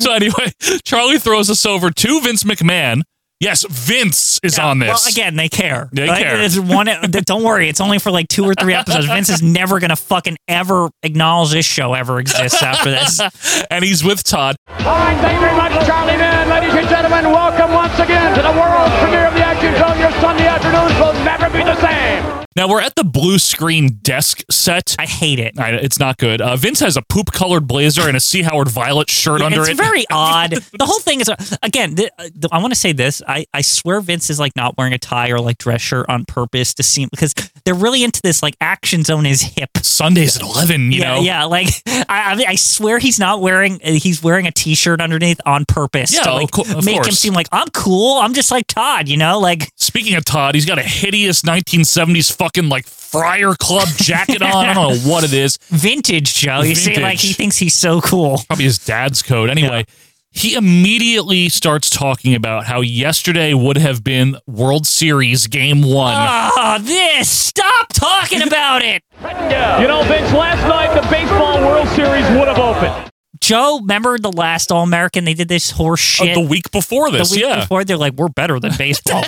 S1: so anyway, Charlie throws us over to Vince McMahon. Yes, Vince is on this.
S2: Well, again, they care.
S1: They
S2: Like,
S1: care.
S2: It's one, don't worry. It's only for like two or three episodes. Vince is never going to fucking ever acknowledge this show ever exists after this.
S1: and he's with Todd.
S11: All right, thank you very much, Charlie Mann. Ladies and gentlemen, welcome once again to the world premiere of the Action Zone. Your Sunday afternoons will never be the same.
S1: Now we're at the blue screen desk set.
S2: I hate it.
S1: I- it's not good. Uh, Vince has a poop colored blazer and a Sea Howard Violet shirt
S2: Yeah,
S1: under
S2: it's
S1: it.
S2: very odd. The whole thing is again. The, uh, the- I want to say this. I, I swear Vince is like not wearing a tie or like dress shirt on purpose to seem because they're really into this like action zone is hip.
S1: Sundays at eleven. You
S2: yeah,
S1: know.
S2: yeah. Like I, I, mean, I swear he's not wearing. uh, He's wearing a t-shirt underneath on purpose
S1: Yeah,
S2: to
S1: of
S2: like
S1: cou- of
S2: make him
S1: course.
S2: seem like I'm cool. I'm just like Todd. You know, like
S1: Speaking of Todd, he's got a hideous 1970s fucking like Friar Club jacket on. I don't know what it is.
S2: vintage Joe. You see, like he
S1: Vintage.
S2: thinks he's so cool.
S1: Probably his dad's code. Anyway, he immediately starts talking about how yesterday would have been World Series Game One.
S2: Oh, this! Stop talking about it.
S17: You know, Vince, last night the Baseball World Series would have opened.
S2: Joe, remember the last All American? They did this horse
S1: Uh,
S2: shit
S1: the week before this,
S2: the week
S1: yeah.
S2: before. They're like, we're better than baseball.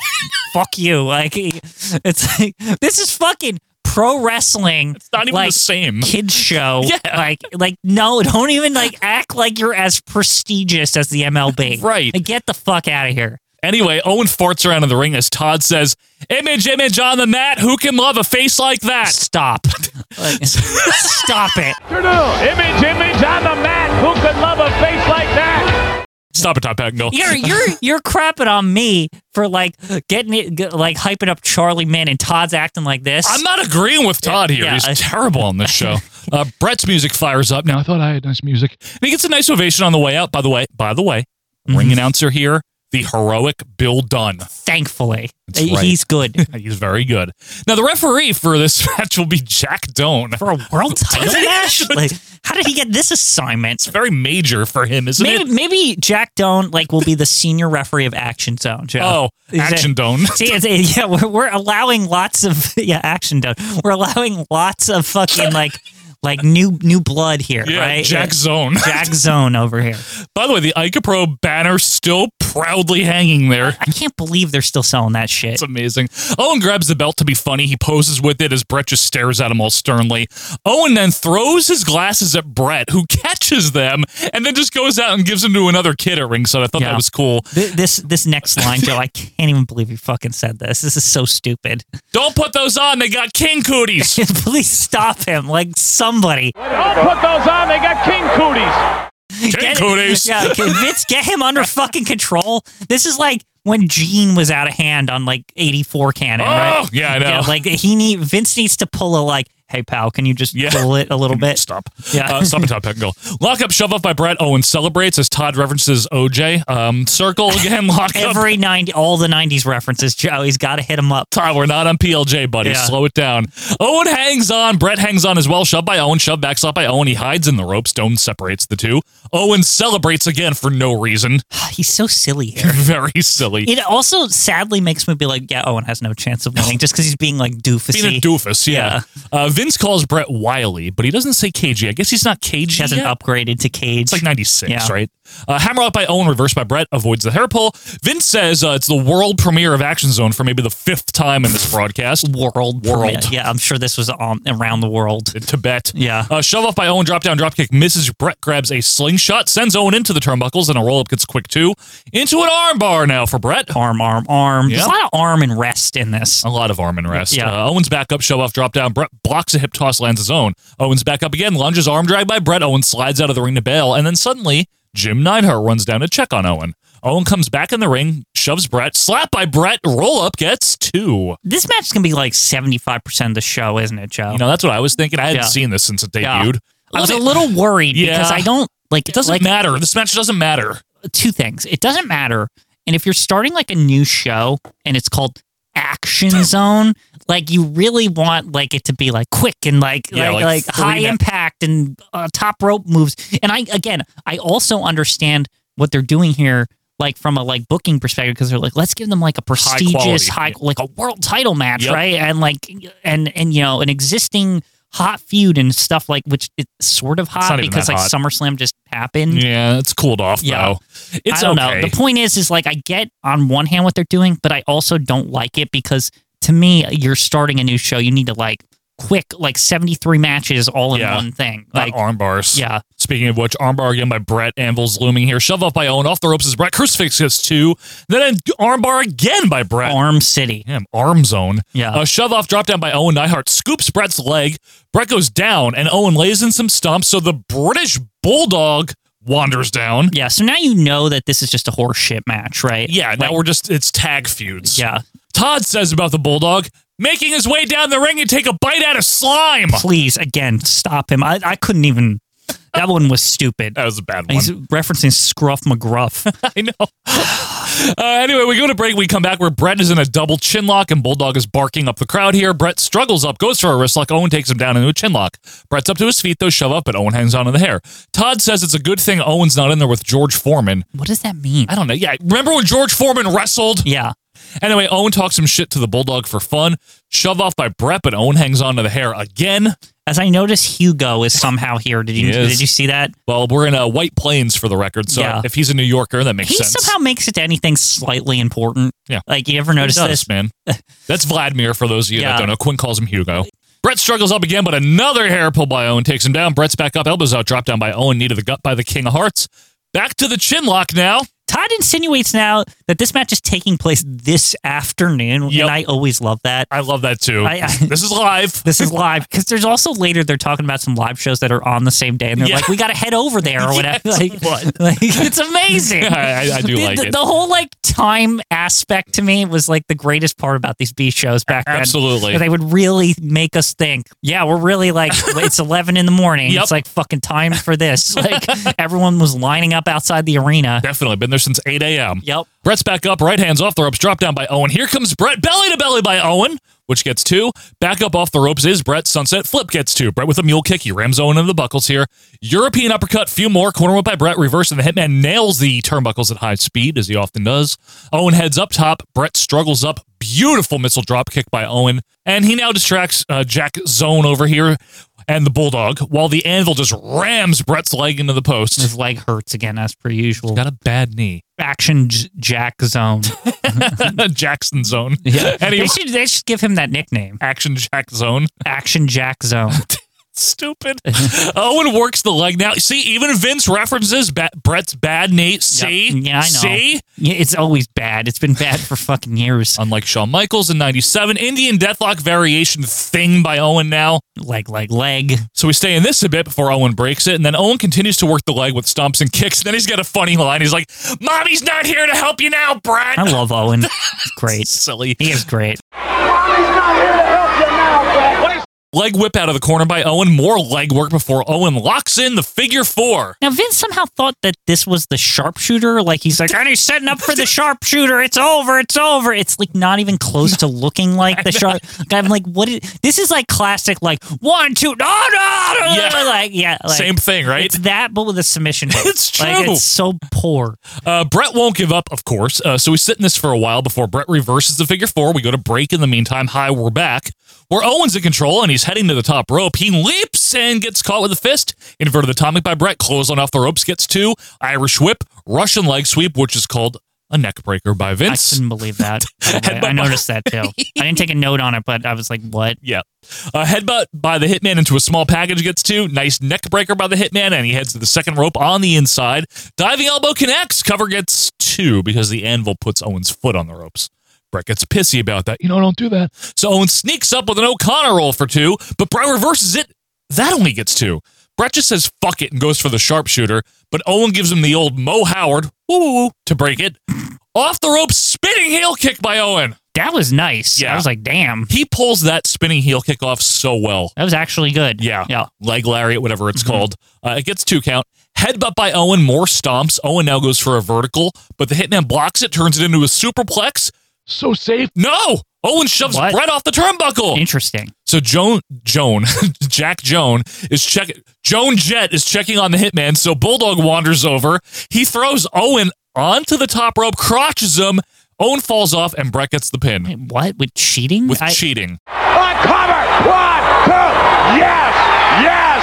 S2: Fuck you. Like, it's like this is fucking pro wrestling. It's
S1: not even
S2: like,
S1: the same.
S2: kids show.
S1: Yeah.
S2: Like, like no, don't even like act like you're as prestigious as the MLB.
S1: Right.
S2: Like, get the fuck out of here.
S1: Anyway, Owen farts around in the ring as Todd says, "Image, image on the mat. Who can love a face like that?"
S2: Stop. Like, stop it.
S17: Image, image on the mat. Who could love a face like that?
S1: Stop it, Todd Pagnell.
S2: You're you're you're crapping on me for like getting it g- like hyping up Charlie Mann and Todd's acting like this.
S1: I'm not agreeing with Todd here.
S2: Yeah,
S1: He's
S2: I-
S1: terrible on this show. Uh, Brett's music fires up now. I thought I had nice music. And he gets a nice ovation on the way out. By the way, by the way,
S2: Mm-hmm.
S1: ring announcer here, the heroic Bill Dunn.
S2: Thankfully,
S1: That's right.
S2: he's good
S1: He's very good. Now the referee for this match will be Jack Doan.
S2: for a world title match. Like, how did he get this assignment?
S1: It's very major for him, isn't
S2: maybe,
S1: it?
S2: maybe Jack Doan like will be the senior referee of Action Zone. Joe.
S1: Oh, Action Doan.
S2: See, it's, it- yeah, we're, we're allowing lots of yeah Action Zone. We're allowing lots of fucking like like new new blood here,
S1: Yeah,
S2: right?
S1: Jack Zone.
S2: Jack Zone over here.
S1: By the way, the Ica Pro banner still proudly hanging there.
S2: I can't believe they're still selling that shit.
S1: It's amazing. Owen grabs the belt to be funny. He poses with it as Brett just stares at him all sternly. Owen then throws his glasses at Brett, who catches them and then just goes out and gives them to another kid at ringside. I thought
S2: Yeah.
S1: that was cool.
S2: Th- This this next line, Joe, I can't even believe you fucking said this. This is so stupid.
S1: Don't put those on. They got king cooties.
S2: Please stop him, like somebody.
S17: Don't put those on. They got king cooties.
S1: king
S2: Get-
S1: cooties.
S2: Yeah, okay, Vince, get him under fucking control. This is like when Gene was out of hand on like '84 canon,
S1: Oh,
S2: right?
S1: yeah, I know.
S2: like he need Vince needs to pull a like, hey pal, can you just
S1: Yeah.
S2: pull it a little bit?
S1: Stop.
S2: Yeah.
S1: Uh, stop and top and go. Lock up, shove up by Brett. Owen celebrates as Todd references OJ. Um, circle again, lock up.
S2: Every ninety, all the '90s references, Joe. He's got to hit him up.
S1: Todd, we're not on PLJ, buddy.
S2: Yeah.
S1: Slow it down. Owen hangs on. Brett hangs on as well. Shove by Owen. Shove back. Slap by Owen. He hides in the rope. Stone separates the two. Owen celebrates again for no reason.
S2: He's so silly here.
S1: Very silly.
S2: It also sadly makes me be like, yeah, Owen has no chance of winning just because he's being like doofusy.
S1: Being a doofus, yeah. Uh, Vince calls Brett Wiley, but he doesn't say cagey. I guess he's not cagey.
S2: He hasn't
S1: yet.
S2: upgraded to Cage.
S1: It's like 96,
S2: Yeah.
S1: right? Uh, hammer up by Owen, reverse by Brett, avoids the hair pull. Vince says uh, it's the world premiere of Action Zone for maybe the fifth time in this broadcast. World.
S2: world, premiere. Yeah, I'm sure this was on around the world.
S1: In Tibet.
S2: Yeah.
S1: Uh, shove off by Owen, drop down, drop kick. Misses Brett grabs a slingshot, sends Owen into the turnbuckles, and a roll up gets quick two. Into an arm bar now for Brett.
S2: Arm, arm, arm. There's a
S1: Yeah.
S2: lot of arm and rest in this.
S1: A lot of arm and rest.
S2: Yeah.
S1: Uh, Owen's back up, shove off, drop down. Brett blocks a hip toss, lands his own. Owen's back up again, lunges arm drag by Brett. Owen slides out of the ring to bail, and then suddenly Jim Neidhart runs down to check on Owen. Owen comes back in the ring, shoves Brett, slap by Brett, roll up, gets two.
S2: This match is gonna be like 75 percent of the show, isn't it, Joe?
S1: You know, that's what I was thinking. I hadn't
S2: Yeah.
S1: seen this since it
S2: Yeah.
S1: debuted.
S2: I was a
S1: Let me-
S2: little worried
S1: Yeah.
S2: because I don't like
S1: It doesn't
S2: like,
S1: matter. This match doesn't matter.
S2: two things. It doesn't matter. And if you're starting like a new show and it's called Action Zone, like you really want like it to be like quick and like
S1: Yeah,
S2: like,
S1: like
S2: like,
S1: three
S2: high
S1: minute-
S2: impact and uh, top rope moves. And I again, I also understand what they're doing here like from a like booking perspective because they're like let's give them like a prestigious
S1: quality.
S2: high, like a world title match,
S1: Yep.
S2: right? And like and and you know, an existing hot feud and stuff like which it's sort of hot
S1: not even
S2: because
S1: that
S2: like
S1: hot.
S2: SummerSlam just happened.
S1: Yeah, it's cooled off
S2: Mm. Yeah.
S1: though. It's
S2: I don't
S1: okay.
S2: know. The point is, is like I get on one hand what they're doing, but I also don't like it because to me, you're starting a new show. You need to like quick, like 73 matches all in
S1: Yeah.
S2: one thing.
S1: Not
S2: Like,
S1: arm bars.
S2: Yeah.
S1: Speaking of which, armbar again by Brett. Anvil's looming here. Shove off by Owen. Off the ropes is Brett. Crucifix gets two. Then an armbar again by Brett.
S2: Arm City.
S1: Damn, arm zone.
S2: Yeah.
S1: A shove off drop down by Owen Neihart. Scoops Brett's leg. Brett goes down, and Owen lays in some stumps. So the British Bulldog wanders down.
S2: yeah. So now you know that this is just a horse shit match, right?
S1: Yeah, now we're just, it's tag feuds.
S2: Yeah.
S1: Todd says about the Bulldog making his way down the ring and take a bite out of slime.
S2: Please, again, stop him. I, I couldn't even. That one was stupid.
S1: That was a bad one.
S2: He's referencing Scruff McGruff.
S1: I know. Uh, anyway, we go to break. We come back where Brett is in a double chin lock and Bulldog is barking up the crowd here. Brett struggles up, goes for a wrist lock. Owen takes him down into a chin lock. Brett's up to his feet, though, shove up, but Owen hangs on to the hair. Todd says it's a good thing Owen's not in there with George Foreman.
S2: What does that mean?
S1: I don't know. Yeah, remember when George Foreman wrestled?
S2: Yeah.
S1: Anyway, Owen talks some shit to the Bulldog for fun. Shove off by Brett, but Owen hangs on to the hair again.
S2: As I noticed, Hugo is somehow here. Did you
S1: He is.
S2: did you see that?
S1: Well, we're in uh, White Plains for the record, so
S2: Yeah.
S1: if he's a New Yorker, that makes
S2: He
S1: sense.
S2: somehow makes it to anything slightly important.
S1: Yeah.
S2: Like you ever
S1: He
S2: notice
S1: does,
S2: this?
S1: man. That's Vladimir for those of you that
S2: Yeah.
S1: don't know. Quinn calls him Hugo. Brett struggles up again, but another hair pull by Owen takes him down. Brett's back up, elbows out, drop down by Owen, knee to the gut by the King of Hearts. Back to the chin lock now.
S2: Todd insinuates now that this match is taking place this afternoon,
S1: Yep.
S2: and I always love that.
S1: I love that too.
S2: I- I-
S1: this is live.
S2: This is live because there's also later they're talking about some live shows that are on the same day, and they're
S1: Yeah.
S2: like, "We got to head over there or whatever."
S1: Yes,
S2: like,
S1: what?
S2: like, it's amazing.
S1: Yeah, I- I do
S2: the,
S1: like
S2: the,
S1: it.
S2: The whole like time aspect to me was like the greatest part about these B shows back then.
S1: Absolutely.
S2: they would really make us think. Yeah, we're really like it's 11 in the morning.
S1: Yep.
S2: It's like fucking time for this. Like everyone was lining up outside the arena.
S1: Definitely been there since 8 a.m.
S2: Yep.
S1: Brett's back up, right hands off the ropes, drop down by Owen. Here comes Brett, belly to belly by Owen, which gets two. Back up off the ropes is Brett. Sunset flip gets two. Brett with a mule kick. He rams Owen into the buckles here. European uppercut, few more. Corner whip by Brett, reverse, and the hitman nails the turnbuckles at high speed, as he often does. Owen heads up top. Brett struggles up. Beautiful missile drop kick by Owen. And he now distracts uh, Jack Zone over here and the Bulldog, while the anvil just rams Brett's leg into the post.
S2: His leg hurts again, as per usual.
S1: Got a bad knee.
S2: Action J- Jack Zone.
S1: Jackson Zone. And he-
S2: they should they should give him that nickname,
S1: Action Jack Zone.
S2: Action Jack Zone.
S1: Stupid. Owen works the leg now. See, even Vince references ba- Brett's bad knee. See?
S2: Yeah, I know.
S1: See?
S2: Yeah, it's always bad. It's been bad for fucking years.
S1: Unlike Shawn Michaels in 97, Indian Deathlock variation thing by Owen now.
S2: Leg, leg, leg.
S1: So we stay in this a bit before Owen breaks it, and then Owen continues to work the leg with stomps and kicks. Then he's got a funny line. He's like, Mommy's not here to help you now, Brett.
S2: I love Owen. He's great.
S1: Silly.
S2: He is great.
S1: Leg whip out of the corner by Owen. More leg work before Owen locks in the figure four.
S2: Now Vince somehow thought that this was the sharpshooter. Like he's like, and he's setting up for the sharpshooter. It's over. It's over. It's like not even close to looking like the sharp. Like, I'm like, what? Is, this is like classic. Like one, two, no, no, no.
S1: Yeah.
S2: Yeah. Like yeah, like,
S1: Same thing, right?
S2: It's that, but with a submission. hook.
S1: It's
S2: Like,
S1: true.
S2: it's so poor.
S1: Uh, Brett won't give up, of course. Uh, so we sit in this for a while before Brett reverses the figure four. We go to break in the meantime. Hi, we're back. Where Owen's in control and he's heading to the top rope. He leaps and gets caught with a fist. Inverted atomic by Brett. Clothesline off the ropes gets two. Irish whip. Russian leg sweep, which is called a neck breaker by
S2: I
S1: Vince.
S2: couldn't believe that. by the way. I noticed that too. I didn't take a note on it, but I was like, what?
S1: Yeah. A headbutt by the hitman into a small package gets two. Nice neck breaker by the hitman, and he heads to the second rope on the inside. Diving elbow connects. Cover gets two because the anvil puts Owen's foot on the ropes. Brett gets pissy about that. You know, don't do that. So Owen sneaks up with an O'Connor roll for two, but Brett reverses it. That only gets two. Brett just says fuck it and goes for the sharpshooter, but Owen gives him the old Mo Howard woo, woo, woo, to break it. Off the rope, spinning heel kick by Owen.
S2: That was nice.
S1: Yeah.
S2: I was like, damn.
S1: He pulls that spinning heel kick off so well.
S2: That was actually good.
S1: Yeah.
S2: Yeah. Mm-hmm.
S1: Leg lariat, whatever it's called. Uh, it gets two count. Headbutt by Owen. More stomps. Owen now goes for a vertical, but the hitman blocks it, turns it into a superplex.
S12: So safe.
S1: No! Owen shoves
S2: What?
S1: Brett off the turnbuckle.
S2: Interesting.
S1: So Joan, Joan, Jack Joan is check. Joan Jett is checking on the hitman. So Bulldog wanders over. He throws Owen onto the top rope, crotches him. Owen falls off, and Brett gets the pin
S2: What? With cheating?
S1: with
S2: I-
S1: cheating.
S17: On cover. One, two. Yes. Yes.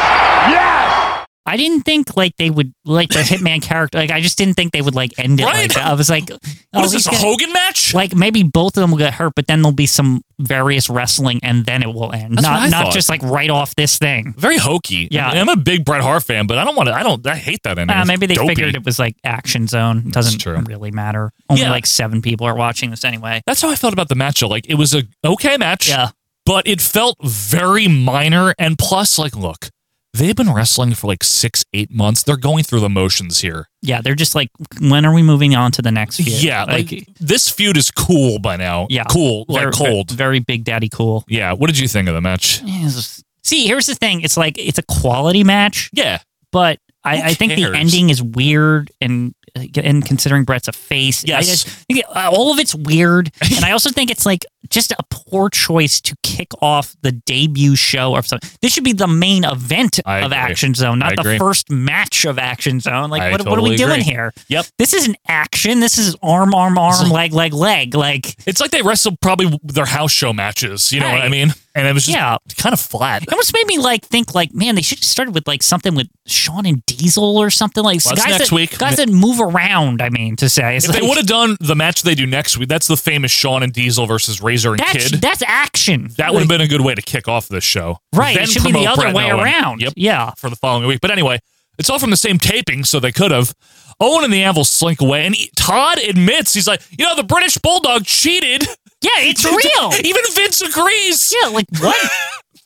S17: Yes.
S2: I didn't think like they would like the Hitman character. Like I just didn't think they would like end it.
S1: Right?
S2: Like that. I was like, oh,
S1: is
S2: he's
S1: this, a Hogan match?
S2: Like maybe both of them will get hurt, but then there'll be some various wrestling, and then it will end.
S1: That's
S2: not
S1: what I
S2: not
S1: thought.
S2: just like right off this thing.
S1: Very hokey.
S2: Yeah.
S1: I mean, I'm a big Bret Hart fan, but I don't want to. I don't. I hate that ending.
S2: Uh,
S1: It's
S2: maybe they
S1: dopey.
S2: figured it was like Action Zone. It doesn't
S1: true.
S2: really matter. Only
S1: Yeah.
S2: like seven people are watching this anyway.
S1: That's how I felt about the matchup. Like it was a okay match.
S2: Yeah.
S1: But it felt very minor. And plus, like, look, they've been wrestling for like six, eight months. They're going through the motions here.
S2: Yeah, they're just like, when are we moving on to the next feud?
S1: Yeah. like, this feud is cool by now.
S2: yeah,
S1: Cool. Like
S2: Very-
S1: cold.
S2: very big daddy cool.
S1: yeah. What did you think of the match?
S2: Yes. See, here's the thing. It's like it's a quality match.
S1: Yeah.
S2: But
S1: Who
S2: I, I think the
S1: cares?
S2: ending is weird and uh, and considering Brett's a face. I
S1: Yes.
S2: just think it- uh, all of it's weird. and I also think it's like just a poor choice to kick off the debut show or something. This should be the main event
S1: I
S2: of
S1: agree.
S2: Action Zone, not
S1: I
S2: the
S1: agree.
S2: first match of Action Zone. Like
S1: I
S2: what, what are we
S1: totally
S2: doing
S1: agree.
S2: here?
S1: Yep.
S2: This isn't action. This is arm, arm, arm,
S1: It's-
S2: leg, leg, leg. Like
S1: It's like they wrestled probably their house show matches. You know what I
S2: Right.
S1: mean? And it was just
S2: Yeah.
S1: kind of flat.
S2: It almost made me like think like, man, they should have started with like something with Sean and Diesel or something like
S1: Well, that's
S2: guys
S1: next
S2: that,
S1: week.
S2: Guys that move around. I mean to say, It's
S1: If they
S2: like,
S1: would have done the match they do next week, that's the famous Shawn and Diesel versus Razor and
S2: that's
S1: Kid.
S2: that's action.
S1: That would have been a good way to kick off this show.
S2: right.
S1: Then
S2: It should be the
S1: promote
S2: other
S1: Brett
S2: way
S1: Owen.
S2: around.
S1: Yep.
S2: Yeah.
S1: For the following week. But anyway, it's all from the same taping, so they could have. Owen and the Anvil slink away, and he- Todd admits he's like, you know, the British Bulldog cheated.
S2: Yeah, it's real.
S1: Even Vince agrees.
S2: yeah, like what?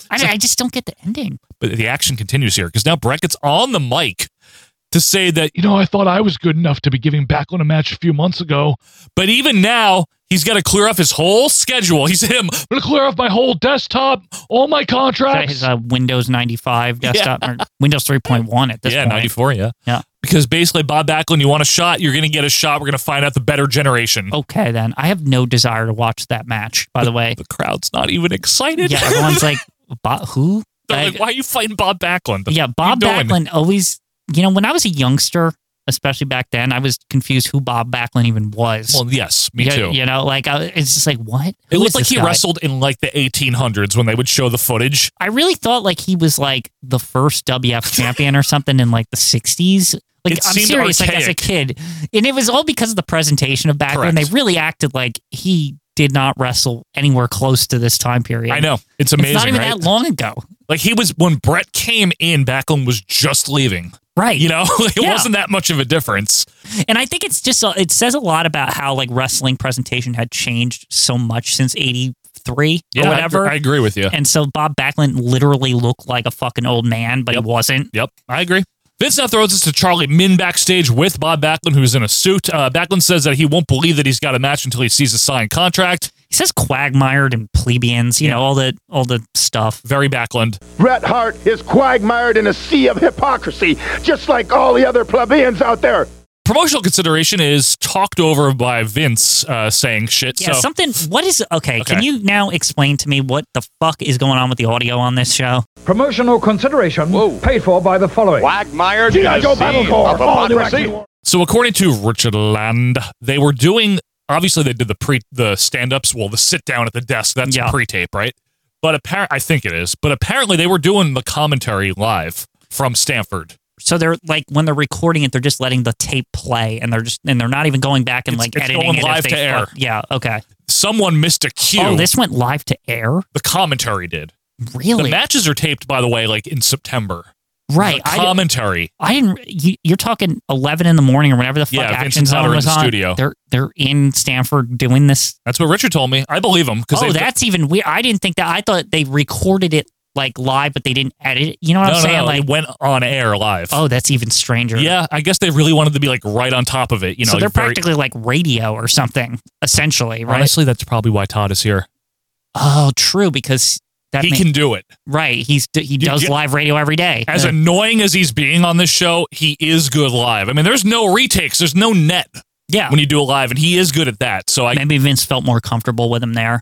S2: I, I just don't get the ending.
S1: But the action continues here because now Brett gets on the mic to say that,
S12: You know, I thought I was good enough to be giving back on a match a few months ago.
S1: but even now he's got to clear off his whole schedule. He's him.
S12: I'm gonna clear off my whole desktop, all my
S2: Is that
S12: contracts.
S2: his uh, Windows 95 desktop or Windows 3.1 at this
S1: yeah,
S2: point.
S1: 94, yeah.
S2: Yeah.
S1: Because basically, Bob Backlund, you want a shot, you're going to get a shot. We're going to find out the better generation.
S2: Okay, then I have no desire to watch that match. By the way,
S1: The crowd's not even excited.
S2: yeah, everyone's like, "Bo- who?
S1: They're
S2: Like,
S1: like, why are you fighting Bob Backlund? The
S2: yeah,
S1: f- you
S2: Bob
S1: doing?
S2: Backlund always, you know, when I was a youngster, especially back then, I was confused who Bob Backlund even was.
S1: Well, yes, me
S2: you,
S1: too.
S2: You know, like I, it's just like what?
S1: It
S2: Who
S1: looked
S2: is
S1: like
S2: this
S1: he
S2: guy?
S1: wrestled in like the 1800s when they would show the footage.
S2: I really thought like he was like the first WF champion or something in like the '60s. Like
S1: It
S2: I'm
S1: seemed
S2: serious, like as a
S1: archaic.
S2: kid, and it was all because of the presentation of Backlund.
S1: Correct.
S2: They really acted like he did not wrestle anywhere close to this time period.
S1: I know. It's amazing,
S2: It's not even
S1: right?
S2: that long ago.
S1: Like he was when Brett came in, Backlund was just leaving.
S2: Right.
S1: You know, Like, it
S2: Yeah.
S1: wasn't that much of a difference.
S2: And I think it's just it says a lot about how like wrestling presentation had changed so much since '83
S1: Yeah,
S2: or
S1: I-
S2: whatever.
S1: I, agree with you.
S2: And so Bob Backlund literally looked like a fucking old man, but
S1: Yep.
S2: he wasn't.
S1: Yep, I agree. Vince now throws us to Charlie Min backstage with Bob Backlund, who's in a suit. Uh, Backlund says that he won't believe that he's got a match until he sees a signed contract.
S2: He says quagmired and plebeians, you know, all the all the stuff.
S1: Very Backlund.
S11: Bret Hart is quagmired in a sea of hypocrisy, just like all the other plebeians out there.
S1: Promotional consideration is talked over by Vince uh, saying shit.
S2: Yeah,
S1: so
S2: something. What is okay? Can
S1: Okay.
S2: you now explain to me what the fuck is going on with the audio on this show?
S18: Promotional consideration paid for by the following.
S11: Quagmire
S18: G.I. Joe Battle Corps, all new
S11: hypocrisy.
S1: So according to Richard Land, they were doing obviously they did the pre the stand ups, well the sit down at the desk. That's
S2: Yeah.
S1: pre tape, right? But apparent I think it is. But apparently they were doing the commentary live from Stanford.
S2: So they're like when they're recording it, they're just letting the tape play, and they're just and they're not even going back and
S1: It's-
S2: like
S1: it's
S2: editing
S1: going
S2: it if
S1: live
S2: they
S1: to air.
S2: fuck- Yeah. Okay.
S1: Someone missed a cue.
S2: Oh, this went live to air.
S1: the commentary did.
S2: Really?
S1: The matches are taped, by the way, like in September.
S2: right.
S1: The
S2: I didn't-
S1: commentary.
S2: I didn't. You, you're talking 11 in the morning or whenever the fuck
S1: Yeah, Vince
S2: Action
S1: and Todd are
S2: Zone
S1: in
S2: was
S1: the
S2: on.
S1: studio.
S2: They're they're in Stanford doing this.
S1: That's what Richard told me. I believe him because
S2: Oh, that's even weird. I didn't think that. I thought they recorded it like live, but they didn't edit it. You know what
S1: no,
S2: I'm
S1: no,
S2: saying?
S1: no,
S2: like,
S1: it went on air live.
S2: oh, that's even stranger.
S1: yeah. I guess they really wanted to be like right on top of it. You know,
S2: so they're
S1: very-
S2: practically like radio or something, essentially, right?
S1: honestly. That's probably why Todd is here.
S2: Oh, true, because that
S1: he
S2: ma-
S1: can do it.
S2: right. He's he does
S1: get-
S2: live radio every day.
S1: As
S2: Uh,
S1: annoying as he's being on this show, he is good live. I mean, there's no retakes, there's no net
S2: yeah,
S1: when you do it live, and he is good at that. So I
S2: maybe Vince felt more comfortable with him there.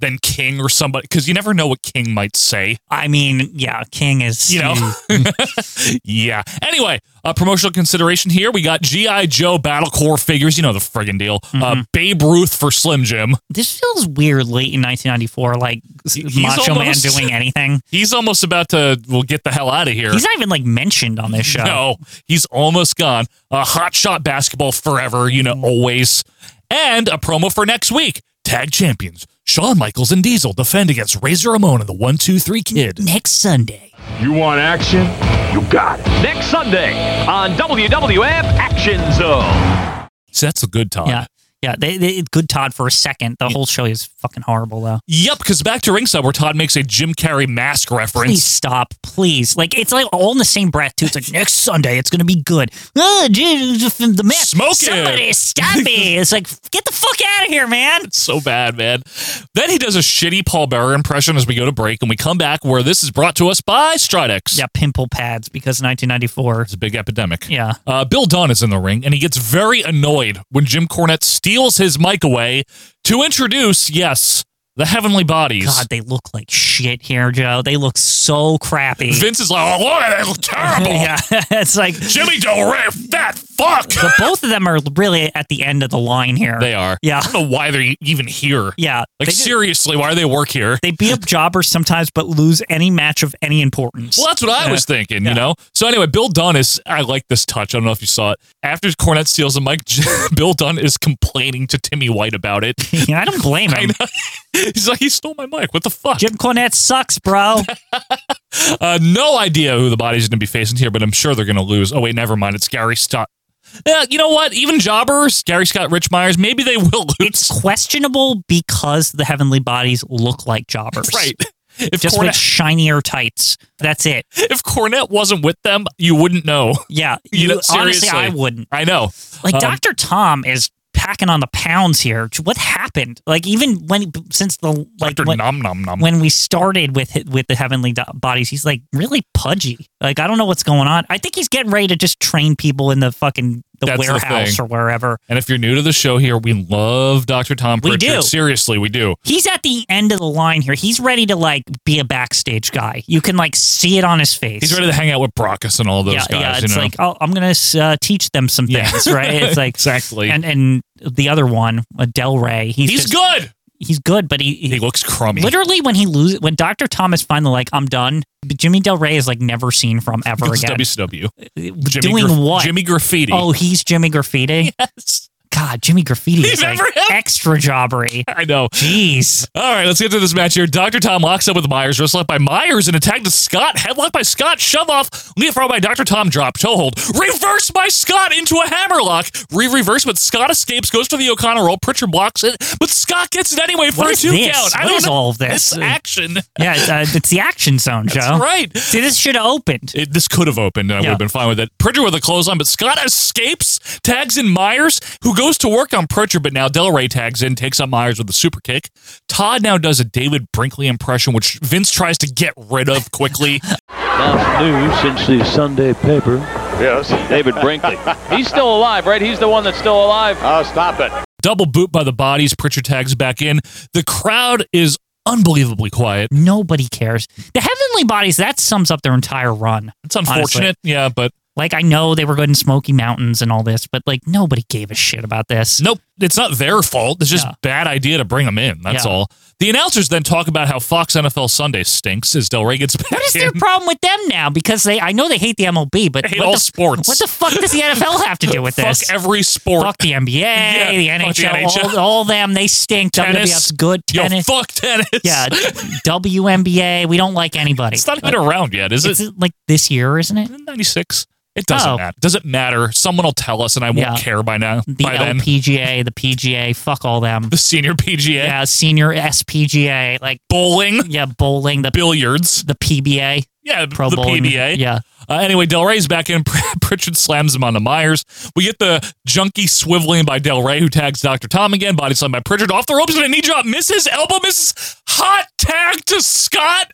S1: than King or somebody because you never know what King might say.
S2: I mean, yeah, King is
S1: you know, yeah. Anyway, uh, promotional consideration here. We got GI Joe Battle Core figures. You know the friggin' deal.
S2: Mm-hmm.
S1: Uh, Babe Ruth for Slim Jim.
S2: This feels weird late in 1994, like Macho
S1: almost-
S2: Man doing anything.
S1: He's almost about to well get the hell out of here.
S2: He's not even like mentioned on this show.
S1: No, he's almost gone. Uh, hot shot basketball forever, you know, always. And a promo for next week. Tag champions Shawn Michaels and Diesel defend against Razor Ramon and the One Two Three Kid
S2: next Sunday.
S16: You want action? You got it.
S19: Next Sunday on WWF Action Zone.
S1: So that's a good time.
S2: Yeah. Yeah, they, they, good Todd for a second. The whole show is fucking horrible though.
S1: Yep, because back to ringside where Todd makes a Jim Carrey mask reference.
S2: Please stop, please. Like it's like all in the same breath too. It's like next Sunday, it's gonna be good. Oh, the man,
S1: Smoke it.
S2: somebody stop me! It's like get the fuck out of here, man.
S1: It's so bad, man. Then he does a shitty Paul Bearer impression as we go to break, and we come back where this is brought to us by Stridex.
S2: Yeah, pimple pads because 1994.
S1: It's a big epidemic.
S2: Yeah.
S1: Uh, Bill Dunn is in the ring, and he gets very annoyed when Jim Cornette steals his mic away to introduce, yes, the Heavenly Bodies.
S2: God, they look like shit here, Joe. They look so crappy.
S1: Vince is like, oh, look at that, they look terrible.
S2: yeah, it's like
S1: Jimmy Del Rey, fat fuck.
S2: but both of them are really at the end of the line here.
S1: They are.
S2: Yeah.
S1: I don't know why they're e- even here.
S2: Yeah,
S1: Like,
S2: they do-
S1: seriously, why do they work here?
S2: They beat up jobbers sometimes, but lose any match of any importance.
S1: Well, that's what I
S2: Yeah.
S1: was thinking, you know? So, anyway, Bill Dunn is, I like this touch. I don't know if you saw it. After Cornette steals the mic, Bill Dunn is complaining to Timmy White about it.
S2: Yeah, I don't blame him.
S1: He's like, he stole my mic. What the fuck?
S2: Jim Cornette sucks, bro.
S1: Uh, no idea who the body's going to be facing here, but I'm sure they're going to lose. Oh, wait, never mind. It's Gary Scott. Yeah, you know what? Even jobbers, Gary Scott, Rich Myers, maybe they will lose.
S2: it's questionable because the heavenly bodies look like jobbers.
S1: right. If
S2: Just with
S1: Cornette,
S2: shinier tights. That's it.
S1: if Cornette wasn't with them, you wouldn't know.
S2: Yeah.
S1: You know,
S2: honestly,
S1: seriously.
S2: I wouldn't.
S1: I know.
S2: Like
S1: Um,
S2: Dr. Tom is packing on the pounds here. What happened? Like even when since the like
S1: Dr.
S2: when,
S1: nom nom nom.
S2: when we started with it- with the heavenly do- bodies, he's like really pudgy. Like I don't know what's going on. I think he's getting ready to just train people in the fucking the
S1: That's the
S2: warehouse
S1: thing.
S2: or wherever.
S1: and if you're new to the show here, we love Dr. Tom
S2: We
S1: Pritchard.
S2: do.
S1: Seriously, we do.
S2: He's at the end of the line here. He's ready to like be a backstage guy. You can like see it on his face.
S1: He's ready to hang out with Brockus and all those
S2: yeah,
S1: guys.
S2: yeah.
S1: you
S2: It's
S1: know?
S2: like oh, I'm gonna uh, teach them some
S1: Yeah.
S2: things, right? It's like
S1: Exactly.
S2: And and the other one, uh, Del Rey. He's
S1: he's
S2: just-
S1: good.
S2: He's good, but he, he,
S1: He looks crummy.
S2: literally when he loses when Doctor Thomas finally like I'm done. But Jimmy Del Rey is like never seen from ever
S1: It's
S2: again.
S1: WCW. Jimmy
S2: doing
S1: Graf-
S2: what?
S1: Jimmy Graffiti.
S2: Oh, he's Jimmy Graffiti.
S1: yes.
S2: God, Jimmy Graffiti is
S1: He's
S2: like
S1: never-
S2: extra jobbery.
S1: I know.
S2: Jeez.
S1: All right, let's get to this match here. Dr. Tom locks up with Myers, wrist lock by Myers, and attack to Scott. Headlock by Scott, shove off, leaf throw by Dr. Tom, drop, toe hold, reverse by Scott into a hammerlock. Re reverse, but Scott escapes, goes for the O'Connor roll. Pritchard blocks it, but Scott gets it anyway for
S2: What
S1: a
S2: is
S1: two
S2: this?
S1: count.
S2: What is all of this?
S1: It's action.
S2: Yeah, it's, uh, it's the action zone, Joe.
S1: That's right.
S2: See, this should have opened.
S1: It, this could have opened, and I would
S2: Yeah.
S1: have been fine with it. Pritchard with a clothesline, but Scott escapes, tags in Myers, who goes to work on Pritchard, but now Del Rey tags in, takes out Myers with a super kick. Todd now does a David Brinkley impression, which Vince tries to get rid of quickly.
S20: News since the Sunday paper. Yes. David Brinkley. He's still alive, right? He's the one that's still alive. Oh, stop it.
S1: Double boot by the bodies, Pritchard tags back in. The crowd is unbelievably quiet.
S2: Nobody cares. The Heavenly Bodies, that sums up their entire run.
S1: It's unfortunate,
S2: honestly.
S1: yeah, but
S2: Like, I know they were good in Smoky Mountains and all this, but like, nobody gave a shit about this.
S1: Nope, it's not their fault. It's just
S2: Yeah.
S1: bad idea to bring them in. That's
S2: Yeah.
S1: all. The announcers then talk about how Fox NFL Sunday stinks as Del Rey gets back
S2: What is
S1: in.
S2: their problem with them now? Because they, I know they hate the MLB, but
S1: They hate
S2: what
S1: all
S2: the,
S1: sports.
S2: What the fuck does the NFL have to do with this?
S1: Fuck every sport.
S2: Fuck the NBA,
S1: Yeah,
S2: the
S1: fuck the
S2: NHL,
S1: NHL.
S2: All, all them. They stink.
S1: Tennis.
S2: WWF's good.
S1: Yo,
S2: Tennis.
S1: fuck tennis.
S2: yeah, WNBA. We don't like anybody.
S1: It's not even around yet, is
S2: It's
S1: it?
S2: like this year, isn't it?
S1: 96. It doesn't
S2: Oh.
S1: matter. Doesn't matter. Someone will tell us and I won't
S2: Yeah.
S1: care by now.
S2: The
S1: by then.
S2: LPGA, the PGA, fuck all them.
S1: The senior PGA.
S2: Yeah, senior SPGA, like
S1: Bowling.
S2: yeah, bowling, the
S1: Billiards.
S2: the PBA,
S1: Yeah,
S2: pro
S1: the
S2: bowling,
S1: PBA.
S2: yeah.
S1: Uh, anyway, Del Rey's back in. Pritchard slams him onto Myers. We get the junkie swiveling by Del Rey, who tags Dr. Tom again. Body slam by Pritchard. Off the ropes and a knee drop. Misses. Elbow misses. Hot tag to Scott.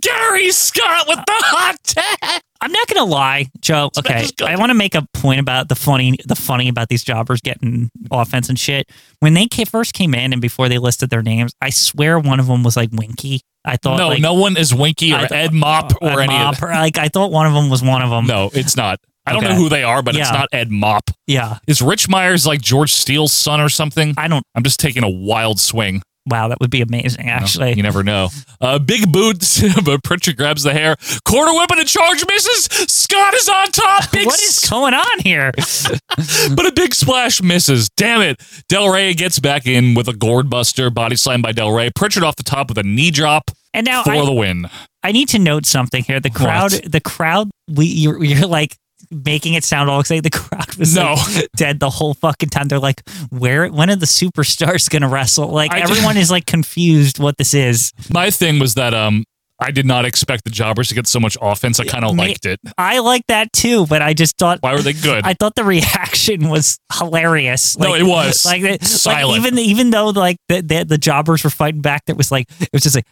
S1: Gary Scott with the hot tag.
S2: I'm not gonna lie, Joe. Okay, I want to make a point about the funny, the funny about these jobbers getting offense and shit. When they ca- first came in and before they listed their names, I swear one of them was like Winky. I thought
S1: no,
S2: like,
S1: no one is Winky or
S2: I thought- uh,
S1: Ed Mop or
S2: Ed
S1: any
S2: Mop,
S1: of that.
S2: or, Like I thought one of them was one of them.
S1: No, it's not. I don't
S2: Okay.
S1: know who they are, but it's
S2: Yeah.
S1: not Ed Mop.
S2: Yeah.
S1: Is Rich Myers like George Steele's son or something?
S2: I don't.
S1: I'm just taking a wild swing.
S2: Wow, that would be amazing. Actually,
S1: you never know. Uh, big boots, but Pritchard grabs the hair. Corner whip and a charge misses. Scott is on top. Big
S2: what is going on here?
S1: but a big splash misses. Damn it. Del Rey gets back in with a gourd buster, body slam by Del Rey. Pritchard off the top with a knee drop
S2: And now
S1: for
S2: I-
S1: the win.
S2: I need to note something here. The crowd, the crowd, we you're, you're like making it sound all exciting. The crowd was
S1: No.
S2: like, dead the whole fucking time. They're like, where? When are the superstars gonna wrestle? Like
S1: I-
S2: everyone is like confused what this is.
S1: My thing was that um I did not expect the jobbers to get so much offense. I kind of
S2: Ma-
S1: liked it.
S2: I like that too, but I just thought
S1: Why were they good?
S2: I thought the reaction was hilarious.
S1: No, it was.
S2: like, they-
S1: Silent.
S2: like even even though like the, the the jobbers were fighting back, that was like it was just like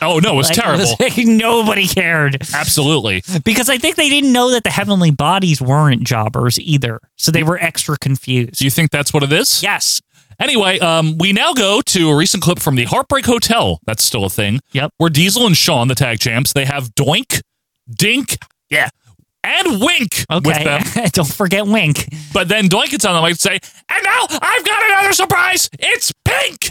S1: Oh no, it was
S2: like,
S1: terrible.
S2: like, nobody cared.
S1: Absolutely.
S2: Because I think they didn't know that the heavenly bodies weren't jobbers either. So they were extra confused.
S1: Do you think that's what it is?
S2: Yes.
S1: Anyway, um, we now go to a recent clip from the Heartbreak Hotel. That's still a thing.
S2: Yep.
S1: Where Diesel and Sean, the tag champs, they have Doink, Dink, yeah, and Wink with them.
S2: Okay. Don't forget Wink.
S1: But then Doink gets on the mic and say, "And now I've got another surprise. It's Pink."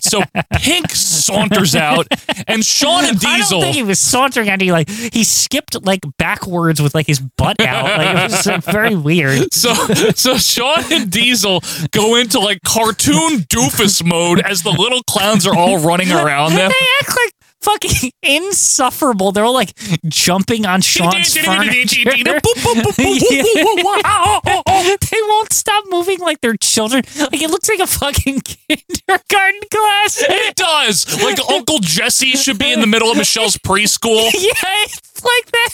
S1: so Pink saunters out, and Sean and
S2: I
S1: Diesel.
S2: don't think he was sauntering at you. Like he skipped like backwards with like his butt out. Like it was like, very weird.
S1: So so Sean and Diesel go into like cartoon doofus mode as the little clowns are all running around them.
S2: They act like fucking insufferable. They're all like jumping on Sean's furniture. they won't stop moving like they're children. Like it looks like a fucking kindergarten class.
S1: It does. Like Uncle Jesse should be in the middle of Michelle's preschool.
S2: Yeah, it's like that.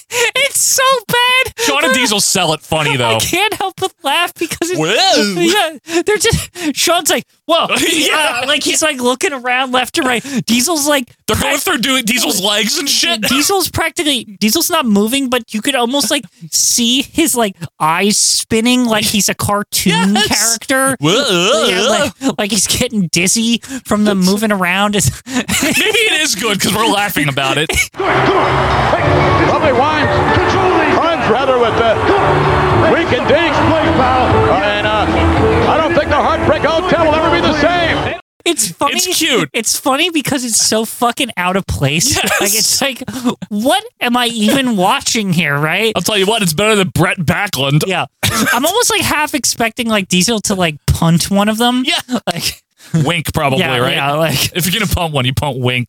S2: It's so bad.
S1: Sean and Diesel sell it funny though.
S2: I can't help but laugh because it's,
S1: Whoa.
S2: yeah, they're just Sean's like whoa,
S1: Yeah.
S2: yeah, like he's like looking around left and right. Diesel's like
S1: They're going through doing Diesel's legs and shit.
S2: Diesel's practically Diesel's not moving, but you could almost like see his like eyes spinning like he's a cartoon character.
S1: Whoa.
S2: Yeah, like, like he's getting dizzy from the moving around. It's-
S1: Maybe it is good because we're laughing about it.
S11: Lovely wine. Wines rather with the weak and Dink's play foul. And uh, I don't think the Heartbreak Hotel will ever be the same.
S2: It's funny. It's
S1: cute.
S2: It's funny because it's so fucking out of place.
S1: Yes.
S2: Like it's like, what am I even watching here? Right?
S1: I'll tell you what, it's better than Brett Backlund.
S2: Yeah. I'm almost like half expecting like Diesel to like punt one of them.
S1: Yeah.
S2: Like
S1: Wink, probably,
S2: Yeah,
S1: right?
S2: yeah, like-
S1: if you're gonna pump one, you pump wink.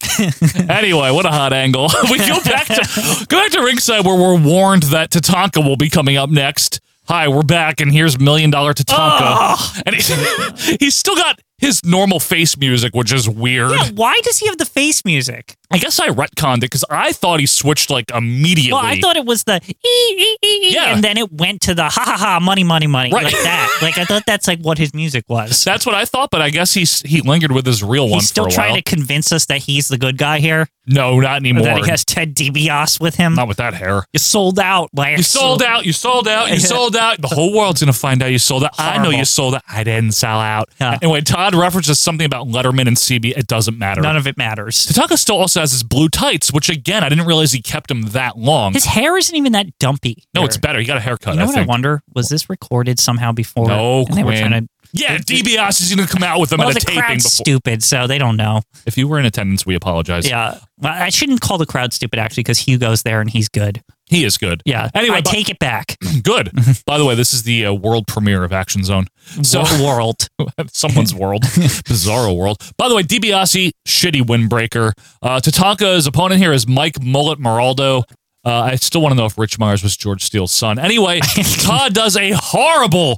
S1: anyway, what a hot angle. we go back to go back to ringside where we're warned that Tatanka will be coming up next. Hi, we're back, and here's Million Dollar Tatanka,
S2: Ah!
S1: and he, he's still got his normal face music, which is weird.
S2: Yeah, why does he have the face music?
S1: I guess I retconned it because I thought he switched like immediately.
S2: Well, I thought it was the ee, ee, ee, ee,
S1: Yeah.
S2: and then it went to the ha ha ha money money money
S1: Right.
S2: like that. Like I thought that's like what his music was.
S1: that's what I thought, but I guess he's he lingered with his real one
S2: He's still
S1: for a
S2: trying
S1: while.
S2: to convince us that he's the good guy here.
S1: no, not
S2: Or
S1: anymore.
S2: that he has Ted DiBiase with him.
S1: Not with that hair.
S2: You sold out, Lance.
S1: You sold out. You sold out. You sold out. The whole world's gonna find out you sold out. I know
S2: Horrible.
S1: you sold out. I didn't sell out.
S2: Yeah.
S1: And when Todd references something about Letterman and CB, it doesn't matter.
S2: None of it matters.
S1: Tatanka still also has his blue tights, which again I didn't realize he kept him that long.
S2: His hair isn't even that dumpy.
S1: no,
S2: here.
S1: it's better. He got a haircut.
S2: You know
S1: I
S2: what
S1: think.
S2: I wonder? Was this recorded somehow before?
S1: No,
S2: and they were
S1: Quinn.
S2: trying to.
S1: yeah, DiBiase is gonna come out with them
S2: Well,
S1: at a
S2: the
S1: taping
S2: crowd's
S1: before.
S2: stupid, so they don't know.
S1: If you were in attendance, we apologize.
S2: Yeah, well, I shouldn't call the crowd stupid actually, because Hugo's there and he's good.
S1: he is good.
S2: Yeah.
S1: Anyway,
S2: I
S1: bu-
S2: take it back.
S1: good.
S2: Mm-hmm.
S1: By the way, this is the uh, world premiere of Action Zone. So
S2: Wor- world.
S1: someone's world, bizarro world. By the way, DiBiase shitty windbreaker. Uh, Tatanka's opponent here is Mike Mullet Moraldo. Uh, I still want to know if Rich Myers was George Steele's son. Anyway, Todd does a horrible,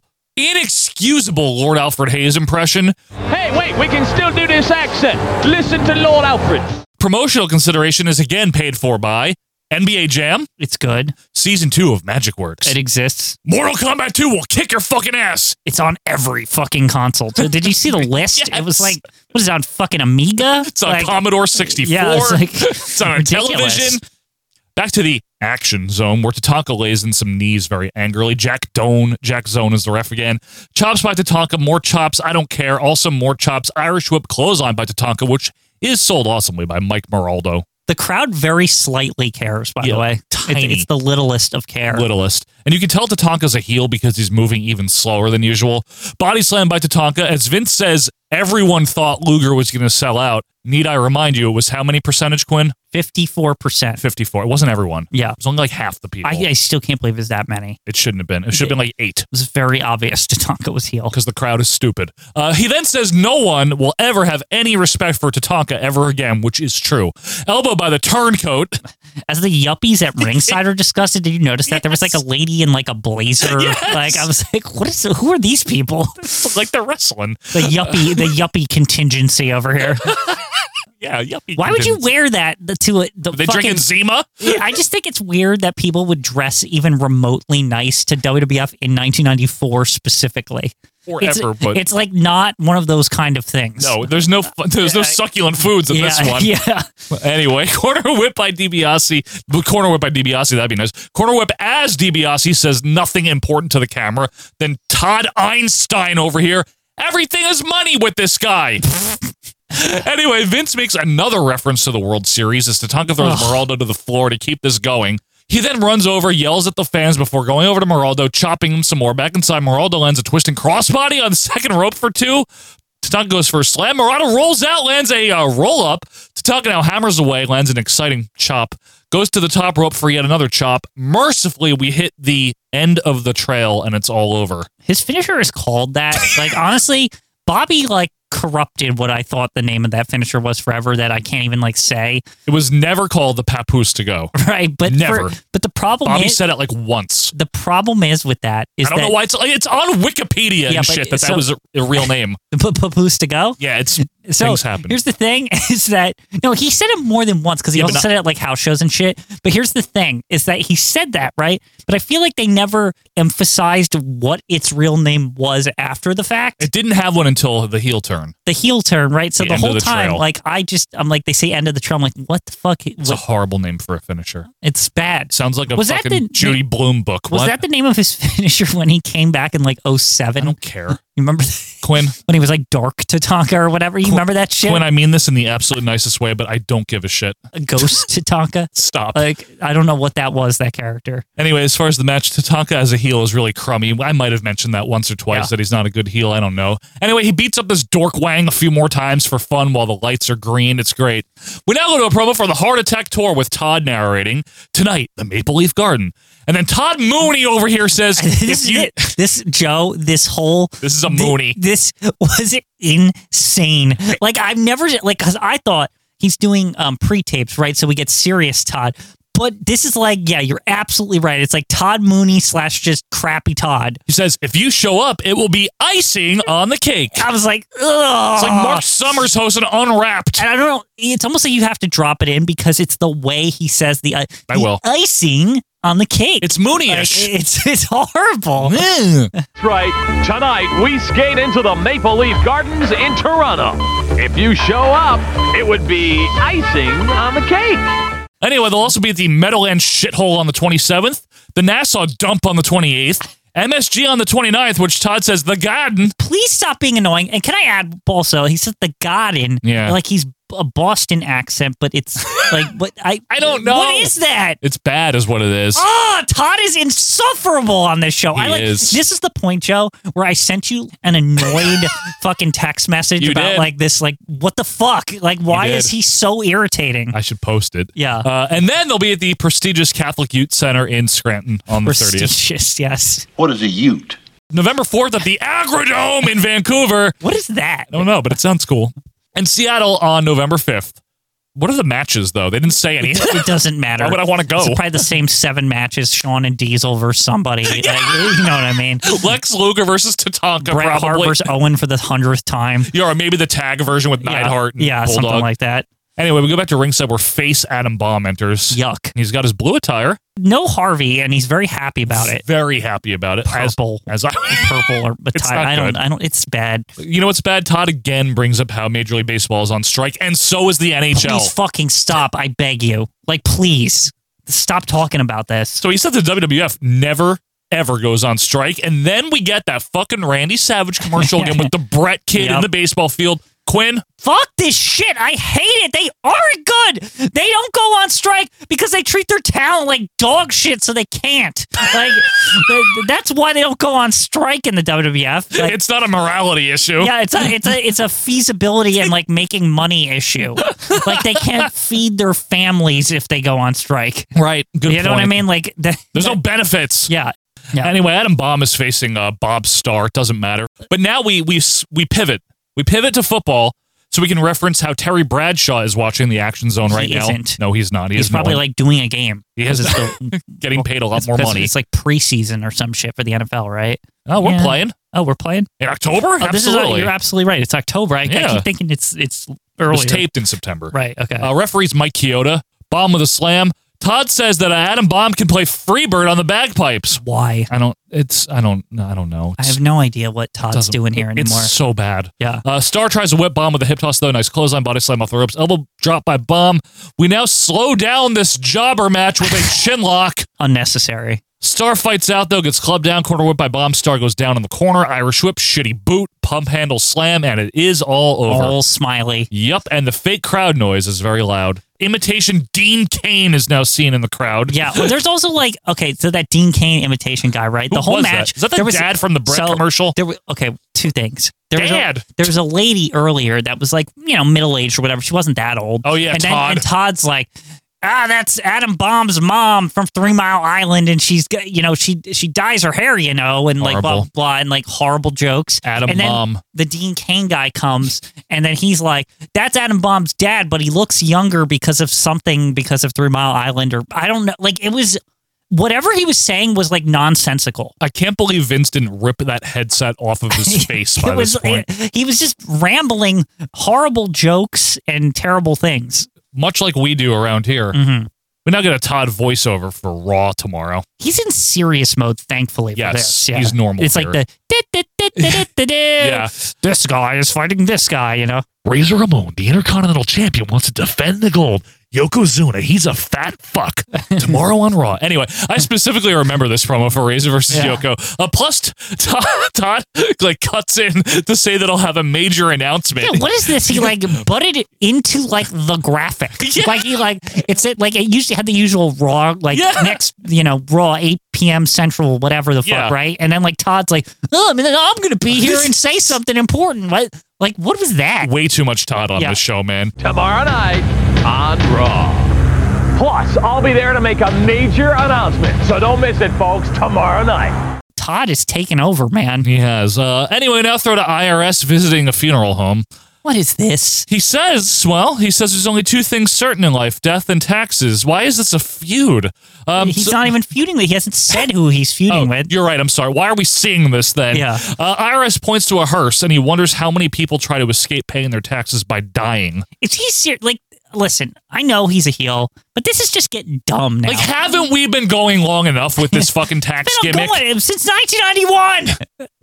S1: inexcusable Lord Alfred Hayes impression.
S19: Hey, wait, we can still do this accent. Listen to Lord Alfred.
S1: Promotional consideration is again paid for by NBA Jam,
S2: It's good.
S1: season two of Magic Works.
S2: It exists.
S1: Mortal Kombat 2 will kick your fucking ass.
S2: It's on every fucking console. Dude, Did you see the list? It was
S1: Yes.
S2: like, what is it on fucking Amiga?
S1: It's on
S2: like,
S1: Commodore 64.
S2: Yeah, it's like
S1: It's on our
S2: ridiculous.
S1: television. Back to the action zone where Tatanka lays in some knees very angrily. Jack Doan, Jack Zone is the ref again. Chops by Tatanka, more chops, I don't care. Also more chops, Irish whip clothesline by Tatanka, which is sold awesomely by Mike Moraldo.
S2: The crowd very slightly cares, by
S1: Yeah,
S2: the way. It's-
S1: tiny.
S2: It's, the littlest of care.
S1: Littlest. And you can tell Tatanka's a heel because he's moving even slower than usual. Body slam by Tatanka. As Vince says, everyone thought Luger was going to sell out. Need I remind you, it was how many percentage, Quinn?
S2: 54%.
S1: 54. It wasn't everyone.
S2: Yeah. It
S1: was only like half the people.
S2: I, I still can't believe it's that many.
S1: It shouldn't have been. It should have been like eight. It
S2: was very obvious Tatanka was heel.
S1: Because the crowd is stupid. Uh, he then says no one will ever have any respect for Tatanka ever again, which is true. Elbow by the turncoat.
S2: As the yuppies at ringside are disgusted, did you notice that there was like a lady in like a blazer?
S1: Yes.
S2: Like I was like, what is? Who are these people?
S1: like they're wrestling.
S2: The yuppie, the yuppie contingency over here.
S1: Yeah, yuppie.
S2: Why would you wear that the- to a, the
S1: They
S2: fucking,
S1: drinking Zima?
S2: Yeah, I just think it's weird that people would dress even remotely nice to WWF in 1994 specifically.
S1: Or
S2: it's,
S1: ever, but-
S2: it's like not one of those kind of things.
S1: No, there's no fu- there's no succulent foods in
S2: yeah,
S1: this one.
S2: yeah.
S1: Well, Anyway, corner whip by DiBiase. The Corner whip by DiBiase. That'd be nice. Corner whip as DiBiase says nothing important to the camera. Then Todd Einstein over here. Everything is money with this guy. anyway, Vince makes another reference to the World Series as Tatanka throws
S2: Ugh.
S1: Meraldo to the floor to keep this going. He then runs over, yells at the fans before going over to Meraldo, chopping him some more. Back inside, Meraldo lands a twisting crossbody on the second rope for two. Tatanka goes for a slam. Murata rolls out, lands a uh, roll up. Tatanka now hammers away, lands an exciting chop. Goes to the top rope for yet another chop. Mercifully, we hit the end of the trail and it's all over.
S2: His finisher is called that. Like honestly, Bobby like corrupted what I thought the name of that finisher was forever that I can't even like say.
S1: It was never called the papoose to go.
S2: Right, but for-
S1: Never.
S2: but the problem
S1: Bobby
S2: is
S1: said it like once.
S2: the problem is with that is
S1: I don't
S2: that,
S1: know why it's it's on Wikipedia and
S2: Yeah, but-
S1: shit that
S2: so-
S1: that was a, a real name.
S2: Papoose to go.
S1: Yeah, it's
S2: So
S1: things happen.
S2: here's the thing: is that no, he said it more than once because he
S1: Yeah, but
S2: also
S1: not-
S2: said it at like house shows and shit. But here's the thing: is that he said that right, but I feel like they never emphasized what its real name was after the fact.
S1: It didn't have one until the heel turn.
S2: The heel turn, right? So
S1: The
S2: the,
S1: end of
S2: whole
S1: the
S2: time,
S1: trail.
S2: like I just, I'm like, they say end of the trail. I'm like, what the fuck?
S1: It's a horrible name for a finisher.
S2: It's bad.
S1: Sounds like a
S2: Was that
S1: fucking
S2: the-
S1: Judy Bloom book.
S2: was
S1: What?
S2: that the name of his finisher when he came back in like 07? I don't
S1: care.
S2: You remember
S1: Quinn?
S2: when he was like dark Tatanka or whatever? You remember that shit?
S1: Quinn, I mean this in the absolute nicest way, but I don't give a shit.
S2: A ghost Tatanka.
S1: Stop.
S2: Like I don't know what that was. That character.
S1: Anyway, as far as the match, Tatanka as a heel is really crummy. I might have mentioned that once or twice
S2: Yeah.
S1: that he's not a good heel. I don't know. Anyway, he beats up this dork Wang a few more times for fun while the lights are green. It's great. We now go to a promo for the Heart Attack Tour with Todd narrating tonight, the Maple Leaf Garden. And then Todd Mooney over here says,
S2: this
S1: if
S2: is
S1: you,
S2: it. This Joe, this whole
S1: This is a
S2: thi-
S1: Mooney.
S2: This, was insane. Like I've never like because I thought he's doing um pre tapes right, so we get serious Todd. But this is like yeah, you're absolutely right. It's like Todd Mooney slash just crappy Todd.
S1: he says, if you show up, it will be icing on the cake.
S2: I was like, ugh.
S1: It's like Mark Summers hosting Unwrapped.
S2: Oh. And I don't know. It's almost like you have to drop it in because it's the way he says the, uh,
S1: I
S2: the
S1: will.
S2: icing on the cake.
S1: It's Mooney-ish.
S2: Like, it's it's horrible.
S19: That's right. Tonight, we skate into the Maple Leaf Gardens in Toronto. If you show up, it would be icing on the cake.
S1: Anyway, they'll also be at the Meadowlands shithole on the 27th, the Nassau dump on the 28th, MSG on the 29th, which Todd says the garden.
S2: please stop being annoying. And can I add also? He said the Godin.
S1: Yeah.
S2: Like he's a Boston accent, but it's like, but I
S1: I don't know.
S2: What is that?
S1: It's bad, is what it is.
S2: Oh, Todd is insufferable on this show.
S1: He
S2: I like
S1: is.
S2: this is the point, Joe, where I sent you an annoyed fucking text message
S1: You
S2: about
S1: did.
S2: like this, like what the fuck, like why
S1: did.
S2: is he so irritating?
S1: I should post it.
S2: Yeah.
S1: Uh, and then they'll be at the prestigious Catholic Youth Center in Scranton on the 30th.
S2: Prestigious, yes.
S21: What is a Ute?
S1: November 4th at the Agrodome in Vancouver.
S2: What is that?
S1: I don't know, but it sounds cool. And Seattle on November 5th. What are the matches, though? They didn't say any.
S2: It doesn't matter.
S1: Why would I wanna go?
S2: It's probably the same seven matches: Sean and Diesel versus somebody. Like, you know what I mean?
S1: Lex Luger versus Tatanka,
S2: Bret Hart
S1: probably.
S2: versus Owen for the hundredth time.
S1: Yeah, or maybe the tag version with
S2: Yeah.
S1: Neidhart and
S2: yeah,
S1: Bulldog.
S2: something like that.
S1: Anyway, we go back to ringside where face Adam Bomb enters.
S2: Yuck.
S1: He's got his blue attire.
S2: No Harvey, and he's very happy about it.
S1: Very happy about it. As-
S2: Purple,
S1: As, I,
S2: purple, or
S1: It's
S2: attire.
S1: not
S2: I don't.
S1: good.
S2: I don't. It's bad.
S1: you know what's bad? Todd again brings up how Major League Baseball is on strike, and so is the NHL.
S2: Please fucking stop. I beg you. Like, please. stop talking about this.
S1: So he said the WWF never ever goes on strike, and then we get that fucking Randy Savage commercial again with the Brett kid in
S2: Yep.
S1: the baseball field. Quinn,
S2: Fuck this shit. I hate it. They aren't good. They don't go on strike because they treat their talent like dog shit, so they can't. Like th- that's why they don't go on strike in the WWF. Like,
S1: it's not a morality issue.
S2: yeah, it's a it's a it's a feasibility and like making money issue. Like they can't feed their families if they go on strike.
S1: right. Good.
S2: you know what I
S1: point.
S2: mean? Like the,
S1: There's no benefits.
S2: Yeah. Yeah.
S1: Anyway, Adam Baum is facing uh, Bob Starr. It Doesn't matter. But now we we s- we pivot. We pivot to football, so we can reference how Terry Bradshaw is watching the Action Zone right now.
S2: isn't.
S1: No, he's not. He
S2: he's
S1: is not.
S2: probably like doing a game.
S1: He is.
S2: Because it's the-
S1: getting paid a lot
S2: it's
S1: more
S2: because
S1: money.
S2: It's like preseason or some shit for the NFL, right?
S1: oh, we're
S2: Yeah.
S1: playing
S2: Oh, we're playing.
S1: in October.
S2: Oh, this is
S1: Absolutely.
S2: you're absolutely right. It's October. I, I
S1: Yeah.
S2: keep thinking it's it's
S1: It was
S2: earlier.
S1: taped in September.
S2: Right. Okay.
S1: Uh, referees Mike Chioda, bomb with a slam. Todd says that uh, Adam Bomb can play Freebird on the bagpipes.
S2: Why?
S1: I don't. It's. I don't. no, I don't know.
S2: I
S1: It's-
S2: have no idea what Todd's
S1: doesn't-
S2: doing here anymore.
S1: It's so bad.
S2: yeah.
S1: Uh, Star tries a whip bomb with a hip toss though. Nice clothesline, body slam off the ropes, elbow drop by Bomb. We now slow down this jobber match with a chin lock.
S2: Unnecessary.
S1: Star fights out though, gets clubbed down, corner whip by Bomb. Star goes down in the corner, Irish whip, shitty boot, pump handle slam, and it is all over.
S2: All smiley.
S1: Yup, and the fake crowd noise is very loud. Imitation Dean Kane is now seen in the crowd.
S2: Yeah. Well, there's also like okay, so that Dean Kane imitation guy, right?
S1: Who
S2: the whole
S1: was that?
S2: match.
S1: Is that the
S2: there was-
S1: dad from the Brett
S2: so
S1: commercial?
S2: There was, okay, two things. There
S1: Dad!
S2: Was a, there was a lady earlier that was like you know middle aged or whatever. She wasn't that old.
S1: Oh, yeah,
S2: And, then-
S1: Todd.
S2: and Todd's like. Ah, that's Adam Bomb's mom from Three Mile Island, and she's got- you know she she dyes her hair, you know, and like blah
S1: Horrible.
S2: blah, blah and like horrible jokes.
S1: Adam
S2: and then
S1: Bomb.
S2: the Dean Kane guy comes, and then he's like, "That's Adam Bomb's dad, but he looks younger because of something, because of Three Mile Island, or I don't know." Like it was, whatever he was saying was like nonsensical.
S1: I can't believe Vince didn't rip that headset off of his face by
S2: it was
S1: this point.
S2: it- he was just rambling horrible jokes and terrible things.
S1: Much like we do around here.
S2: Mm-hmm.
S1: We now get a Todd voiceover for Raw tomorrow.
S2: He's in serious mode, thankfully.
S1: Yes,
S2: for this. Yeah.
S1: he's normal
S2: It's
S1: here.
S2: like the
S1: Yeah.
S2: This guy is fighting this guy. You know,
S12: Razor Ramon, the Intercontinental Champion, wants to defend the gold. Yokozuna, he's a fat fuck.
S1: Tomorrow on Raw. Anyway, I specifically remember this promo for Razor versus
S2: Yeah.
S1: Yoko. Uh, plus, t- Todd, Todd like cuts in to say that I'll have a major announcement.
S2: Yeah, what is this? He like butted it into like the graphic. Like he like it's it like it usually had the usual raw like
S1: Yeah.
S2: next you know raw eight p.m. Central whatever the fuck
S1: Yeah.
S2: right and then like Todd's like oh I mean, I'm gonna be here and say something important what like what was that
S1: Way too much Todd on
S2: Yeah.
S1: this show, man.
S19: Tomorrow night on Raw. Plus, I'll be there to make a major announcement, so don't miss it, folks, tomorrow night.
S2: Todd is taking over man
S1: He has. Uh, anyway, now throw to IRS visiting a funeral home.
S2: what is this
S1: He says, well, he says there's only two things certain in life death and taxes. Why is this a feud? Um,
S2: he's
S1: so-
S2: not even feuding with he hasn't said who he's feuding
S1: Oh,
S2: with
S1: You're right. I'm sorry. Why are we seeing this then?
S2: Yeah.
S1: Uh, IRS points to a hearse and he wonders how many people try to escape paying their taxes by dying.
S2: is he serious like listen I know he's a heel but this is just getting dumb now
S1: Like, haven't we been going long enough with this fucking tax
S2: been
S1: gimmick?
S2: ongoing since 1991. 91,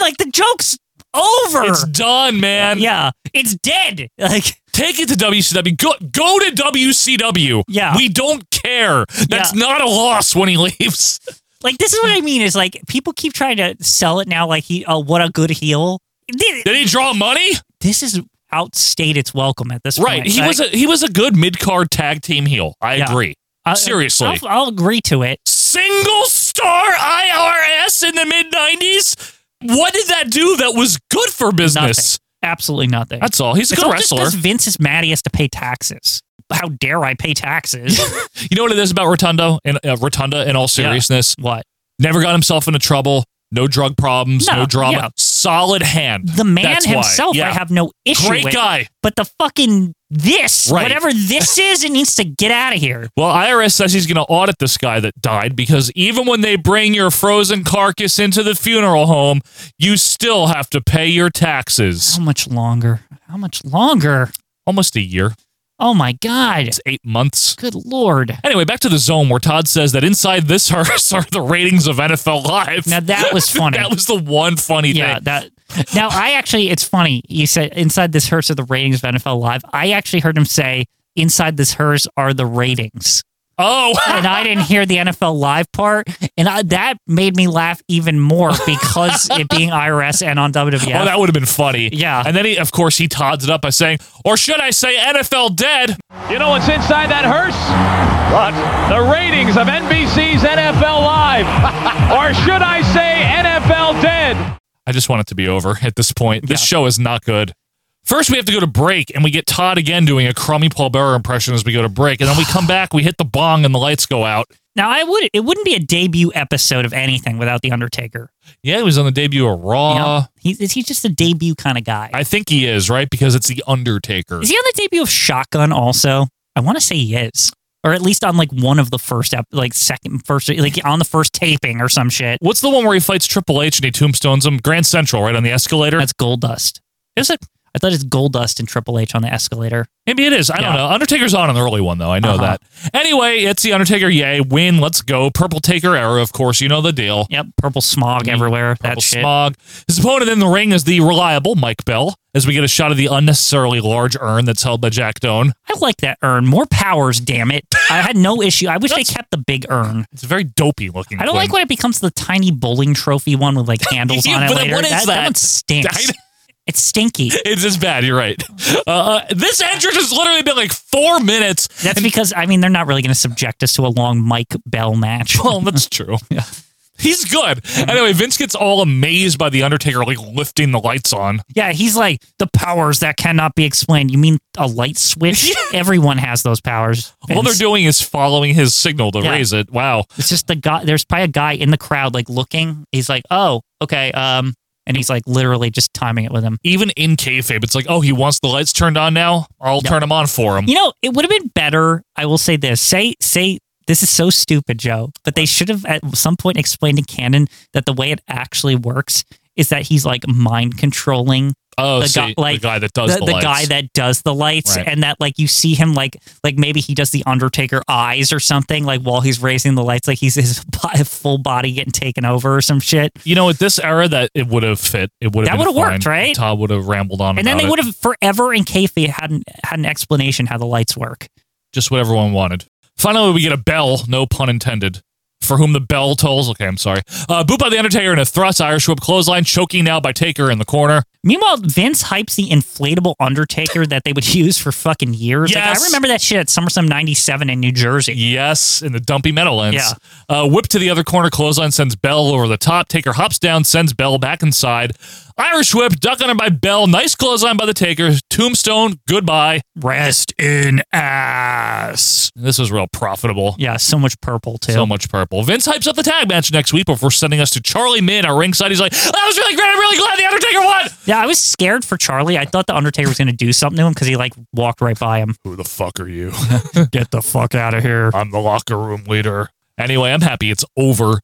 S2: like the joke's over.
S1: It's done, man.
S2: yeah, it's dead. Like
S1: Take it to WCW. Go, go to WCW.
S2: Yeah.
S1: We don't care. That's
S2: Yeah.
S1: not a loss when he leaves.
S2: like this is what I mean is like people keep trying to sell it now like he oh what a good heel. Thi-
S1: Did he draw money?
S2: This is outstayed its welcome at this
S1: Right.
S2: point.
S1: He
S2: Like,
S1: was a he was a good mid card tag team heel. I
S2: Yeah. Uh,
S1: agree.
S2: I-
S1: Seriously.
S2: I'll, I'll agree to it.
S1: Single star IRS in the mid nineties? What did that do that was good for business?
S2: Nothing. Absolutely nothing.
S1: That's all. He's a
S2: it's
S1: good
S2: all
S1: wrestler.
S2: Just 'cause Vince is mad he has to pay taxes. How dare I pay taxes?
S1: You know what it is about Rotundo and uh, Rotunda in all seriousness?
S2: what?
S1: Never got himself into trouble. No drug problems, no,
S2: No,
S1: drama.
S2: yeah.
S1: Solid hand.
S2: the man
S1: That's why.
S2: himself
S1: Yeah.
S2: I have no issue
S1: Great
S2: with.
S1: guy.
S2: But the fucking this,
S1: Right.
S2: whatever this is, it needs to get out of here.
S1: Well, IRS says he's going to audit this guy that died because even when they bring your frozen carcass into the funeral home, you still have to pay your taxes.
S2: How much longer? How much longer?
S1: Almost a year.
S2: Oh my god.
S1: It's eight months.
S2: Good lord.
S1: Anyway, back to the zone where Todd says that inside this hearse are the ratings of NFL Live.
S2: Now that was funny.
S1: that was the one funny
S2: yeah,
S1: thing.
S2: that now I actually it's funny. You said inside this hearse are the ratings of NFL Live. I actually heard him say inside this hearse are the ratings Oh, and I didn't hear the NFL live part, and I, that made me laugh even more because it being IRS and on WWF.
S1: Oh, that would have been funny.
S2: Yeah.
S1: And then, he, of course, he todds it up by saying, or should I say NFL dead?
S19: You know what's inside that hearse? What? The ratings of NBC's NFL Live. or should I say NFL Dead?
S1: I just want it to be over at this point. This show is not good. First, we have to go to break, and we get Todd again doing a crummy Paul Bearer impression as we go to break. And then we come back, we hit the bong, and the lights go out.
S2: Now, I would it wouldn't be a debut episode of anything without the Undertaker.
S1: Yeah, he was on the debut of Raw.
S2: You know? he's is Uh, he just a debut kind of guy?
S1: I think he is, right? Because it's the Undertaker.
S2: Is he on the debut of Shotgun also? I want to say he is. Or at least on like one of the first, ep- like second, first, like on the first taping or some shit.
S1: What's the one where he fights Triple H and he tombstones him? Grand Central, right on the escalator.
S2: That's Goldust. Is it? I thought it's Goldust and Triple H on the escalator.
S1: Maybe it is. I don't
S2: Yeah.
S1: know. Undertaker's on an early one though. I know
S2: Uh-huh.
S1: that. Anyway, it's the Undertaker. Yay! Win. Let's go. Purple Taker era. Of course, you know the deal.
S2: Yep. Purple smog everywhere.
S1: Mm, Purple
S2: that shit.
S1: smog. His opponent in the ring is the reliable Mike Bell. As we get a shot of the unnecessarily large urn that's held by Jack Doan.
S2: I like that urn. More powers, damn it. I had no issue. I wish they kept the big urn.
S1: It's very dopey looking.
S2: I don't like when it becomes the tiny bowling trophy one with like handles on
S1: Yeah,
S2: it
S1: but
S2: later.
S1: what is that?
S2: one stinks. It's stinky.
S1: It's just bad. You're right. Uh, uh, this entrance has literally been like four minutes.
S2: That's because I mean they're not really going to subject us to a long Mike Bell match.
S1: Well, that's true. He's good. Anyway, Vince gets all amazed by the Undertaker like lifting the lights on.
S2: Yeah, he's like the powers that cannot be explained. You mean a light switch? Everyone has those powers.
S1: All they're
S2: Vince.
S1: doing is following his signal to
S2: Yeah.
S1: raise it. Wow.
S2: It's just the guy. There's probably a guy in the crowd like looking. He's like, oh, okay, um, and he's like literally just timing it with him.
S1: Even in kayfabe, it's like, oh, he wants the lights turned on now. I'll turn them on for him.
S2: You know, it would have been better. I will say this. Say, say, this is so stupid, Joe. But they should have at some point explained to Canon that the way it actually works is that he's like mind controlling.
S1: Oh, see, the guy that does the lights.
S2: guy that does the lights,
S1: Right.
S2: and that like you see him like like maybe he does the Undertaker eyes or something like while he's raising the lights, like he's his bo- full body getting taken over or some shit.
S1: You know, at this era, that it would have fit. It would have
S2: That
S1: been
S2: would've worked,
S1: fine.
S2: right?
S1: Todd would have rambled on,
S2: And then
S1: about
S2: they
S1: it.
S2: would have forever in kayfabe had an, had an explanation how the lights work.
S1: just what everyone wanted. Finally, we get a bell, no pun intended, for whom the bell tolls. Okay, I'm sorry. Uh, boot by the Undertaker in a thrust, Irish whip, clothesline, choking now by Taker in the corner.
S2: Meanwhile, Vince hypes the inflatable Undertaker that they would use for fucking years. Like,
S1: Yes.
S2: I remember that shit at SummerSlam 97 in New Jersey.
S1: Yes, in the dumpy Meadowlands.
S2: Yeah.
S1: Uh, whip to the other corner, clothesline sends Bell over the top. Taker hops down, sends Bell back inside. Irish whip, duck under by Bell. Nice clothesline by the Taker. Tombstone, goodbye.
S2: Rest in ass.
S1: This was real profitable.
S2: Yeah, so much purple, too.
S1: So much purple. Vince hypes up the tag match next week before sending us to Charlie Min, our ringside. He's like, "Oh, that was really great. I'm really glad the Undertaker won.
S2: Yeah, I was scared for Charlie. I thought the Undertaker was going to do something to him because he, like, walked right by him.
S1: Who the fuck are you?
S2: Get the fuck out of here.
S1: I'm the locker room leader. Anyway, I'm happy it's over.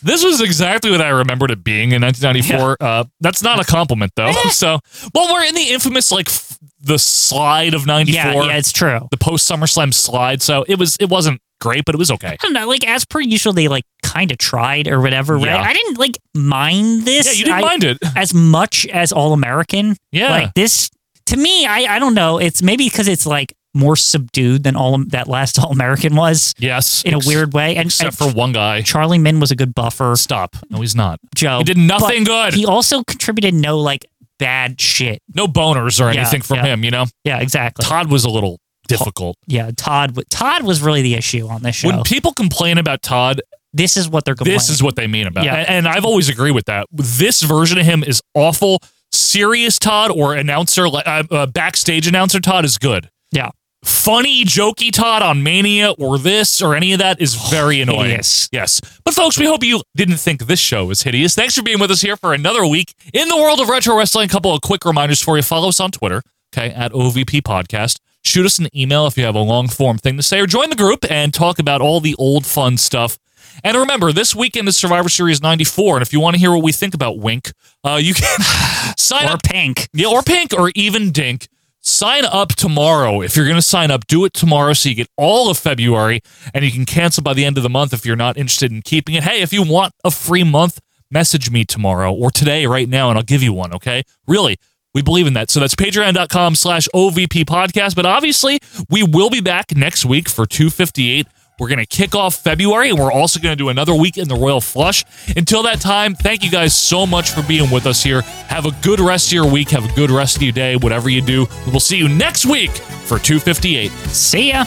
S1: This was exactly what I remembered it being in 1994. Uh, that's not a compliment though. so, well, we're in the infamous like f- the slide of '94.
S2: Yeah, yeah, it's true.
S1: the post SummerSlam slide. So it was it wasn't great, but it was okay.
S2: I don't know. Like as per usual, they like kind of tried or whatever. Right?
S1: Yeah.
S2: I didn't like mind this.
S1: Yeah, you didn't
S2: I-
S1: mind it.
S2: as much as All American.
S1: Yeah.
S2: like this to me. I I don't know. It's maybe because it's like more subdued than all that last All American was
S1: Yes,
S2: in a
S1: ex-
S2: weird way. And,
S1: except
S2: and
S1: for one guy.
S2: Charlie Min was a good buffer.
S1: Stop. No, he's not.
S2: Joe
S1: He did nothing
S2: but
S1: good.
S2: He also contributed no like bad shit.
S1: no boners or
S2: Yeah,
S1: anything from
S2: yeah.
S1: him. You know,
S2: Yeah, exactly.
S1: Todd was a little difficult.
S2: yeah, Todd. w- Todd was really the issue on this show.
S1: When people complain about Todd,
S2: this is what they're complaining.
S1: This is what they mean about
S2: Yeah.
S1: it. And I've always agreed with that. This version of him is awful. Serious Todd or announcer, like uh, uh, backstage announcer Todd is good.
S2: yeah.
S1: Funny, jokey Todd on Mania or this or any of that is very annoying.
S2: Oh, Hideous.
S1: Yes. But folks, we hope you didn't think this show was hideous. Thanks for being with us here for another week in the world of retro wrestling. A couple of quick reminders for you. Follow us on Twitter, okay, at OVP Podcast. Shoot us an email if you have a long form thing to say, or join the group and talk about all the old fun stuff. And remember, this weekend is Survivor Series 94. And if you want to hear what we think about Wink, uh, you can sign
S2: Or
S1: up.
S2: pink.
S1: Yeah, or pink or even dink. Sign up tomorrow. If you're going to sign up, do it tomorrow so you get all of February and you can cancel by the end of the month if you're not interested in keeping it. Hey, if you want a free month, message me tomorrow or today right now and I'll give you one, okay? Really, we believe in that. So that's patreon.com slash OVP podcast. But obviously, we will be back next week for 258 We're going to kick off February, and we're also going to do another week in the Royal Flush. Until that time, thank you guys so much for being with us here. Have a good rest of your week. Have a good rest of your day, whatever you do. We'll see you next week for 258.
S2: See ya.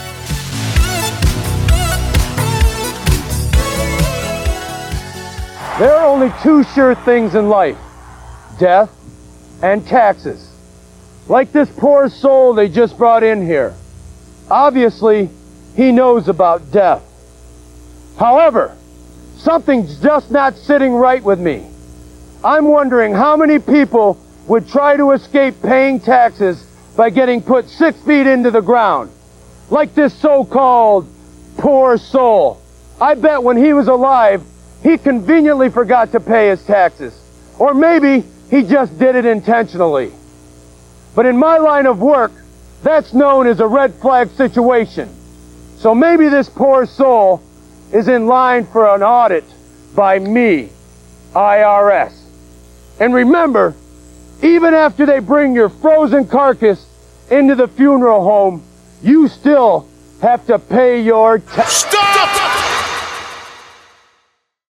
S21: There are only two sure things in life death and taxes. Like this poor soul they just brought in here. Obviously, he knows about death. However, something's just not sitting right with me. I'm wondering how many people would try to escape paying taxes by getting put six feet into the ground. Like this so called poor soul. I bet when he was alive, he conveniently forgot to pay his taxes. Or maybe he just did it intentionally. But in my line of work, that's known as a red flag situation. So maybe this poor soul is in line for an audit by me, IRS. And remember, even after they bring your frozen carcass into the funeral home, you still have to pay your tax.
S10: Stop!